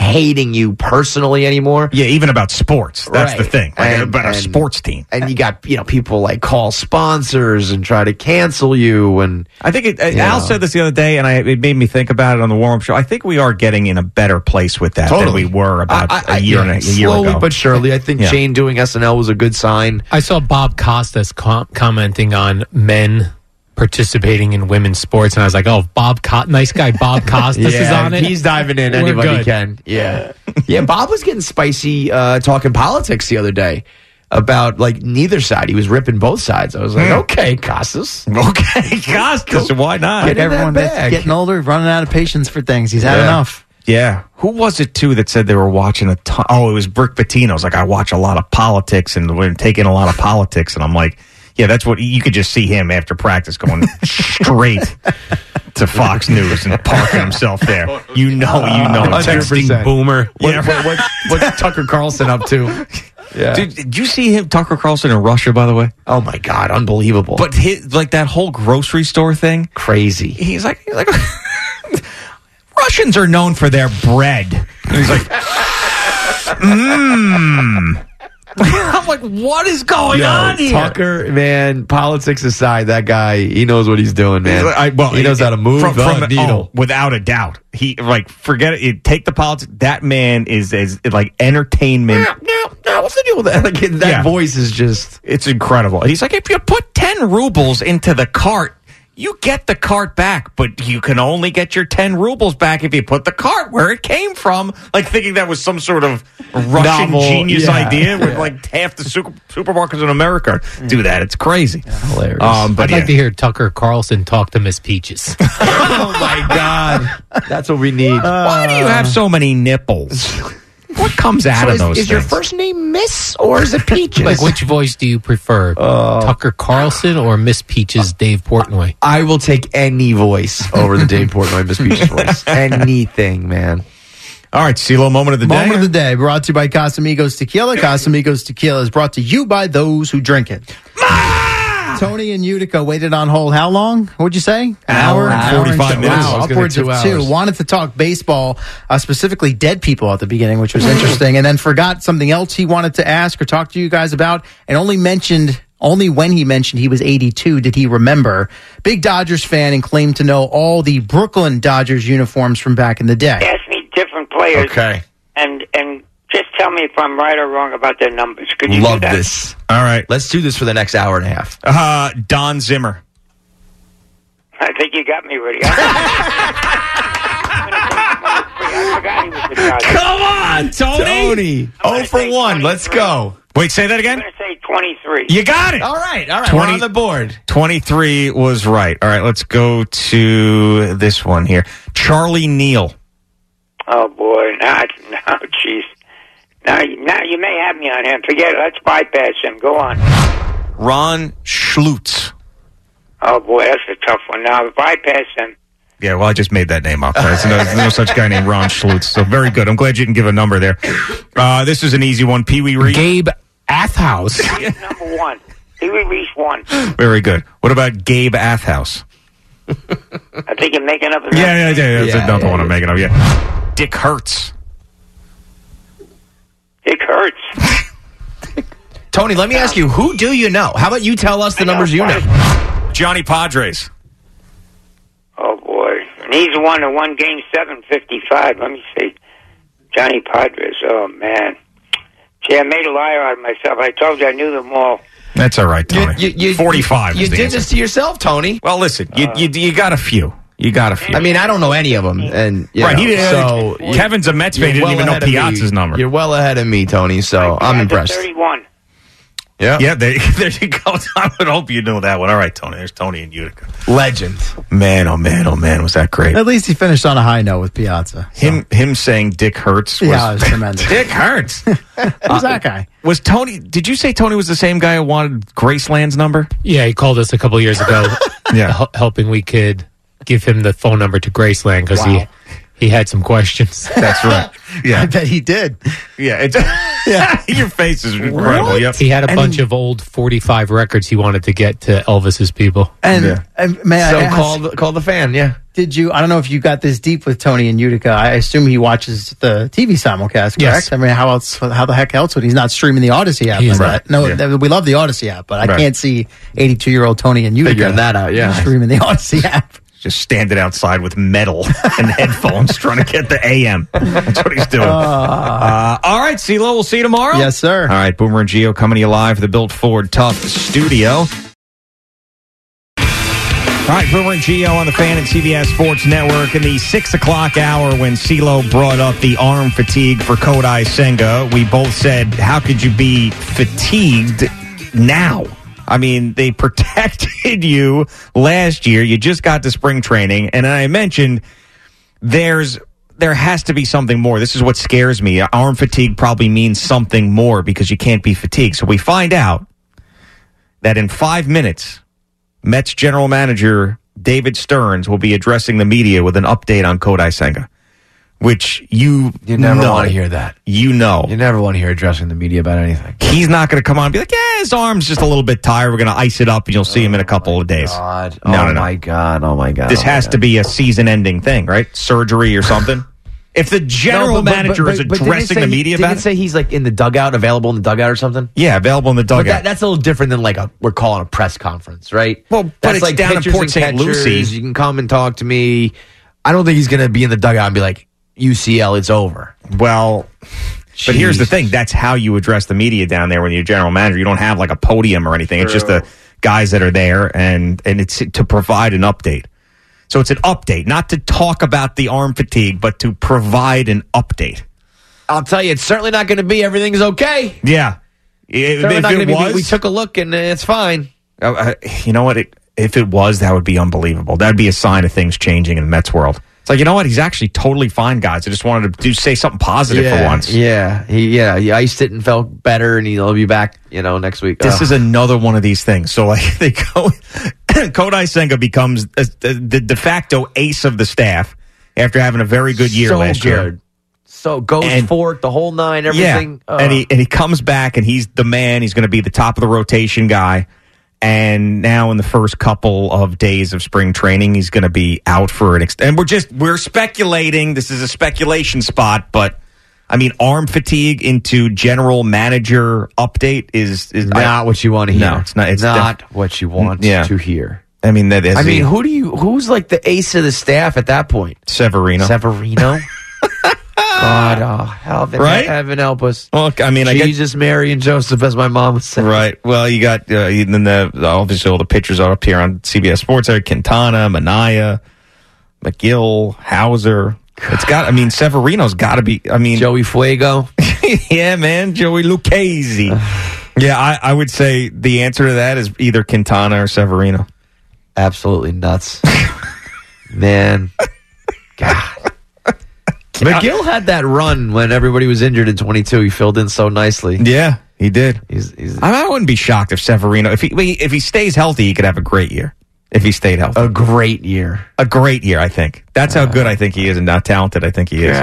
hating you personally anymore. Yeah, even about sports. That's the thing. Like, And- about a and- sports team. And you got you know people like call sponsors and try to cancel you. And I think it, you Al know. said this the other day, and I, it made me think about it on the warm up show. I think we are getting in a better place with that Totally. than we were about a year and a, a year slowly ago. but surely. I think Yeah. Shane doing SNL was a good sign. I saw Bob Costas com- commenting on men participating in women's sports, and I was like, "Oh, Bob, Co- nice guy, Bob Costas is Yeah, on it. He's diving in We're anybody good. can. Yeah. Yeah, Bob was getting spicy uh, talking politics the other day about like neither side. He was ripping both sides. I was like, okay, Costas. Hmm. Okay, Costas, why not? like everyone that's getting older, running out of patience for things. He's had enough. Yeah. Who was it too that said they were watching a ton? Oh, it was Brick Pitino. It's like I watch a lot of politics and we're taking a lot of politics, and I'm like, yeah, that's what you could just see him after practice going straight to Fox News and parking himself there. You Oh, know, you Uh, know, Uh, texting boomer. What, Yeah. what- what- what's Tucker Carlson up to? Yeah. Dude, did you see him, Tucker Carlson, in Russia? By the way, oh my god, unbelievable! But his, like that whole grocery store thing, crazy. He's like, he's like, Russians are known for their "Hmm, Hmm. bread. And he's like, mmm. I'm like, what is going Yo, on here? Tucker, man, politics aside, that guy, he knows what he's doing, man. I- well, he knows it- how to move from- the from- needle. oh, without a doubt. He like forget it. it- Take the politics. That man is as like entertainment. what's the deal with that? that voice is just it's incredible. And he's like, if you put ten rubles into the cart. You get the cart back, but you can only get your 10 rubles back if you put the cart where it came from. Like thinking that was some sort of Russian Novel, genius yeah. idea with Yeah. like half the super, supermarkets in America do that. It's crazy. hilarious. Um, but I'd yeah. like to hear Tucker Carlson talk to Miss Peaches. Oh my god, that's what we need. Why do you have so many nipples? What comes out So of is- those? is your things? first name Miss or is it Peaches? like, which voice do you prefer, Uh, Tucker Carlson or Miss Peaches Dave Portnoy? I will take any voice over the Dave Portnoy Miss Peaches voice. Anything, man. All right, CeeLo, moment of the Moment of the day brought to you by Casamigos Tequila. Casamigos Tequila is brought to you by those who drink it. Tony and Utica waited on hold how long? What'd you say? An hour and 45 two- minutes. I Wow, was gonna upwards do of hours. two. Wanted to talk baseball, uh, specifically dead people at the beginning, which was Mm-hmm. interesting, and then forgot something else he wanted to ask or talk to you guys about, and only mentioned. Only when he mentioned he was 82 did he remember. Big Dodgers fan and claimed to know all the Brooklyn Dodgers uniforms from back in the day. Ask me different players. Okay. And and just tell me if I'm right or wrong about their numbers. Could you Love do that? this. All right. Let's do this for the next hour and a half. Uh, Don Zimmer. I think you got me, Rudy. Come on, Tony. Oh for 1. Let's go. Wait, say that again? Say 23. You got it. All right. All right. We're 20 on the board. 23 was right. All right, let's go to this one here. Charlie Neal. Oh boy, now now, jeez. Now, you- now you may have me on him. Forget it. Let's bypass him. Go on. Ron Schlutz. Oh boy, that's a tough one. Now bypass him. Yeah, well, I just made that name up. There's no, there's no such guy named Ron Schlutz. So very good. I'm glad you didn't give a number there. Uh, this is an easy one. Pee Wee Reed. Gabe Athhouse. He's number one. He released one. Very good. What about Gabe Athhouse? I think you're making up. Yeah, yeah, yeah. yeah. That's Yeah, another one I'm making up. Yeah. Dick Hertz. Dick Hertz. Tony, let me ask you, who do you know? How about you tell us the numbers you know? Johnny Padres. Oh boy, and he's the one that won Game Seven, fifty-five. Let me see, Johnny Padres. Oh man, see, I made a liar out of myself. I told you I knew them all. That's all right, Tony. You, 45. You is the did answer. this to yourself, Tony. Well, listen, you, Uh. you you got a few. You got a few. I mean, I don't know Oh, any of them, and you Right, know, he didn't- so Kevin's a Mets you're fan, he didn't even know ahead of me. Piazza's number. You're well ahead of me, Tony. So I'm impressed. Thirty-one. Yeah, yeah. There, there you go. I would hope you know that one. All right, Tony. There's Tony in Utica. Legend. Man, oh man, oh man, was that great? At least he finished on a high note with Piazza. Him him saying Dick Hurts was, Yeah, it was tremendous. Dick Hurts. Who's that guy? Was Tony? Did you say Tony was the same guy who wanted Graceland's number? Yeah, he called us a couple years ago. yeah, helping we could give him the phone number to Graceland because Wow. he he had some questions. That's right. Yeah, I bet he did. Yeah, it's, yeah. Your face is incredible. Yep. He had a bunch of old 45 records he wanted to get to Elvis's people. And, and man, So I ask, call the, call the fan. Yeah. Did you? I don't know if you got this deep with Tony and Utica. I assume he watches the TV simulcast. Correct. Yes. I mean, how else? How the heck else would he's not streaming the Odyssey app? He's like not. that? No, Yeah. th- we love the Odyssey app, but I Right. can't see 82 year old Tony and Utica Figuring that out, yeah. streaming the Odyssey app. Just standing outside with metal and headphones, trying to get the AM. That's what he's doing. Uh, all right, CeeLo, we'll see you tomorrow. Ah. Yes, sir. All right, Boomer and Geo coming to you live, at the Built Ford Tough Studio. All right, Boomer and Geo on the Fan and CBS Sports Network in the six o'clock hour when CeeLo brought up the arm fatigue for Kodai Senga. We both said, How could you be fatigued now? I mean, they protected you last year. You just got to spring training. And I mentioned there's there has to be something more. This is what scares me. Arm fatigue probably means something more because you can't be fatigued. So we find out that in five minutes, Mets general manager David Stearns will be addressing the media with an update on Kodai Senga, which you You never know. want to hear that. You know. You never want to hear addressing the media about anything. He's not going to come on and be like, yeah, his arm's just a little bit tired. We're going to ice it up and you'll see him in a couple of days. God. No, oh no, no. my God. Oh my God. This oh my has to be a season ending thing, right? Surgery or something. If the No, general but- but- manager but- is but didn't it addressing say he- the media didn't about it it, say he's like in the dugout, available in the dugout or something? yeah, available in the But dugout. that, that's a little different than like a we're calling a press conference, right? Well, but it's down in Port St. Lucie. You can come and talk to me. I don't think he's going to be in the dugout and be like UCL, E it's over. Well, But here's the thing: that's how you address the media down there when you're general manager. You don't have like a podium or anything. It's just the guys that are there, and and it's to provide an update. So it's an update, not to talk about the arm fatigue, but to provide an update. I'll tell you, it's certainly not going to be everything's okay. Yeah, It- Certainly if not it gonna be, we- was- we took a look and uh, it's fine. Uh, uh, you know what? It, if it was, that would be unbelievable. That'd be a sign of things changing in the Mets world. It's like you know what? He's actually totally fine, guys. I just wanted to do, say something positive yeah, for once. Yeah, he, yeah, he iced it and felt better, and he'll be back, you know, next week. Uh, This Ugh. is another one of these things. So like they go, Kodai Senga becomes uh, the, the de facto ace of the staff after having a very good year So last good. year. so goes and- for it, the whole nine, everything. Uh, Yeah, Ugh. and he and he comes back and he's the man. He's going to be the top of the rotation guy. And now in the first couple of days of spring training, he's going to be out for an extent. And we're just we're speculating. This is a speculation spot, but. I mean, arm fatigue into general manager update is is Not what you want to hear. No, it's not. It's Not def- what you want Yeah. to hear. I mean, that is. I mean, who do you? Who's like the ace of the staff at that point? Severino. Severino. God, oh, heaven, Right? heaven help us. Well, I mean, I guess- Jesus, Mary, and Joseph, as my mom would say. Right. Well, you got uh, and then the the- obviously all the pictures are up here on CBS Sports. There, Quintana, Manaya, McGill, Hauser. It's got. I mean, Severino's got to be. I mean, Joey Fuego. yeah, man, Joey Lucchese. yeah, I, I would say the answer to that is either Quintana or Severino. Absolutely nuts, man. McGill had that run when everybody was injured in 22. He filled in so nicely. Yeah, he did. He's, he's I, mean, I wouldn't be shocked if Severino, if he if he stays healthy, he could have a great year. If he stayed healthy, a great year, a great year. I think that's how good I think he is, and how talented I think he is.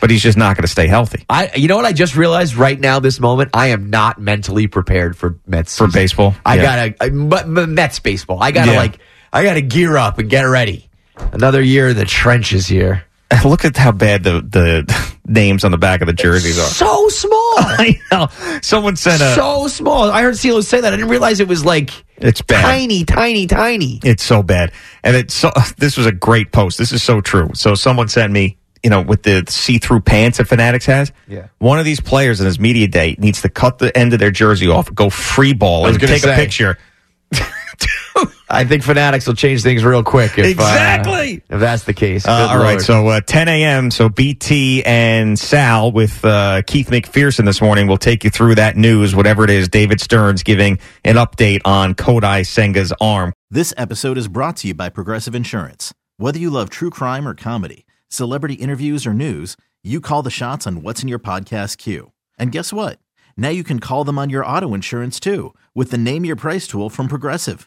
But he's just not going to stay healthy. I, you know what? I just realized right now, this moment, I am not mentally prepared for Mets for baseball. I Yeah. gotta, I, but, but Mets baseball. I gotta Yeah. like, I gotta gear up and get ready. Another year in the trenches here. Look at how bad the the names on the back of the jerseys are. So small. I know. Someone uh, sent a. so small. I heard CeeLo say that. I didn't realize it was like it's bad. tiny, tiny, tiny. It's so bad. And it's so, this was a great post. This is so true. So someone sent me, you know, with the see through pants that Fanatics has. Yeah. One of these players in his media day needs to cut the end of their jersey off, go free ball, I was and gonna take say. a picture. I think Fanatics will change things real quick. If, uh, Exactly. if that's the case. Uh, Good all right, Lord. so uh, 10 a.m. So BT and Sal with uh, Keith McPherson this morning will take you through that news, whatever it is. David Stearns giving an update on Kodai Senga's arm. This episode is brought to you by Progressive Insurance. Whether you love true crime or comedy, celebrity interviews or news, you call the shots on what's in your podcast queue. And guess what? Now you can call them on your auto insurance too with the Name Your Price tool from Progressive.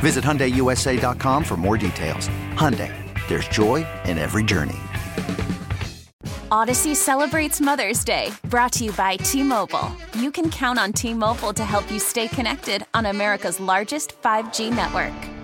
Visit HyundaiUSA.com for more details. Hyundai, there's joy in every journey. Odyssey celebrates Mother's Day, brought to you by T Mobile. You can count on T Mobile to help you stay connected on America's largest 5G network.